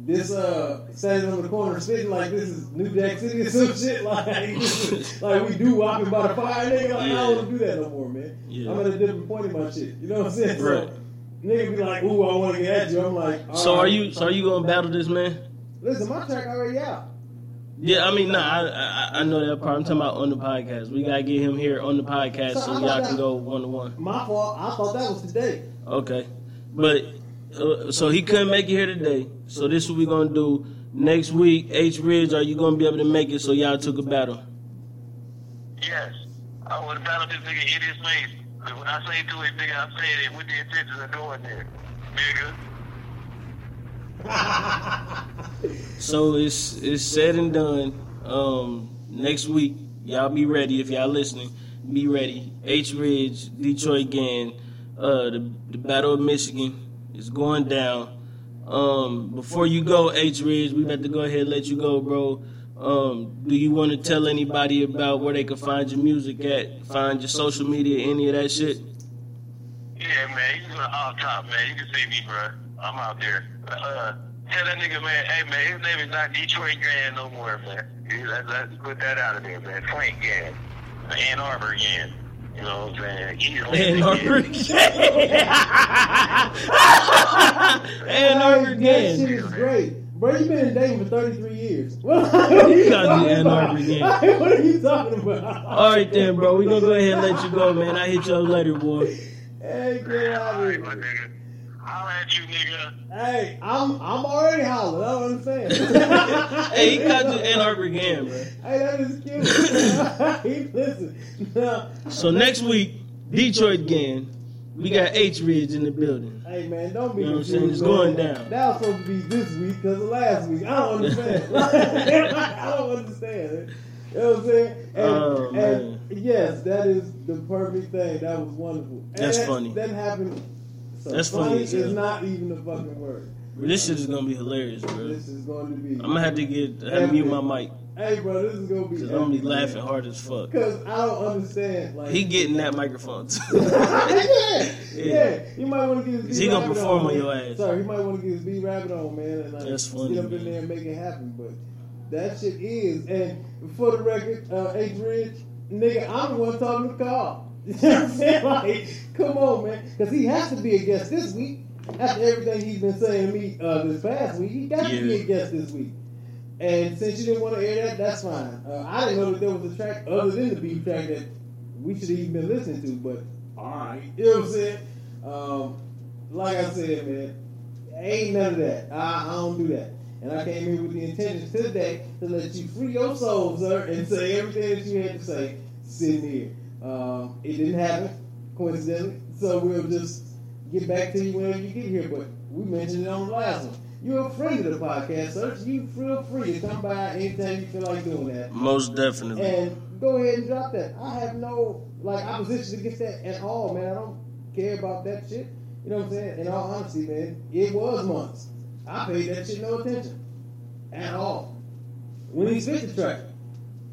this uh standing on the corner spitting like this is New Jack City or some shit like this is- like we do walking by the fire nigga like I don't want to do that no more man Yeah. I'm at a different point in my shit you know what I'm saying Right. so nigga be like ooh I want to get at you I'm like all So are right. you? So are you gonna battle this man? listen my track already out Yeah, I mean, nah, I, I, I know that part. I'm talking about on the podcast. We gotta get him here on the podcast so y'all can go one to one. my fault I thought that was today Okay, but uh, so he couldn't make it here today. So this is what we gonna do next week. H Ridge, are you gonna be able to make it? So y'all took a battle. yes, I would battle this nigga in his face. But when I say do it, nigga, I say it with the intention of doing there, nigga. So it's it's said and done. Um, next week, y'all be ready. If y'all listening, be ready. H Ridge, Detroit Gang, uh, the the Battle of Michigan is going down. Um, before you go, H Ridge, we about to go ahead and let you go, bro. Um, do you want to tell anybody about where they can find your music at, find your social media, any of that shit? Yeah, man, he's an off top, man. You can see me, bro. I'm out there. Uh, tell that nigga, man, hey, man, his name is not Detroit Grand no more, man. You- Let's, let's put that out of there, man. Frank Grand. Ann Arbor Grand. You know what I'm saying? He's Ann Atlanta Arbor Grand. Gang. Ann Arbor Hey, that Gang. shit is great bro you been in dating for 33 years what are gotta do you talking Ann Arbor about Gang. Like, what are you talking about All right then, bro. We gonna go ahead and let you go, man. I hit you up later, boy. hey get out All of right, here my nigga. Holla at you, nigga. Hey, I'm I'm already hollering. I don't understand. Hey, he caught you Ann Arbor again, bro. Hey, that is cute. He- Listen, now, So next week, Detroit again, We got H Ridge in the building. Hey man, don't be You know what I'm confused. saying? It's going man. down. That was supposed to be this week because of last week. I don't understand. I don't understand. You know what I'm saying? And, Oh, and man. yes, that is the perfect thing. That was wonderful. And That's that- funny. That happened. So That's funny funny. as is hell. not even a fucking word. This shit is gonna be hilarious, bro. This is going to be. I'm gonna have to get have to mute my mic Hey, bro, this is going to be. because I'm gonna be laughing hard as fuck. Because I don't understand. Like, He getting that microphone too. yeah, Yeah. yeah. You might want to get his He B gonna rabbit perform on man. your ass. Sorry, he might want to get his B rabbit on, man. And like, That's funny, Get up man. in there and make it happen, but that shit is. And for the record, uh, H Ridge, nigga, I'm the one talking to Carl. You know what I'm saying? Like, come on, man, because he has to be a guest this week. After everything he's been saying to me uh, this past week, he got to be Yeah. a guest this week. And since you didn't want to air that, that's fine. Uh, I didn't know that there was a track other than the beat track that we should have even been listening to, but alright. You know what I'm saying? Um, like I said, man, ain't none of that. I, I don't do that. And I came here with the intention today to let you free your soul, sir, and say everything that you had to say sitting here. Um, it didn't happen, coincidentally, so we'll just get back to you whenever you get here, but we mentioned it on the last one. You're a friend of the podcast, sir. so You feel free to come by anytime you feel like doing that. Most definitely. And go ahead and drop that. I have no like opposition against that at all, man. I don't care about that shit. You know what I'm saying? In all honesty, man, it was months. I paid that shit no attention at all. When he spit the track,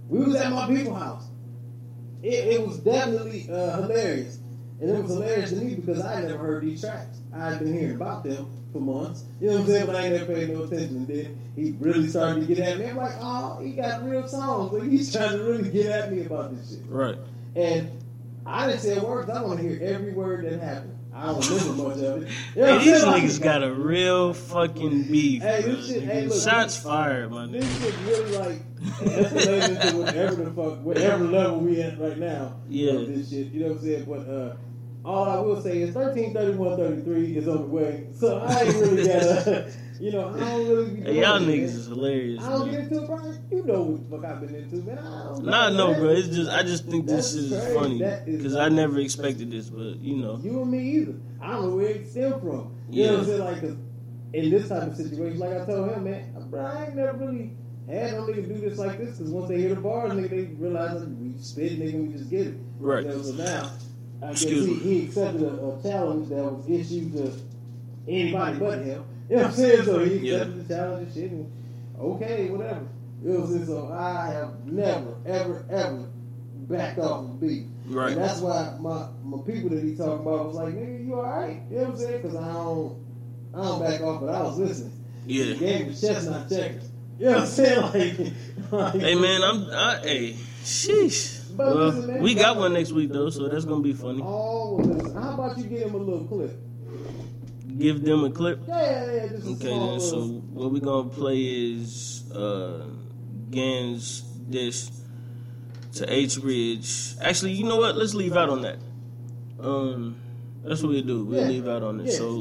we was at my people house. It, it was definitely uh, hilarious, and it was hilarious to me because I had never heard these tracks. I had been hearing about them for months. You know what I'm saying? But I ain't never paid no attention. And then he really started to get at me. I'm like, oh, he got real songs, but he's trying to really get at me about this shit. Right. And I didn't say words. I want to hear every word that happened. I don't remember much of it. You Hey, know what I'm these saying? niggas got a real fucking beef. Hey, bro. this shit- hey, Nigga, look. Shots fired, my nigga. This shit really like escalated to whatever the fuck, whatever level we at right now. Yeah. Of this shit, you know what I'm saying? But uh, all I will say is 133133 is on the way, so I ain't really gotta, you know, I don't really. Be Hey, y'all doing it, niggas is hilarious. man. I don't get Man. into it, Brian. You know what the fuck I've been into, man. I don't Nah, no, man. bro. It's just I just think this That's shit is crazy. funny That is- because I never expected this, but you know, You and me either. I don't know where it stemmed from. You know what I'm Yeah. saying? Like, 'cause in this type of situation, like I told him, man, bro, I ain't never really had no nigga do this like this. Because once they hear the bars, nigga, they realize that we spit, nigga, we just get it. Right. You know, so now, I guess Excuse he, me. he accepted a, a challenge that was issued to anybody but him. You know what I'm saying? So he Yeah. accepted the challenge and shit, and okay, whatever. You know what I'm saying? So I have never, ever, ever backed off of beat. Right. And that's why my, my people that he talking about was like, nigga, you alright? You know what I'm saying? Because I don't, I don't back off, but I was listening. The yeah. game was chestnut checkers. You know what I'm saying? Like, like Hey, man, I'm I, hey, sheesh. But Well, listen, man, we got one next week though, so that's gonna be funny. all of this. How about you give him a little clip? Give them a clip. Yeah, yeah, yeah. Just a Okay, small then. So little- what we gonna play is uh, Gans dish to H Ridge. Actually, you know what? Let's leave out on that. Um, that's what we do. We will Yeah. leave out on it. Yeah. So I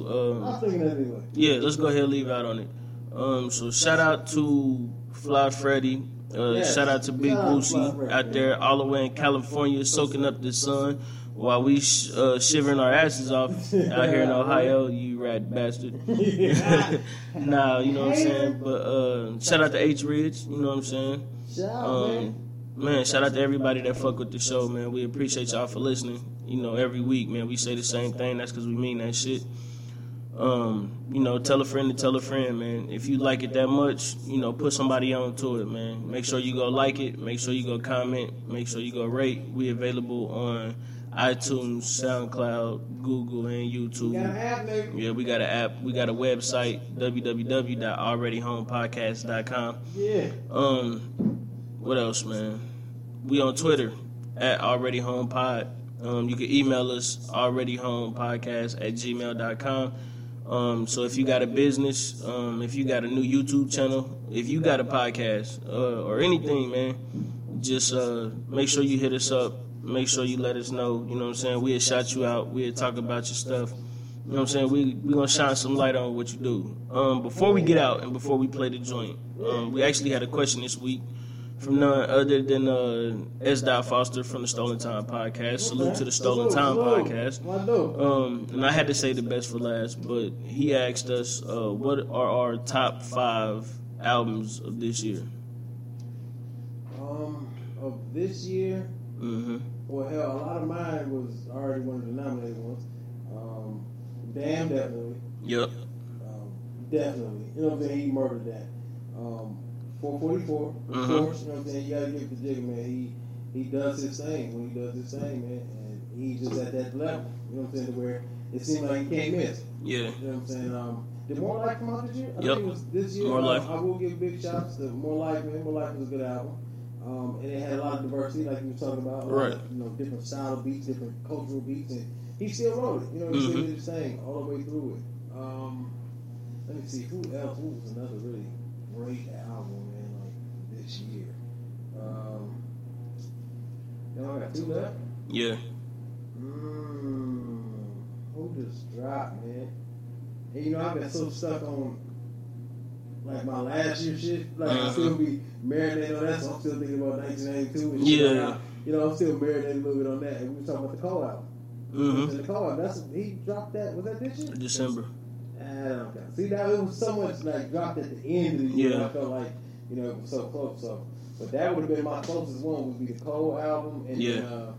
was um, thinking that anyway. yeah, let's go ahead and leave out on it. Um, so shout out to Fly Freddy. Uh, Yes. Shout out to Big Shout out to Fly Boosie Freddy. out there all the way in California soaking up the sun while we sh- uh, shivering our asses off out here in Ohio. You rat bastard. nah, you know what I'm saying. But uh, shout out to H Ridge. You know what I'm saying. Shout out, man. Um, man, shout out to everybody that fuck with the show, man. We appreciate y'all for listening. You know, every week, man, we say the same thing. That's because we mean that shit. Um, you know, tell a friend to tell a friend, man. If you like it that much, you know, put somebody on to it, man. Make sure you go like it. Make sure you go comment. Make sure you go rate. We available on iTunes, SoundCloud, Google, and YouTube. Got an app, nigga. Yeah, we got an app. We got a website, www.alreadyhomepodcast.com. Yeah. Um, what else, man? We on Twitter at Already Home Pod. Um, you can email us alreadyhomepodcast at gmail.com. Um, so if you got a business, um, if you got a new YouTube channel, if you got a podcast uh, or anything, man, just uh, make sure you hit us up. Make sure you let us know. You know what I'm saying? We'll shout you out. We'll talk about your stuff. You know what I'm saying? We we gonna shine some light on what you do. Um, before we get out and before we play the joint, um, we actually had a question this week from none other than uh, S. Dot Foster from the Stolen Time podcast. Salute to the Stolen Time podcast. Why do? Um, and I had to say the best for last, but he asked us, uh, "What are our top five albums of this year?" Um, of this year, Mm-hmm. well, hell, a lot of mine was already one of the nominated ones. Um, damn, definitely. Yep. Um, definitely. You know what I'm saying? He murdered that. Um, 444, of Mhm. course. You know what I'm saying? You gotta give it to Jigga, man. He he does his thing when he does his thing, man. And he's just at that level. You know what I'm saying? To where it seems like he can't miss. Yeah. You know what I'm saying? Um, did More Life come out this year? I Yep. think it was this year. More I- Life. I, will give big shouts to More Life, man. More Life was a good album. Um, and it had a lot of diversity, like you were talking about. like, Right. You know, different style beats, different cultural beats, and he still wrote it. You know what I'm Mhm. saying? He was saying all the way through it. Um, let me see who else. Who was another really great album, man? Like this year. Um, y'all got two left. Yeah. Mm, who just dropped, man? And you know, I've been so stuck on like my last year shit. Like Uh-huh. I still be marinating on that, so I'm still thinking about 1992. And shit. Yeah. You know, I'm still marinating a little bit on that. And we were talking about the call out. Mm-hmm. The call out. That's he dropped that. Was that this year? December. Um, see now it was so much like dropped at the end of the year. Yeah. I felt like you know it was so close. So, but that would have been my closest one would be the Cole album and Yeah. uh,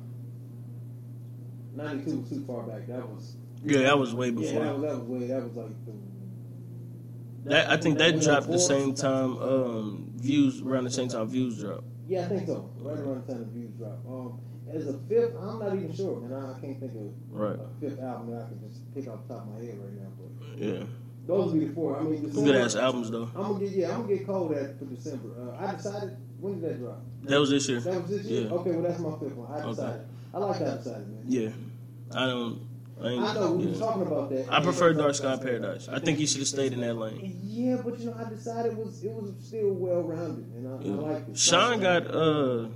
ninety two was too far back. That was Yeah, that was way yeah, that before. was that was way that was like the, That I think that was dropped the fourth. same time um, views around the same time views dropped. Yeah, I think so. Right around the time the views dropped. Um, as a fifth, I'm not even sure, man. I, I can't think of Right. a fifth album that I can just pick off the top of my head right now. But Yeah. those would be the four. I mean, Good December, ass albums though. I'm gonna get yeah, I'm gonna get cold at for December. Uh, I decided when did that drop? That was this year. That was this year? Yeah. Okay, well, that's my fifth one. I Okay. decided. I like I decided, man. Yeah. I don't. I, ain't, I know we were yeah. talking about that. I prefer Dark Sky Paradise. I think he should have stayed in that lane. Yeah, but you know, I decided it was it was still well rounded, and I, I like it. Sean got uh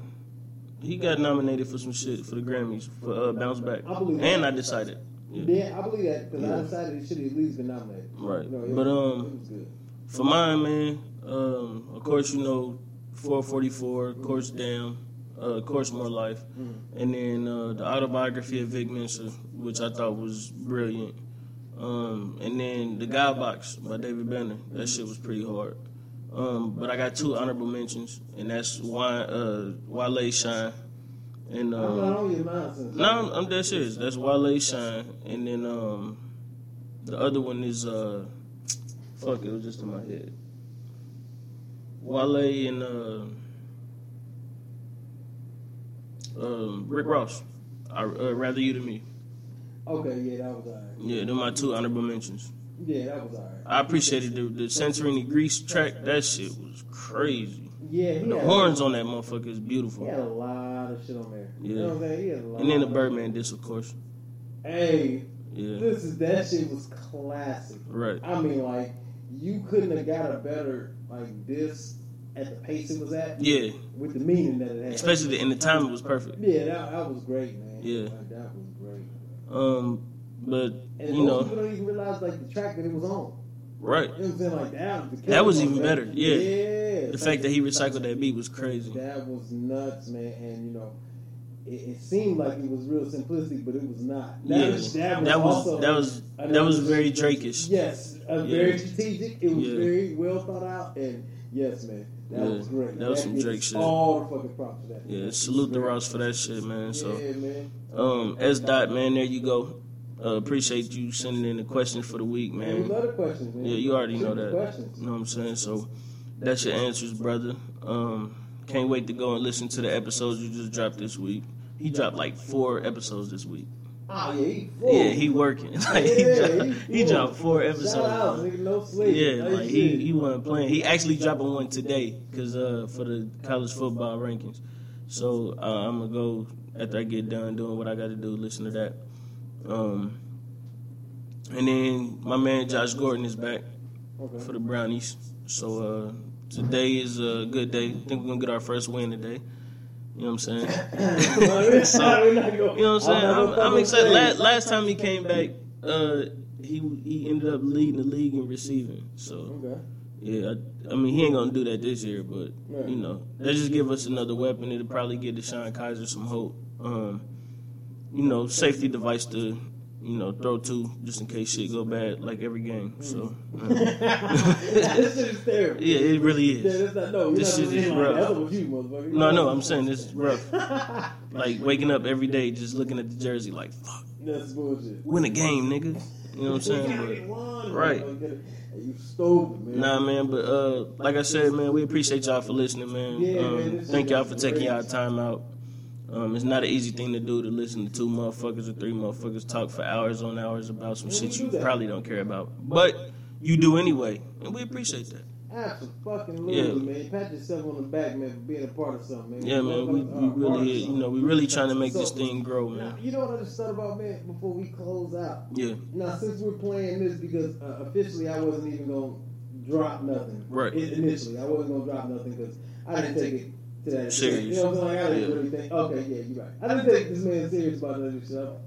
he got nominated for some shit for the Grammys for uh, Bounce Back. I believe that. And I decided. Yeah. Yeah, I believe that because I Yeah. decided it should have at least been nominated. Right. No, it But, was- um, it was good. For mine, man, um, of course you know 444, of course Damn, uh, of course More Life, and then uh, the autobiography of Vic Mensa, which I thought was brilliant. Um, and then the Guy Box by David Banner. That shit was pretty hard. Um, but I got two honorable mentions, and that's why uh, Wale Shine and um, I'm not on your nonsense. No, I'm, I'm dead serious. That's Wale Shine, and then um, the other one is uh, fuck. It was just in my head. Wale and uh, um, Rick Ross. I uh, rather you than me. Okay, yeah, that was alright. Yeah, they're my two honorable mentions. Yeah, that was alright. I appreciated the, the censoring the grease track. That shit was crazy. Yeah, he The had, horns on that motherfucker is He had a beautiful. lot of shit on there. You Yeah. know what I'm saying? He had a lot. And then the Birdman disc, of course. Hey, Yeah, this is that shit was classic. right. I mean, like you couldn't have got a better like this at the pace it was at Yeah, with the meaning that it had. especially the, and the timing was perfect. yeah, that, that was great, man. Yeah. like, that was great. Um, but And you most know, people don't even realize like the track that it was on. right? You know what I'm saying? Like that was the That was killer even one, better, man. yeah. yeah. The fact that he recycled that beat was crazy. that was nuts, man. And you know. It, it seemed like it was real simplistic, but it was not. That, Yeah, was, that was that also was that was that was very Drakeish. Yes, uh, Yeah. very strategic. It was Yeah. very well thought out, and yes, man, that Yeah, was great. that was some gives Drake shit. All the fucking props for that. Yeah, salute the Ross for that shit, man. So, yeah, man. um, S dot man, there you go. Uh, appreciate you sending in the questions for the week, And we man. love the questions, man. Yeah, you already know Shoot the that. Questions. You know what I'm saying? So, that's your answers, brother. Um, can't wait to go and listen to the episodes you just dropped this week. He dropped like four episodes this week. Ah, yeah, he, Yeah, he working. Like, he, Yeah, dropped, he he dropped four Shout episodes. out, man. nigga, no sleep. Yeah, Like, like he, shit. he wasn't playing. He actually dropping one today because uh, for the college football rankings. So uh, I'm gonna go after I get done doing what I got to do. Listen to that. Um, and then my man Josh Gordon is back Okay. for the Brownies. So uh, today is a good day. I think we're gonna get our first win today. You know what I'm saying? Oh, We're not gonna- You know what I'm saying? not I'm, gonna I'm fucking excited. say. Last, last time he came back, uh, he he ended up leading the league in receiving. So Okay. Yeah, I, I mean he ain't gonna do that this year, but you know they just give us another weapon. It'll probably give Deshaun Kaiser some hope. Um, you know, safety device to you know throw to just in case shit go bad, like every game. So uh, this shit is terrible. yeah, it really Yeah, is. that's not, no, you're This not shit doing is anything rough. That's what you, motherfucker. No, no, I'm saying it's rough. Like waking up every day just looking at the jersey, like fuck, That's bullshit. win a game, nigga. You know what I'm We saying? But, won, Right. motherfucker. You stole it, man. Nah, man, but uh, like I said, man, we appreciate y'all for listening, Yeah, man. man, Um, this thank shit y'all is for taking great. y'all time out. Um, it's not an easy thing to do to listen to two motherfuckers or three motherfuckers talk for hours on hours about some shit you probably don't care about, but you do anyway, and we appreciate that. Absolutely, Yeah. man. Pat yourself on the back, man, for being a part of something, man. Yeah, man, we, we Uh, part of really, you something. know, we really trying to make this thing grow, Now, man. you know what I just thought about, man, before we close out? Yeah, Now, since we're playing this, because uh, officially I wasn't even going to drop nothing. Right. In- initially, I wasn't going to drop nothing because I didn't take it to that extent. You Serious. know what I'm saying? Like, I didn't Yeah. really think, okay, yeah, you're right. I didn't take this man serious about none of this shit. I'm like,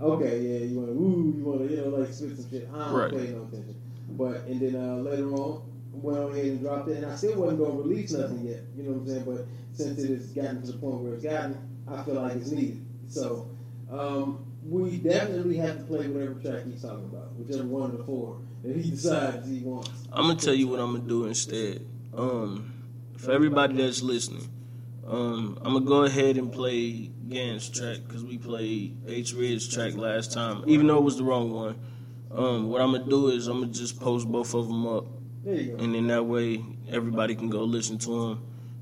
Okay, yeah, you want to, ooh, you want to, you know, like spit some shit. Ah, I don't Right. pay no attention. But, and then uh, later on, went on ahead and dropped it, and I still wasn't going to release nothing yet. You know what I'm saying? But since it has gotten to the point where it's gotten, I feel like it's needed. So, um, we definitely have to play whatever track he's talking about, whichever one of the four that he decides he wants. I'm gonna tell you what I'm gonna do instead. Um, for everybody that's listening, um, I'm gonna go ahead and play Gan's track because we played H Ridge track last time, even though it was the wrong one. Um, what I'm gonna do is I'm gonna just post both of them up, There you go. and then that way everybody can go listen to them.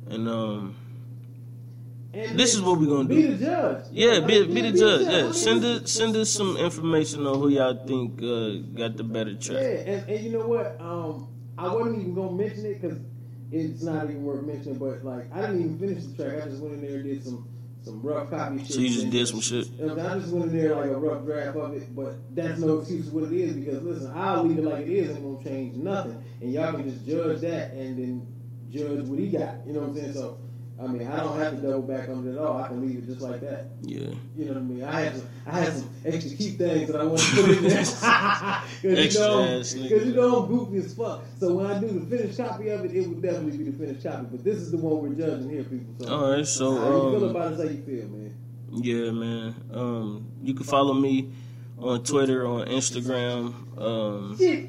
And um, And this is what we're gonna be do. the judge. Yeah, be, be the judge. I Yeah, mean, send us send us some information on who y'all think uh, got the better Yeah, track. and, and you know what? Um, I wasn't even gonna mention it because it's not even worth mentioning. But like, I didn't even finish the track. I just went in there and did some some rough copy shit. So you just did some shit. You know what I'm saying? I just went in there like a rough draft of it, but that's no excuse what it is because listen, I'll leave it like it is and won't change nothing, and y'all can just judge that and then judge what he got. You know what I'm saying? So, I mean, I don't have to double back on it at all. I can leave it just like that. Yeah. You know what I mean? I had some, I had some extra key things that I want to put in there. Cause Extra you know, ass nigga. Because you know I'm goofy as fuck. So when I do the finished copy of it, it would definitely be the finished copy. But this is the one we're judging here, people. So All right. So um, how you feel about it? is How you feel, man? Yeah, man. Um, you can follow me on Twitter, on Instagram, um, Shit.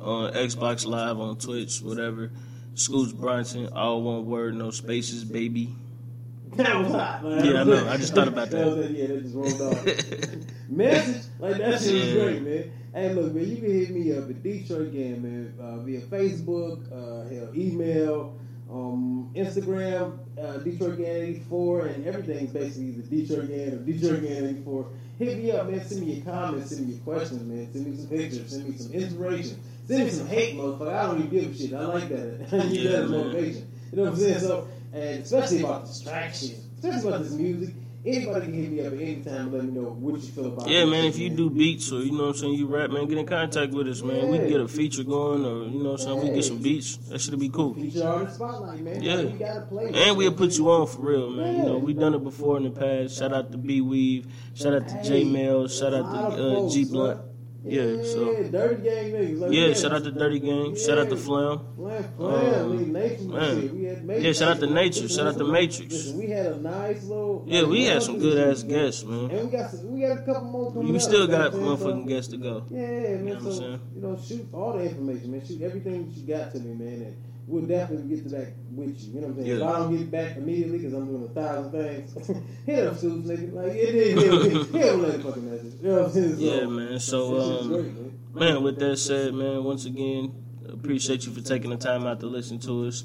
on Xbox Live, on Twitch, whatever. Scoots Bronson, all one word, no spaces, baby. That was hot, man. Yeah, I know. I just thought about that. was it. yeah, that just rolled off. Message like that shit was Yeah. great, man. Hey, look, man, you can hit me up at Detroit Game, man, uh, via Facebook, uh, hell, email, um, Instagram, uh, Detroit Game 84, and everything's basically either Detroit Game or Detroit Game 84. Hit me up, man. Send me your comments, send me your questions, man. Send me some pictures, send me some inspiration, send me some hate, motherfucker. I don't even give a shit. I like that. I need Yeah, that as man. motivation. You know what I'm saying? So, and especially about distractions, especially about this music. Anybody can hit me up at any time and let me know what you feel about Yeah, this man, shit, if you do beats or, you know what I'm saying, you rap, man, get in contact with us, man. We can get a feature going or, you know what I'm saying, we can get some beats. That should be cool. Feature on the spotlight, man. Yeah. You gotta play. And we'll put you on for real, man. You know, we done it before in the past. Shout out to B Weave. Shout out to J Mail. Shout out to uh, G Blunt. Yeah, so. dirty gang niggas. Like, Yeah, shout out to Dirty Gang. Shout out to Flam. Flam, Um, Flam, Nature man. shit. We had Matrix. Yeah, shout out to Nature. Listen, Shout out to listen, Matrix. Listen, we had a nice little. Yeah, we had some good ass guests, And man. we got some, we got a couple more coming. We up, still you know got what I'm saying? So- motherfucking guests to go. Yeah, man. know what I'm so saying? you know, shoot all the information, man. Shoot everything that you got to me, man, and we'll definitely get to that with you. You know what I'm saying? If Yeah. I don't get back immediately because I'm doing a thousand things, hit up Suits, nigga. Like it is, it is, it fucking message. You know what I'm saying? So, Yeah, man. So, this shit's great, um, man. man, with that said, man, once again, appreciate you for taking the time out to listen to us.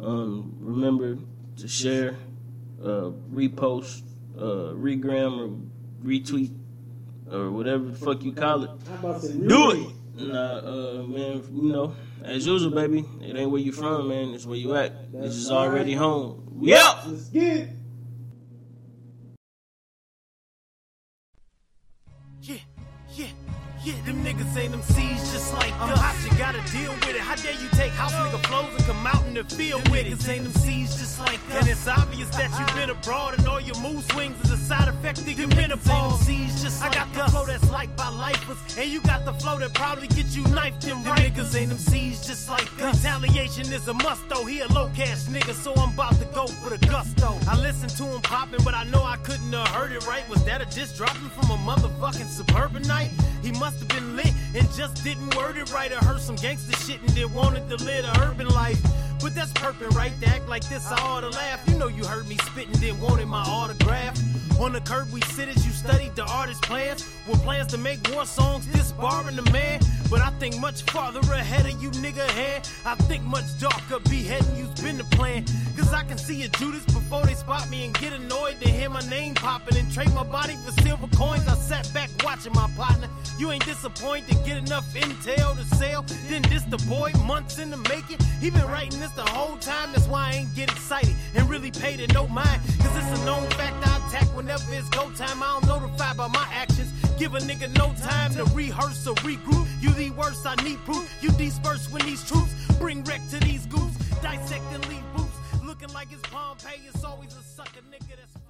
Um, remember to share, uh, repost, uh, regram, or retweet, or whatever the fuck you call it. I'm about to say, Do really, it. Nah, uh, man, you know, as usual, baby, it ain't where you from, man. It's where you at. It's just already home. We out. Let's get it. Yeah, yeah, Yeah, them niggas ain't MCs just like I'm hot, you gotta deal with it. How dare you take house nigga flows and come out in the field with it? Niggas ain't MCs just like us. And it's obvious that you've been abroad and all your mood swings is a side effect of your menopause. MCs just like I got the flow that's like by lifers, and you got the flow that probably get you knifed and right. Niggas ain't MCs just like us. Retaliation is a must though. He a low cash nigga, so I'm about to go for the gusto. I listened to him popping, but I know I couldn't have heard it right. Was that a diss dropping from a motherfucking suburbanite? He must must have been lit and just didn't word it right. I heard some gangster shit and then wanted to live a urban life. But that's perpin' right to act like this. I oughta laugh. You know you heard me spittin', then wanted my autograph. On the curb we sit as you studied the artist's plans. With plans to make war songs, this barring the man. But I think much farther ahead of you, nigga head. I think much darker beheading you's been the plan. Cause I can see a Judas before they spot me and get annoyed. They hear my name poppin' and trade my body for silver coins. I sat back watching my partner. You ain't disappointed, get enough intel to sell. Then this the boy, months in the making. He been writing this the whole time, that's why I ain't get excited and really pay to no mind. Cause it's a known fact I attack whenever it's go time. I don't notify by my actions. Give a nigga no time to rehearse or regroup. You the worst, I need proof. You disperse when these troops bring wreck to these goofs. Dissect and leave boots. Looking like it's Pompeii, it's always a sucker nigga that's.